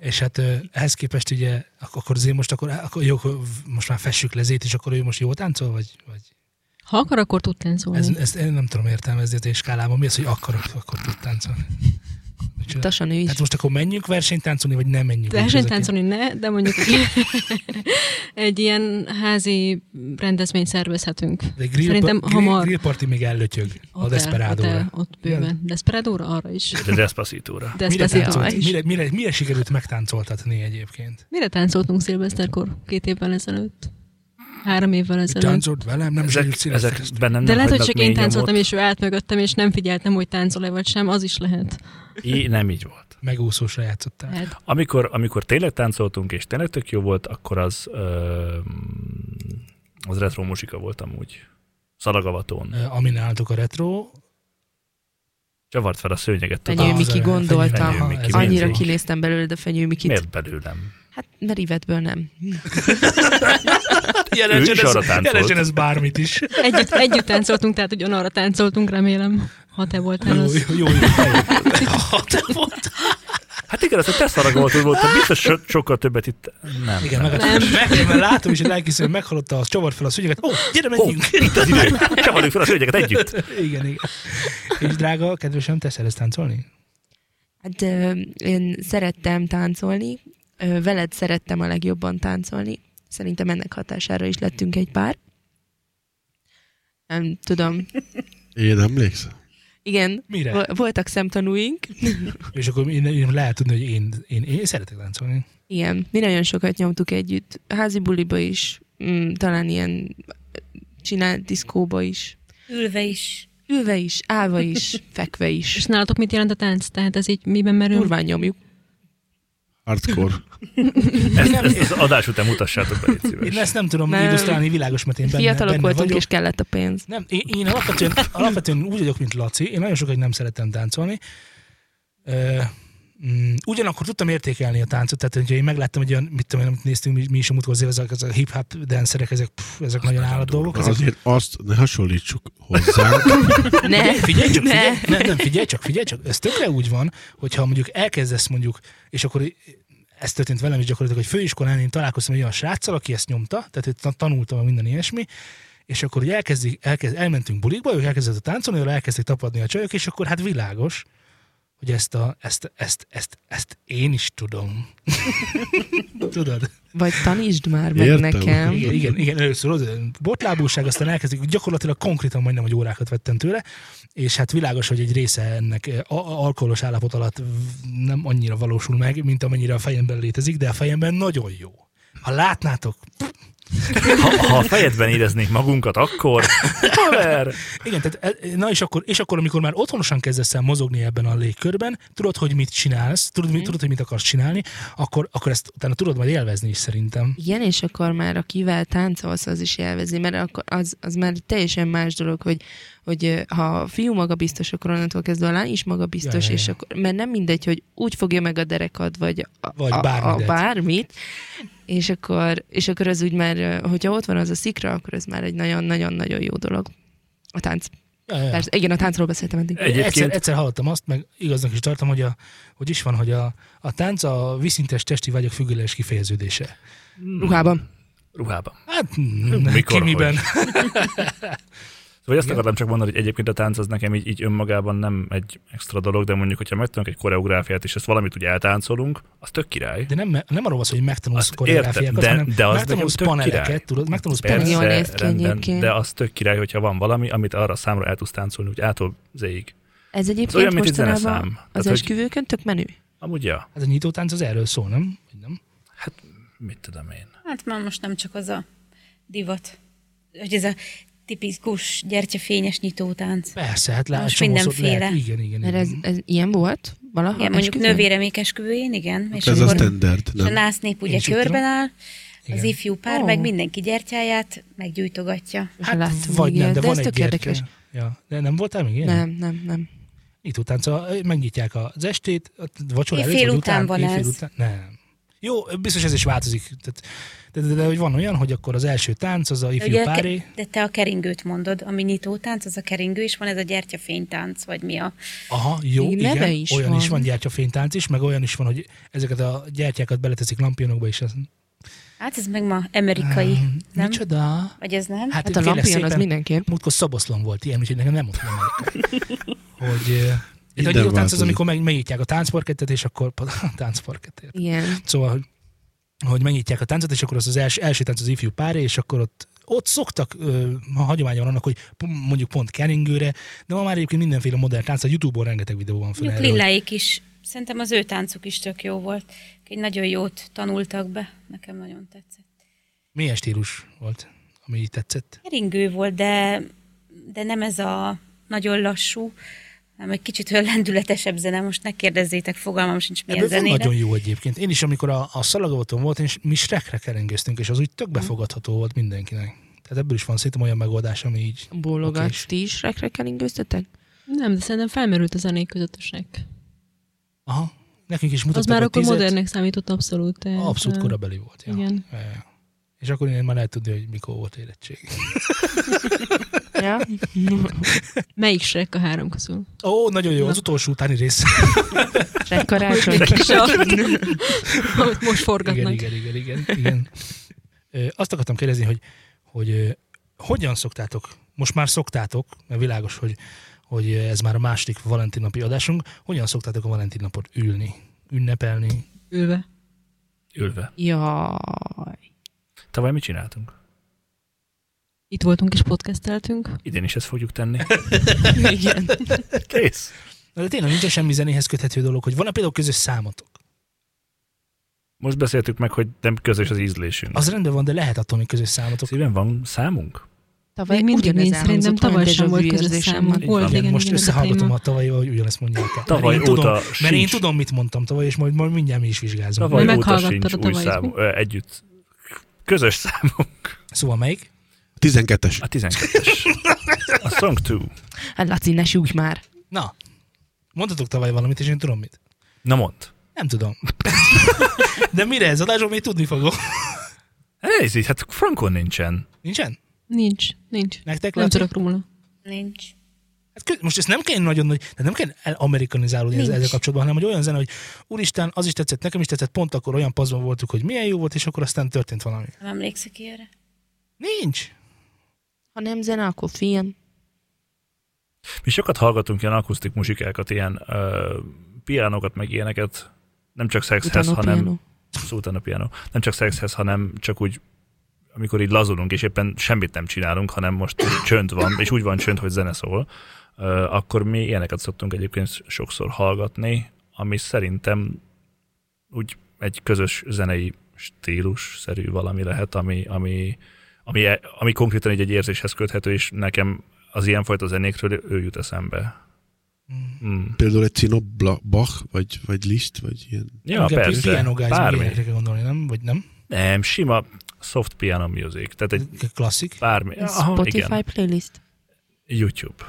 Speaker 1: És hát ö, ehhez képest ugye, ak- akkor Zé most, akkor, akkor jó, akkor v- most már fessük le Zét, és akkor ő most jó táncol, vagy? vagy?
Speaker 6: Ha akar, akkor tud táncolni.
Speaker 5: Mm.
Speaker 1: Ez, ezt én nem tudom értelmezni a te skálában. Mi az, hogy akarok, akkor tud táncolni? Micsoda?
Speaker 4: Tasan ő is.
Speaker 1: Tehát most akkor menjünk versenytáncolni, vagy nem menjünk?
Speaker 6: Versenytáncolni hát ne, de mondjuk egy ilyen házi rendezvényt szervezhetünk.
Speaker 1: De grill,
Speaker 6: Szerintem
Speaker 1: grill,
Speaker 6: hamar.
Speaker 1: Grill party még ellötyög a
Speaker 6: Hotel, hotel,
Speaker 1: Desperádóra.
Speaker 6: Ott bőven. Desperádóra arra is.
Speaker 2: De Despacito-ra.
Speaker 1: Mire,
Speaker 6: Despacito
Speaker 1: táncolt,
Speaker 6: is.
Speaker 1: mire, mire, mire sikerült megtáncoltatni egyébként?
Speaker 6: Mire táncoltunk szilveszterkor két évvel ezelőtt? Három évvel ezelőtt.
Speaker 1: Táncolt velem, nem
Speaker 2: Ezek,
Speaker 1: sikerült
Speaker 2: ezek
Speaker 1: szilvesztereztem.
Speaker 2: bennem
Speaker 6: De
Speaker 2: nem
Speaker 6: lehet, hogy
Speaker 2: hagynak
Speaker 6: csak én
Speaker 2: mély
Speaker 6: táncoltam,
Speaker 2: nyomot.
Speaker 6: és ő állt mögöttem, és nem figyeltem, hogy táncol-e vagy sem, az is lehet. Hát,
Speaker 2: Í- nem így volt.
Speaker 1: Megúszósra játszottál.
Speaker 6: lehet.
Speaker 2: Amikor, amikor tényleg táncoltunk, és tényleg tök jó volt, akkor az ö, az retro muzsika volt amúgy. Szalagavatón.
Speaker 1: Ö, Amin álltok a retro,
Speaker 2: Csavart fel a szőnyeget. tudod?
Speaker 4: Fenyő
Speaker 1: Az
Speaker 4: Miki
Speaker 1: a-
Speaker 4: gondoltam.
Speaker 2: Fenyő
Speaker 1: Aha,
Speaker 2: Miki,
Speaker 1: ez
Speaker 4: Annyira
Speaker 1: így van.
Speaker 4: kinéztem belőled a Fenyő Mikit.
Speaker 2: Miért belőlem?
Speaker 4: Hát merítvetből nem.
Speaker 2: Ő is arra táncolt.
Speaker 1: jelentsen ez bármit is.
Speaker 6: Együtt, együtt táncoltunk, tehát ugyanarra táncoltunk, remélem, ha te voltál
Speaker 1: Jó,
Speaker 6: az.
Speaker 1: jó, jó. jó. Ha te volt.
Speaker 2: Hát igen, az a te szalagavatod volt, tehát biztos so- sokkal többet itt... Nem.
Speaker 1: Igen,
Speaker 2: nem.
Speaker 1: meg, meg, mert látom is, hogy lelkiszem, meghalotta, az csavart fel a szügyeget. Ó, gyere,
Speaker 2: Ó,
Speaker 1: menjünk!
Speaker 2: itt az idő. Csavarjuk fel a szőnyeket együtt.
Speaker 1: Igen, igen. És drága, kedvesem, te szeretsz táncolni?
Speaker 4: Hát ö, én szerettem táncolni, ö, veled szerettem a legjobban táncolni. Szerintem ennek hatására is lettünk egy pár. Nem tudom.
Speaker 3: Én emlékszem.
Speaker 4: Igen,
Speaker 1: Mire?
Speaker 4: vo- voltak szemtanúink.
Speaker 1: És akkor én, én lehet tudni, hogy én, én, én szeretek láncolni.
Speaker 4: Igen, mi nagyon sokat nyomtuk együtt. Házi buliba is, mm, talán ilyen csinált diszkóba is.
Speaker 5: Ülve is.
Speaker 4: Ülve is, állva is, fekve is.
Speaker 6: És nálatok mit jelent a tánc? Tehát ez így miben merül?
Speaker 4: Durván nyomjuk.
Speaker 3: Hardcore.
Speaker 2: Ezt, ezt az adás után mutassátok be, légy szíves.
Speaker 1: Én ezt nem tudom
Speaker 4: Nem.
Speaker 1: illusztrálni világos, mert én benne,
Speaker 4: Fiatalok
Speaker 1: benne
Speaker 4: voltunk,
Speaker 1: vagyok.
Speaker 4: és kellett a pénz.
Speaker 1: Nem, én, én alapvetően, alapvetően úgy vagyok, mint Laci. Én nagyon sokáig nem szerettem táncolni. Ö, mm, ugyanakkor tudtam értékelni a táncot, tehát hogyha én megláttam egy olyan, mit tudom én, amit néztünk, mi, mi is a múltkor azért, ezek, ezek a hip-hop dancerek, ezek, pff, ezek nagyon állat dolgok. Ezek,
Speaker 3: Azért azt ne hasonlítsuk hozzá.
Speaker 4: Ne,
Speaker 1: Figyelj csak,
Speaker 4: ne.
Speaker 1: figyelj, nem, nem, figyelj csak, figyelj csak. Ez tökre úgy van, hogyha mondjuk elkezdesz mondjuk, és akkor ez történt velem is gyakorlatilag, hogy főiskolán én találkoztam egy olyan sráccal, aki ezt nyomta, tehát őt tan- tanultam meg minden ilyesmi, és akkor ugye elkezdik, elkezd, elmentünk bulikba, ők elkezdett a táncolni, ők elkezdték tapadni a csajok, és akkor hát világos, hogy ezt, a, ezt, ezt, ezt, ezt én is tudom. Tudod?
Speaker 4: Vagy tanítsd már meg
Speaker 3: Értem.
Speaker 4: nekem.
Speaker 1: Igen, igen, igen először az botlábúság, aztán elkezdik, gyakorlatilag konkrétan majdnem, hogy órákat vettem tőle, és hát világos, hogy egy része ennek eh, a- a- alkoholos állapot alatt v- nem annyira valósul meg, mint amennyire a fejemben létezik, de a fejemben nagyon jó. Ha látnátok,
Speaker 2: Ha, ha a fejedben éreznék magunkat, akkor haver!
Speaker 1: igen, tehát, eh, na és akkor, és akkor, amikor már otthonosan kezdesz el mozogni ebben a légkörben, tudod, hogy mit csinálsz, tudod, mit, tudod hogy mit akarsz csinálni, akkor, akkor ezt utána tudod majd élvezni is szerintem.
Speaker 4: Igen, és akkor már akivel táncolsz, az is élvezi, mert akkor az, az már teljesen más dolog, hogy, hogy ö, ha a fiú magabiztos, akkor onnantól kezdve a lány is magabiztos,
Speaker 1: Ja,
Speaker 4: ja,
Speaker 1: ja,
Speaker 4: ja, és
Speaker 1: ja.
Speaker 4: akkor, mert nem mindegy, hogy úgy fogja meg a derekad, vagy, a,
Speaker 1: Vagy
Speaker 4: a, a
Speaker 1: bármidet.
Speaker 4: bármit, és akkor, és akkor az úgy már, ö, hogyha ott van az a szikra, akkor ez már egy nagyon-nagyon-nagyon jó dolog. A tánc.
Speaker 1: Ja, ja.
Speaker 4: Persze, igen, a táncról beszéltem eddig.
Speaker 2: Egy- Egyébként-
Speaker 1: Egyszer, egyszer hallottam azt, meg igaznak is tartom, hogy, a, hogy is van, hogy a, a tánc a viszintes testi vágyak függőleges kifejeződése.
Speaker 4: Ruhában.
Speaker 2: Ruhában.
Speaker 1: Hát, Mikor,
Speaker 2: Mikor,
Speaker 1: ki miben?
Speaker 2: Szóval azt akartam csak mondani, hogy egyébként a tánc az nekem így, így önmagában nem egy extra dolog, de mondjuk, hogyha megtanulunk egy koreográfiát, és ezt valamit úgy eltáncolunk, az tök király.
Speaker 1: De nem, nem arról van szó, hogy megtanulsz
Speaker 2: Azt
Speaker 1: koreográfiákat,
Speaker 2: értem, de-
Speaker 1: hanem
Speaker 2: de az
Speaker 1: megtanulsz
Speaker 2: nekem tök
Speaker 1: paneleket,
Speaker 2: király.
Speaker 1: tudod, megtanulsz
Speaker 4: Persze.
Speaker 1: paneleket.
Speaker 4: jól néz ki egyébként.
Speaker 2: de az tök király, hogyha van valami, amit arra a számra el tudsz táncolni, úgy ától zéig.
Speaker 4: Ez egyébként
Speaker 2: olyan, mint egy zeneszám.
Speaker 4: mostanában
Speaker 2: Tehát,
Speaker 4: az
Speaker 2: hogy-
Speaker 4: esküvőkön tök menő.
Speaker 2: Amúgy ja,
Speaker 1: Hát a nyitótánc az erről szól, nem? Vagy nem?
Speaker 2: hát mit tudom én.
Speaker 5: Hát már most nem csak az a divat, hogy ez a tipikus gyertyafényes nyitótánc.
Speaker 1: Persze, hát lát,
Speaker 5: Most
Speaker 1: csomószor
Speaker 5: mindenféle.
Speaker 1: Lehet, igen, igen,
Speaker 4: Mert
Speaker 1: igen.
Speaker 4: ez, ez ilyen volt? Valaha?
Speaker 5: Igen, mondjuk
Speaker 4: Esküvőn?
Speaker 5: nővéremék esküvőjén, igen.
Speaker 1: Hát
Speaker 5: És
Speaker 3: Ez a
Speaker 5: akkor
Speaker 3: standard,
Speaker 5: és a
Speaker 3: nem?
Speaker 5: násznép ugye
Speaker 1: Én is így
Speaker 5: körben
Speaker 1: tudom.
Speaker 5: áll,
Speaker 1: Igen.
Speaker 5: az ifjú pár,
Speaker 4: Ó.
Speaker 5: meg mindenki gyertyáját meggyújtogatja.
Speaker 1: Hát,
Speaker 4: láttam,
Speaker 1: vagy
Speaker 4: igen,
Speaker 1: nem, de,
Speaker 4: de
Speaker 1: van
Speaker 4: ez
Speaker 1: egy
Speaker 4: tök
Speaker 1: gyertya.
Speaker 4: érdekes.
Speaker 1: Ja, de nem voltál még ilyen?
Speaker 4: Nem, nem, nem.
Speaker 1: Nyitótánc, a- szóval, megnyitják az estét, a vacsora
Speaker 5: Éjfél
Speaker 1: előtt, vagy
Speaker 5: után
Speaker 1: után,
Speaker 5: van
Speaker 1: éjfél
Speaker 5: ez.
Speaker 1: Után, nem. Jó, biztos ez is változik. Tehát, de, de, de, hogy van olyan, hogy akkor az első tánc az a ifjú
Speaker 5: Ugye, a ke-
Speaker 1: páré.
Speaker 5: de te a keringőt mondod, ami nyitótánc, az a keringő, és van ez a gyertyafénytánc, vagy mi a...
Speaker 1: Aha, jó,
Speaker 4: Még neve
Speaker 1: igen.
Speaker 4: is
Speaker 1: olyan is
Speaker 4: van.
Speaker 1: van gyertyafénytánc is, meg olyan is van, hogy ezeket a gyertyákat beleteszik lampionokba, és ez
Speaker 5: Hát ez meg ma amerikai, nem?
Speaker 1: micsoda?
Speaker 5: Vagy ez nem?
Speaker 4: Hát a
Speaker 1: kérlek
Speaker 4: lampion az mindenképp.
Speaker 1: Múltkor szaboszlon volt ilyen, úgyhogy nekem nem mondtam meg. hogy... ö, De a
Speaker 3: Minden
Speaker 1: nyíltánc az,
Speaker 3: változik.
Speaker 1: amikor meg, megnyitják a táncparkettet, és akkor a táncparkettet.
Speaker 4: Igen.
Speaker 1: Szóval, hogy, hogy megnyitják a táncot, és akkor az, az első, első tánc az ifjú páré, és akkor ott ott szoktak, ö, a hagyomány van annak, hogy p- mondjuk pont keringőre, de ma már egyébként mindenféle modern tánc, a Youtube-on rengeteg videó van fönn
Speaker 5: Mondjuk
Speaker 1: erről. hogy-
Speaker 5: Lilláik is, szerintem az ő táncuk is tök jó volt. Egy nagyon jót tanultak be, nekem nagyon tetszett.
Speaker 1: Milyen stílus volt, ami így tetszett?
Speaker 5: Keringő volt, de, de nem ez a nagyon lassú, hanem egy kicsit olyan lendületesebb zene. Most ne kérdezzétek, fogalmam sincs milyen
Speaker 1: Ebből van
Speaker 5: zenére.
Speaker 1: nagyon jó egyébként. Én is, amikor a, a szalagavaton volt, és mi srekre keringőztünk, és az úgy
Speaker 6: Mhm.
Speaker 1: tök befogadható volt mindenkinek. Tehát ebből is van szerintem olyan megoldás, ami így...
Speaker 4: Bólogat.
Speaker 1: Okés.
Speaker 4: Ti is rekrekelingőztetek?
Speaker 6: Nem, de szerintem felmerült a zenék közöttesnek.
Speaker 1: Aha, nekünk is
Speaker 6: Az
Speaker 1: mutattak
Speaker 6: már
Speaker 1: egy
Speaker 6: akkor
Speaker 1: tízet.
Speaker 6: modernnek számított abszolút. tehát,
Speaker 1: Abszolút
Speaker 6: eh,
Speaker 1: korabeli volt. Ja.
Speaker 6: Igen.
Speaker 1: Ja, ja. És akkor én már lehet tudni, hogy mikor volt érettség.
Speaker 4: Ja.
Speaker 6: Melyik Shrek a három közül?
Speaker 1: Ó, nagyon jó,
Speaker 6: Na.
Speaker 1: az utolsó utáni rész.
Speaker 4: Rekkarácsony.
Speaker 6: Amit most
Speaker 1: igen,
Speaker 6: forgatnak.
Speaker 1: igen, igen, igen. igen. Ö, Azt akartam kérdezni, hogy, hogy ö, hogyan szoktátok, most már szoktátok, mert világos, hogy, hogy ez már a második Valentin napi adásunk, hogyan szoktátok a Valentin napot ülni, ünnepelni?
Speaker 6: Ülve.
Speaker 2: Ülve.
Speaker 4: Jaj.
Speaker 2: Tavaly mit csináltunk?
Speaker 6: Itt voltunk és podcasteltünk.
Speaker 2: Idén is ezt fogjuk tenni.
Speaker 6: Igen.
Speaker 2: Kész.
Speaker 1: Na, de tényleg nincsen semmi zenéhez köthető dolog, hogy van-e például közös számotok?
Speaker 2: Most beszéltük meg, hogy nem közös az ízlésünk.
Speaker 1: Az rendben van, de lehet attól, hogy közös számotok.
Speaker 2: Szíven van számunk?
Speaker 4: Tavaly
Speaker 6: Még mindig
Speaker 4: ugyanez
Speaker 6: nincs, szerintem
Speaker 4: elhangzott,
Speaker 6: tavaly
Speaker 4: olyan
Speaker 6: sem
Speaker 4: déjà
Speaker 6: volt
Speaker 4: vu
Speaker 6: közös
Speaker 4: érzésem
Speaker 6: számunk.
Speaker 4: van.
Speaker 6: Volt,
Speaker 1: Igen,
Speaker 6: igen,
Speaker 1: most
Speaker 6: igen, ez a
Speaker 1: összehallgatom
Speaker 6: téma.
Speaker 1: a tavalyval, hogy ugyanezt mondják el.
Speaker 2: Tavaly
Speaker 1: mert én,
Speaker 2: óta
Speaker 1: tudom, mert én
Speaker 2: sincs.
Speaker 1: tudom, mit mondtam tavaly, és majd, majd mindjárt mi is vizsgázunk.
Speaker 2: Tavaly
Speaker 6: Majd
Speaker 2: óta
Speaker 6: meghallgattad
Speaker 2: sincs
Speaker 6: a
Speaker 2: új
Speaker 6: tavalyit,
Speaker 2: számú, ö, együtt. Közös számunk.
Speaker 1: Szóval melyik?
Speaker 3: 12-es.
Speaker 2: A 12-es. A Song 2.
Speaker 4: Hát Laci, ne súgj már.
Speaker 1: Na, mondhatok tavaly valamit, és én tudom mit.
Speaker 2: Na mond.
Speaker 1: Nem tudom. de mire ez adásban még tudni fogom.
Speaker 2: Ez így, hát Frankon nincsen.
Speaker 1: Nincsen?
Speaker 6: Nincs, nincs.
Speaker 1: Nektek
Speaker 6: Nem
Speaker 1: Laci?
Speaker 6: tudok róla.
Speaker 5: Nincs.
Speaker 1: Hát kö- most ezt nem kell nagyon nagy, tehát nem kell elamerikalizálódni ezzel,
Speaker 5: Nincs.
Speaker 1: ezzel kapcsolatban, hanem hogy olyan zene, hogy úristen, az is tetszett, nekem is tetszett, pont akkor olyan pazban voltuk, hogy milyen jó volt, és akkor aztán történt valami.
Speaker 5: Nem emlékszik ilyenre.
Speaker 1: Nincs.
Speaker 4: Ha nem zene, akkor film.
Speaker 2: Hát Mi sokat hallgatunk ilyen akusztik muzsikákat, ilyen ö, pianokat, meg ilyeneket. Nem csak szexhez,
Speaker 4: Utána
Speaker 2: hanem...
Speaker 4: piano.
Speaker 2: Szó utána piano. Nem csak szexhez, hanem csak úgy amikor így lazulunk, és éppen semmit nem csinálunk, hanem most csönd van, és úgy van csönd, hogy zene szól, ö, akkor mi ilyeneket szoktunk egyébként sokszor hallgatni, ami szerintem úgy egy közös zenei stílus-szerű valami lehet, ami, ami, ami, e, ami konkrétan így egy érzéshez köthető, és nekem az ilyenfajta zenékről ő jut eszembe. Mm.
Speaker 3: Például egy Cinobla Bach, vagy, vagy Liszt, vagy ilyen.
Speaker 2: Ja, persze.
Speaker 1: Piano guys,
Speaker 2: bármi.
Speaker 1: ilyenekre kell gondolni, nem? Vagy nem?
Speaker 2: Nem, sima soft piano music. Tehát egy
Speaker 1: Klasszik.
Speaker 2: bármi. Aha,
Speaker 4: Spotify
Speaker 2: igen.
Speaker 4: playlist.
Speaker 2: YouTube.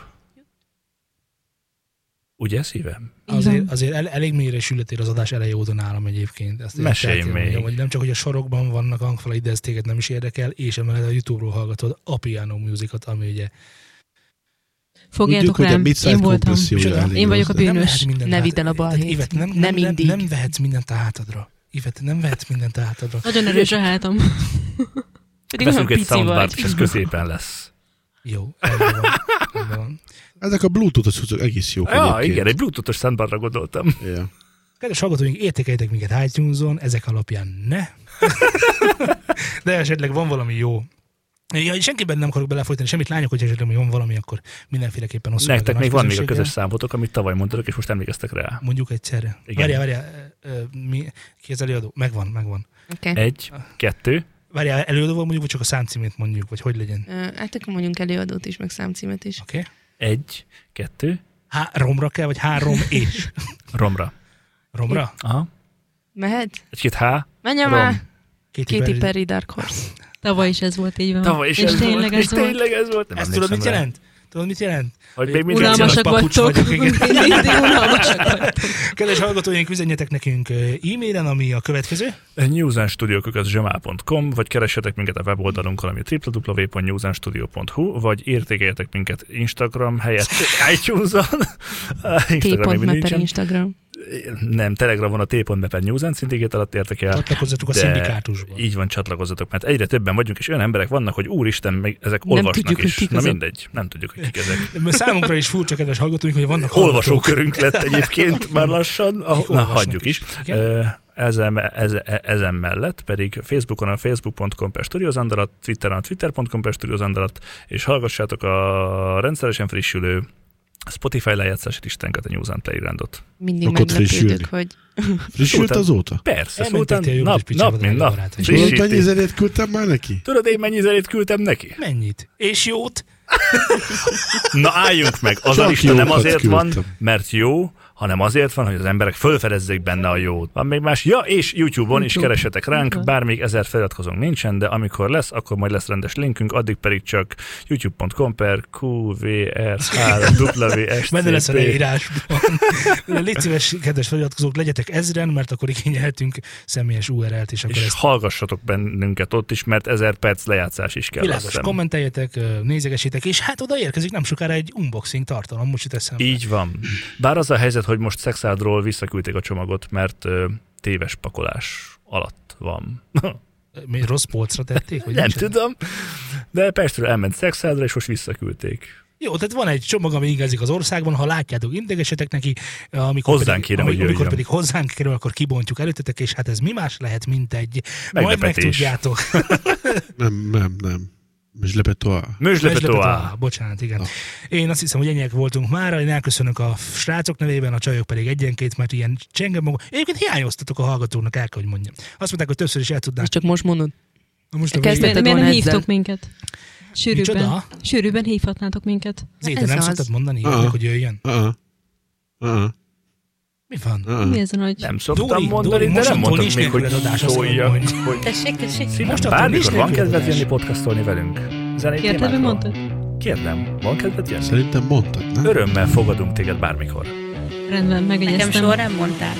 Speaker 2: Ugye, szívem?
Speaker 6: Így
Speaker 1: Azért,
Speaker 6: van.
Speaker 1: azért el, elég mélyre sületél az adás elejé óta nálam egyébként. Ezt
Speaker 2: Mesélj
Speaker 1: tehát
Speaker 2: még.
Speaker 1: Mondjam, hogy nem csak, hogy a sorokban vannak hangfalai, de ez téged nem is érdekel, és emellett a YouTube-ról hallgatod a piano musicot, ami ugye...
Speaker 6: Fogjátok
Speaker 3: hogy a
Speaker 6: rám, én
Speaker 3: Midside
Speaker 6: voltam.
Speaker 3: kompressziója
Speaker 1: Csoda.
Speaker 3: elég
Speaker 6: Én vagyok a
Speaker 3: hozzá.
Speaker 1: Nem
Speaker 6: bűn- Bűnös.
Speaker 1: lehet mindent
Speaker 4: Ne
Speaker 1: át-
Speaker 4: vidd el a balhét.
Speaker 1: tehát Ivet, nem,
Speaker 4: Nem
Speaker 1: nem, nem,
Speaker 4: mindig.
Speaker 1: nem vehetsz mindent a hátadra. Ivet, nem vehetsz mindent a hátadra.
Speaker 6: Nagyon erős a hátam.
Speaker 4: Pedig olyan
Speaker 2: Veszünk egy
Speaker 4: pici
Speaker 2: soundbart, és
Speaker 4: vagy.
Speaker 2: ez középen lesz.
Speaker 1: Jó, rendben van, rendben van.
Speaker 3: Ezek a Bluetooth-os cuccok egész jók
Speaker 2: Ja,
Speaker 3: egyébként.
Speaker 2: igen, egy bluetoothos soundbarra gondoltam.
Speaker 3: Ja.
Speaker 1: Kedves hallgatóink, értékeljétek minket iTunes-on, ezek alapján ne. De esetleg van valami jó. Ja, senkiben nem akarok belefolytani semmit, lányok, hogy esetleg még van valami, akkor mindenféleképpen osszuk meg
Speaker 2: Nektek
Speaker 1: nagy
Speaker 2: még van még a
Speaker 1: közönséggel.
Speaker 2: közös számotok, amit tavaly mondtatok, és most emlékeztek rá.
Speaker 1: Mondjuk egyszerre.
Speaker 2: Igen.
Speaker 1: Várjál, várjál, ö, ö, mi, ki az előadó? Megvan, megvan.
Speaker 4: Okay.
Speaker 2: Egy, kettő,
Speaker 1: Várjál, előadó volt mondjuk, vagy csak a számcímét mondjuk, vagy hogy legyen.
Speaker 4: Hát akkor mondjunk előadót is, meg számcímet is.
Speaker 1: Oké? Okay?
Speaker 2: egy, kettő,
Speaker 1: Háromra kell, vagy három és?
Speaker 2: romra.
Speaker 1: Romra?
Speaker 2: Aha.
Speaker 4: Mehet?
Speaker 2: Egy-két H,
Speaker 4: Menjen
Speaker 2: Rom.
Speaker 4: már!
Speaker 1: Két
Speaker 4: Katy Perry Dark Horse.
Speaker 6: Tavaly is ez volt, így van.
Speaker 2: tavaly is
Speaker 6: és
Speaker 2: ez
Speaker 6: tényleg
Speaker 2: volt.
Speaker 6: ez
Speaker 2: és
Speaker 6: volt.
Speaker 2: tényleg ez volt. Nem
Speaker 1: Ezt tudod,
Speaker 2: emlékszem
Speaker 1: mit
Speaker 2: rá.
Speaker 1: jelent? Tudod, mit jelent?
Speaker 2: Hogy még mindig
Speaker 1: Uralmas-
Speaker 2: ugyanaz.
Speaker 6: Unalmasak
Speaker 1: papucs
Speaker 6: vagytok.
Speaker 1: vagyok, igen.
Speaker 6: Mindig unalmasak vagytok.
Speaker 1: Kedves hallgatóink, üzenjetek nekünk ö, e-mailen, ami a következő.
Speaker 2: newsandstudio.com, vagy keressetek minket a weboldalunkon, ami www.newsandstudio.hu, vagy értékeljetek minket Instagram helyett iTunes-on. Instagram még
Speaker 4: T.me per
Speaker 2: nincsen.
Speaker 4: Instagram.
Speaker 2: Nem, Telegramon a t.me newsen szintégét alatt értek el.
Speaker 1: Csatlakozzatok a
Speaker 2: de
Speaker 1: szindikátusba.
Speaker 2: Így van, csatlakozzatok, mert egyre többen vagyunk, és olyan emberek vannak, hogy úristen, még ezek
Speaker 4: Nem
Speaker 2: olvasnak
Speaker 4: tudjuk, hogy
Speaker 2: is.
Speaker 4: kik
Speaker 2: Na
Speaker 4: azok.
Speaker 2: mindegy, nem tudjuk, hogy kik ezek.
Speaker 1: Számunkra is furcsa, kedves hallgatóink, hogy vannak hallgatók.
Speaker 2: Olvasókörünk lett egyébként már lassan. Ah, na,
Speaker 1: olvasnak
Speaker 2: hagyjuk
Speaker 1: is.
Speaker 2: is.
Speaker 1: Igen.
Speaker 2: Ö, Ezen, ezen, ezen mellett pedig Facebookon a facebook.com per studiozandalat, Twitteren a twitter.com per studiozandalat, és hallgassátok a rendszeresen frissülő Spotify lejátszását Istenket a News and Playgroundot.
Speaker 4: Mindig
Speaker 3: Akkor
Speaker 4: meglepődök,
Speaker 3: frissülni.
Speaker 4: hogy
Speaker 3: Frissült
Speaker 2: Utána-
Speaker 3: azóta?
Speaker 2: Persze,
Speaker 1: Elmentek
Speaker 2: szóval
Speaker 1: ti a jó kis
Speaker 2: nap,
Speaker 1: picsába,
Speaker 2: nap,
Speaker 1: drága
Speaker 2: mint nap.
Speaker 1: barátaim.
Speaker 3: Tudod,
Speaker 2: Frissíti.
Speaker 3: annyi zenét küldtem már neki?
Speaker 2: Tudod, én mennyi zenét küldtem neki?
Speaker 1: Mennyit? És jót?
Speaker 2: Na álljunk meg, az
Speaker 3: Csak
Speaker 2: a lista nem
Speaker 3: jókat
Speaker 2: azért van,
Speaker 3: küldtem.
Speaker 2: mert jó, hanem azért van, hogy az emberek fölfedezzék benne a jót. Van még más? Ja, és YouTube-on is
Speaker 6: YouTube.
Speaker 2: keresetek ránk,
Speaker 6: Így van.
Speaker 2: bár még ezer feliratkozónk nincsen, de amikor lesz, akkor majd lesz rendes linkünk, addig pedig csak youtube.com per
Speaker 1: Benne lesz a
Speaker 2: qvrhwscp.
Speaker 1: leírásban. Légy szíves, kedves feliratkozók, legyetek ezren, mert akkor igényelhetünk személyes URL-t, és akkor
Speaker 2: És
Speaker 1: ezt
Speaker 2: hallgassatok bennünket ott is, mert ezer perc lejátszás is kell. azt
Speaker 1: világos
Speaker 2: hiszem.
Speaker 1: kommenteljetek, ö, nézegessétek, és hát oda érkezik nem sokára egy unboxing tartalom, most jut eszembe.
Speaker 2: Így van. Bár az a helyzet, hogy most szexádról visszaküldték a csomagot, mert ö, téves pakolás alatt van.
Speaker 1: Mi, rossz polcra tették? Vagy
Speaker 2: Nem
Speaker 1: nincs?
Speaker 2: tudom. De Pestről elment szexádra, és most visszaküldték.
Speaker 1: Jó, tehát van egy csomag, ami ingázik az országban, ha látjátok, integessetek neki, amikor
Speaker 2: Hozzánk
Speaker 1: pedig,
Speaker 2: kéne,
Speaker 1: ami-
Speaker 2: hogy
Speaker 1: amikor
Speaker 2: jöjjön.
Speaker 1: pedig hozzánk kerül, akkor kibontjuk előttetek, és hát ez mi más lehet, mint egy, majd
Speaker 2: Meglepetés.
Speaker 1: megtudjátok.
Speaker 3: Nem, nem, nem. Je le pétoire.
Speaker 2: Mőzslepetoá.
Speaker 1: Á, Ah, bocsánat, igen.
Speaker 3: Na.
Speaker 1: Én azt hiszem, hogy ennyiek voltunk már, én elköszönök a srácok nevében, a csajok pedig egyenként, mert ilyen csenge maga. Egyébként hiányoztatok a hallgatónak, el kell, hogy mondjam. Azt mondták, hogy többször is el tudnák.
Speaker 4: Ezt csak most mondod.
Speaker 1: Na most a végén-
Speaker 4: Kezdted- Tetted
Speaker 6: Miért nem
Speaker 4: volna
Speaker 6: hívtok
Speaker 4: ezzel?
Speaker 6: minket? Sűrűbben,
Speaker 1: Micsoda?
Speaker 6: sűrűbben hívhatnátok minket.
Speaker 1: Zéte,
Speaker 4: Ez
Speaker 1: nem
Speaker 4: az.
Speaker 1: szoktad mondani,
Speaker 3: Ah.
Speaker 1: hogy jöjjön?
Speaker 3: Uh-uh. Uh-uh.
Speaker 1: Mi van?
Speaker 6: Mi
Speaker 3: Uh-uh.
Speaker 6: ez a nagy...
Speaker 2: Nem szoktam
Speaker 1: Dori,
Speaker 2: mondani,
Speaker 1: Dori,
Speaker 2: de
Speaker 1: mostantól
Speaker 2: nem mondtam
Speaker 1: is
Speaker 2: még, hogy
Speaker 1: nélküled adás, azt
Speaker 2: szólja,
Speaker 1: mondom,
Speaker 2: hogy
Speaker 5: Tessék, tessék.
Speaker 1: Mostantól
Speaker 2: bármikor
Speaker 1: nincs
Speaker 2: van
Speaker 1: nélküled
Speaker 2: kedved
Speaker 1: adás.
Speaker 2: jönni podcastolni velünk. Zenei
Speaker 6: Érted, hogy
Speaker 2: témákról.
Speaker 6: mondtad?
Speaker 2: Kérdem, van kedved jönni?
Speaker 3: Szerintem mondtad, nem?
Speaker 2: Örömmel fogadunk téged bármikor.
Speaker 6: Rendben,
Speaker 5: Nekem
Speaker 6: megjegyeztem.
Speaker 5: során mondtál.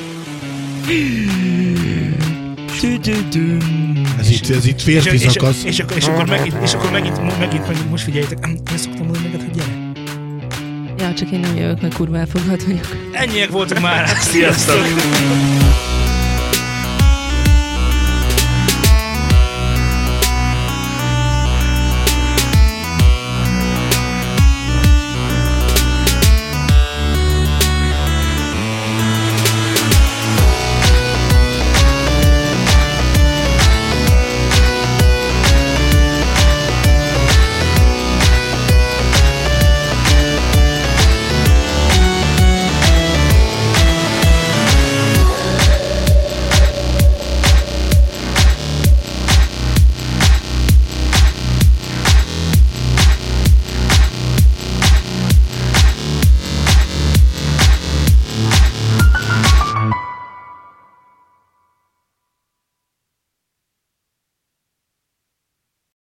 Speaker 3: Ez itt, ez itt
Speaker 1: És,
Speaker 3: férfi
Speaker 1: és,
Speaker 3: szakasz.
Speaker 1: és, és, akkor, és akkor megint, és akkor megint, megint, megint most figyeljétek, én szoktam mondani neked, hogy gyere.
Speaker 4: Ja, csak én nem jövök, mert kurva elfoglalt vagyok.
Speaker 1: Ennyiek voltak már.
Speaker 2: Sziasztok!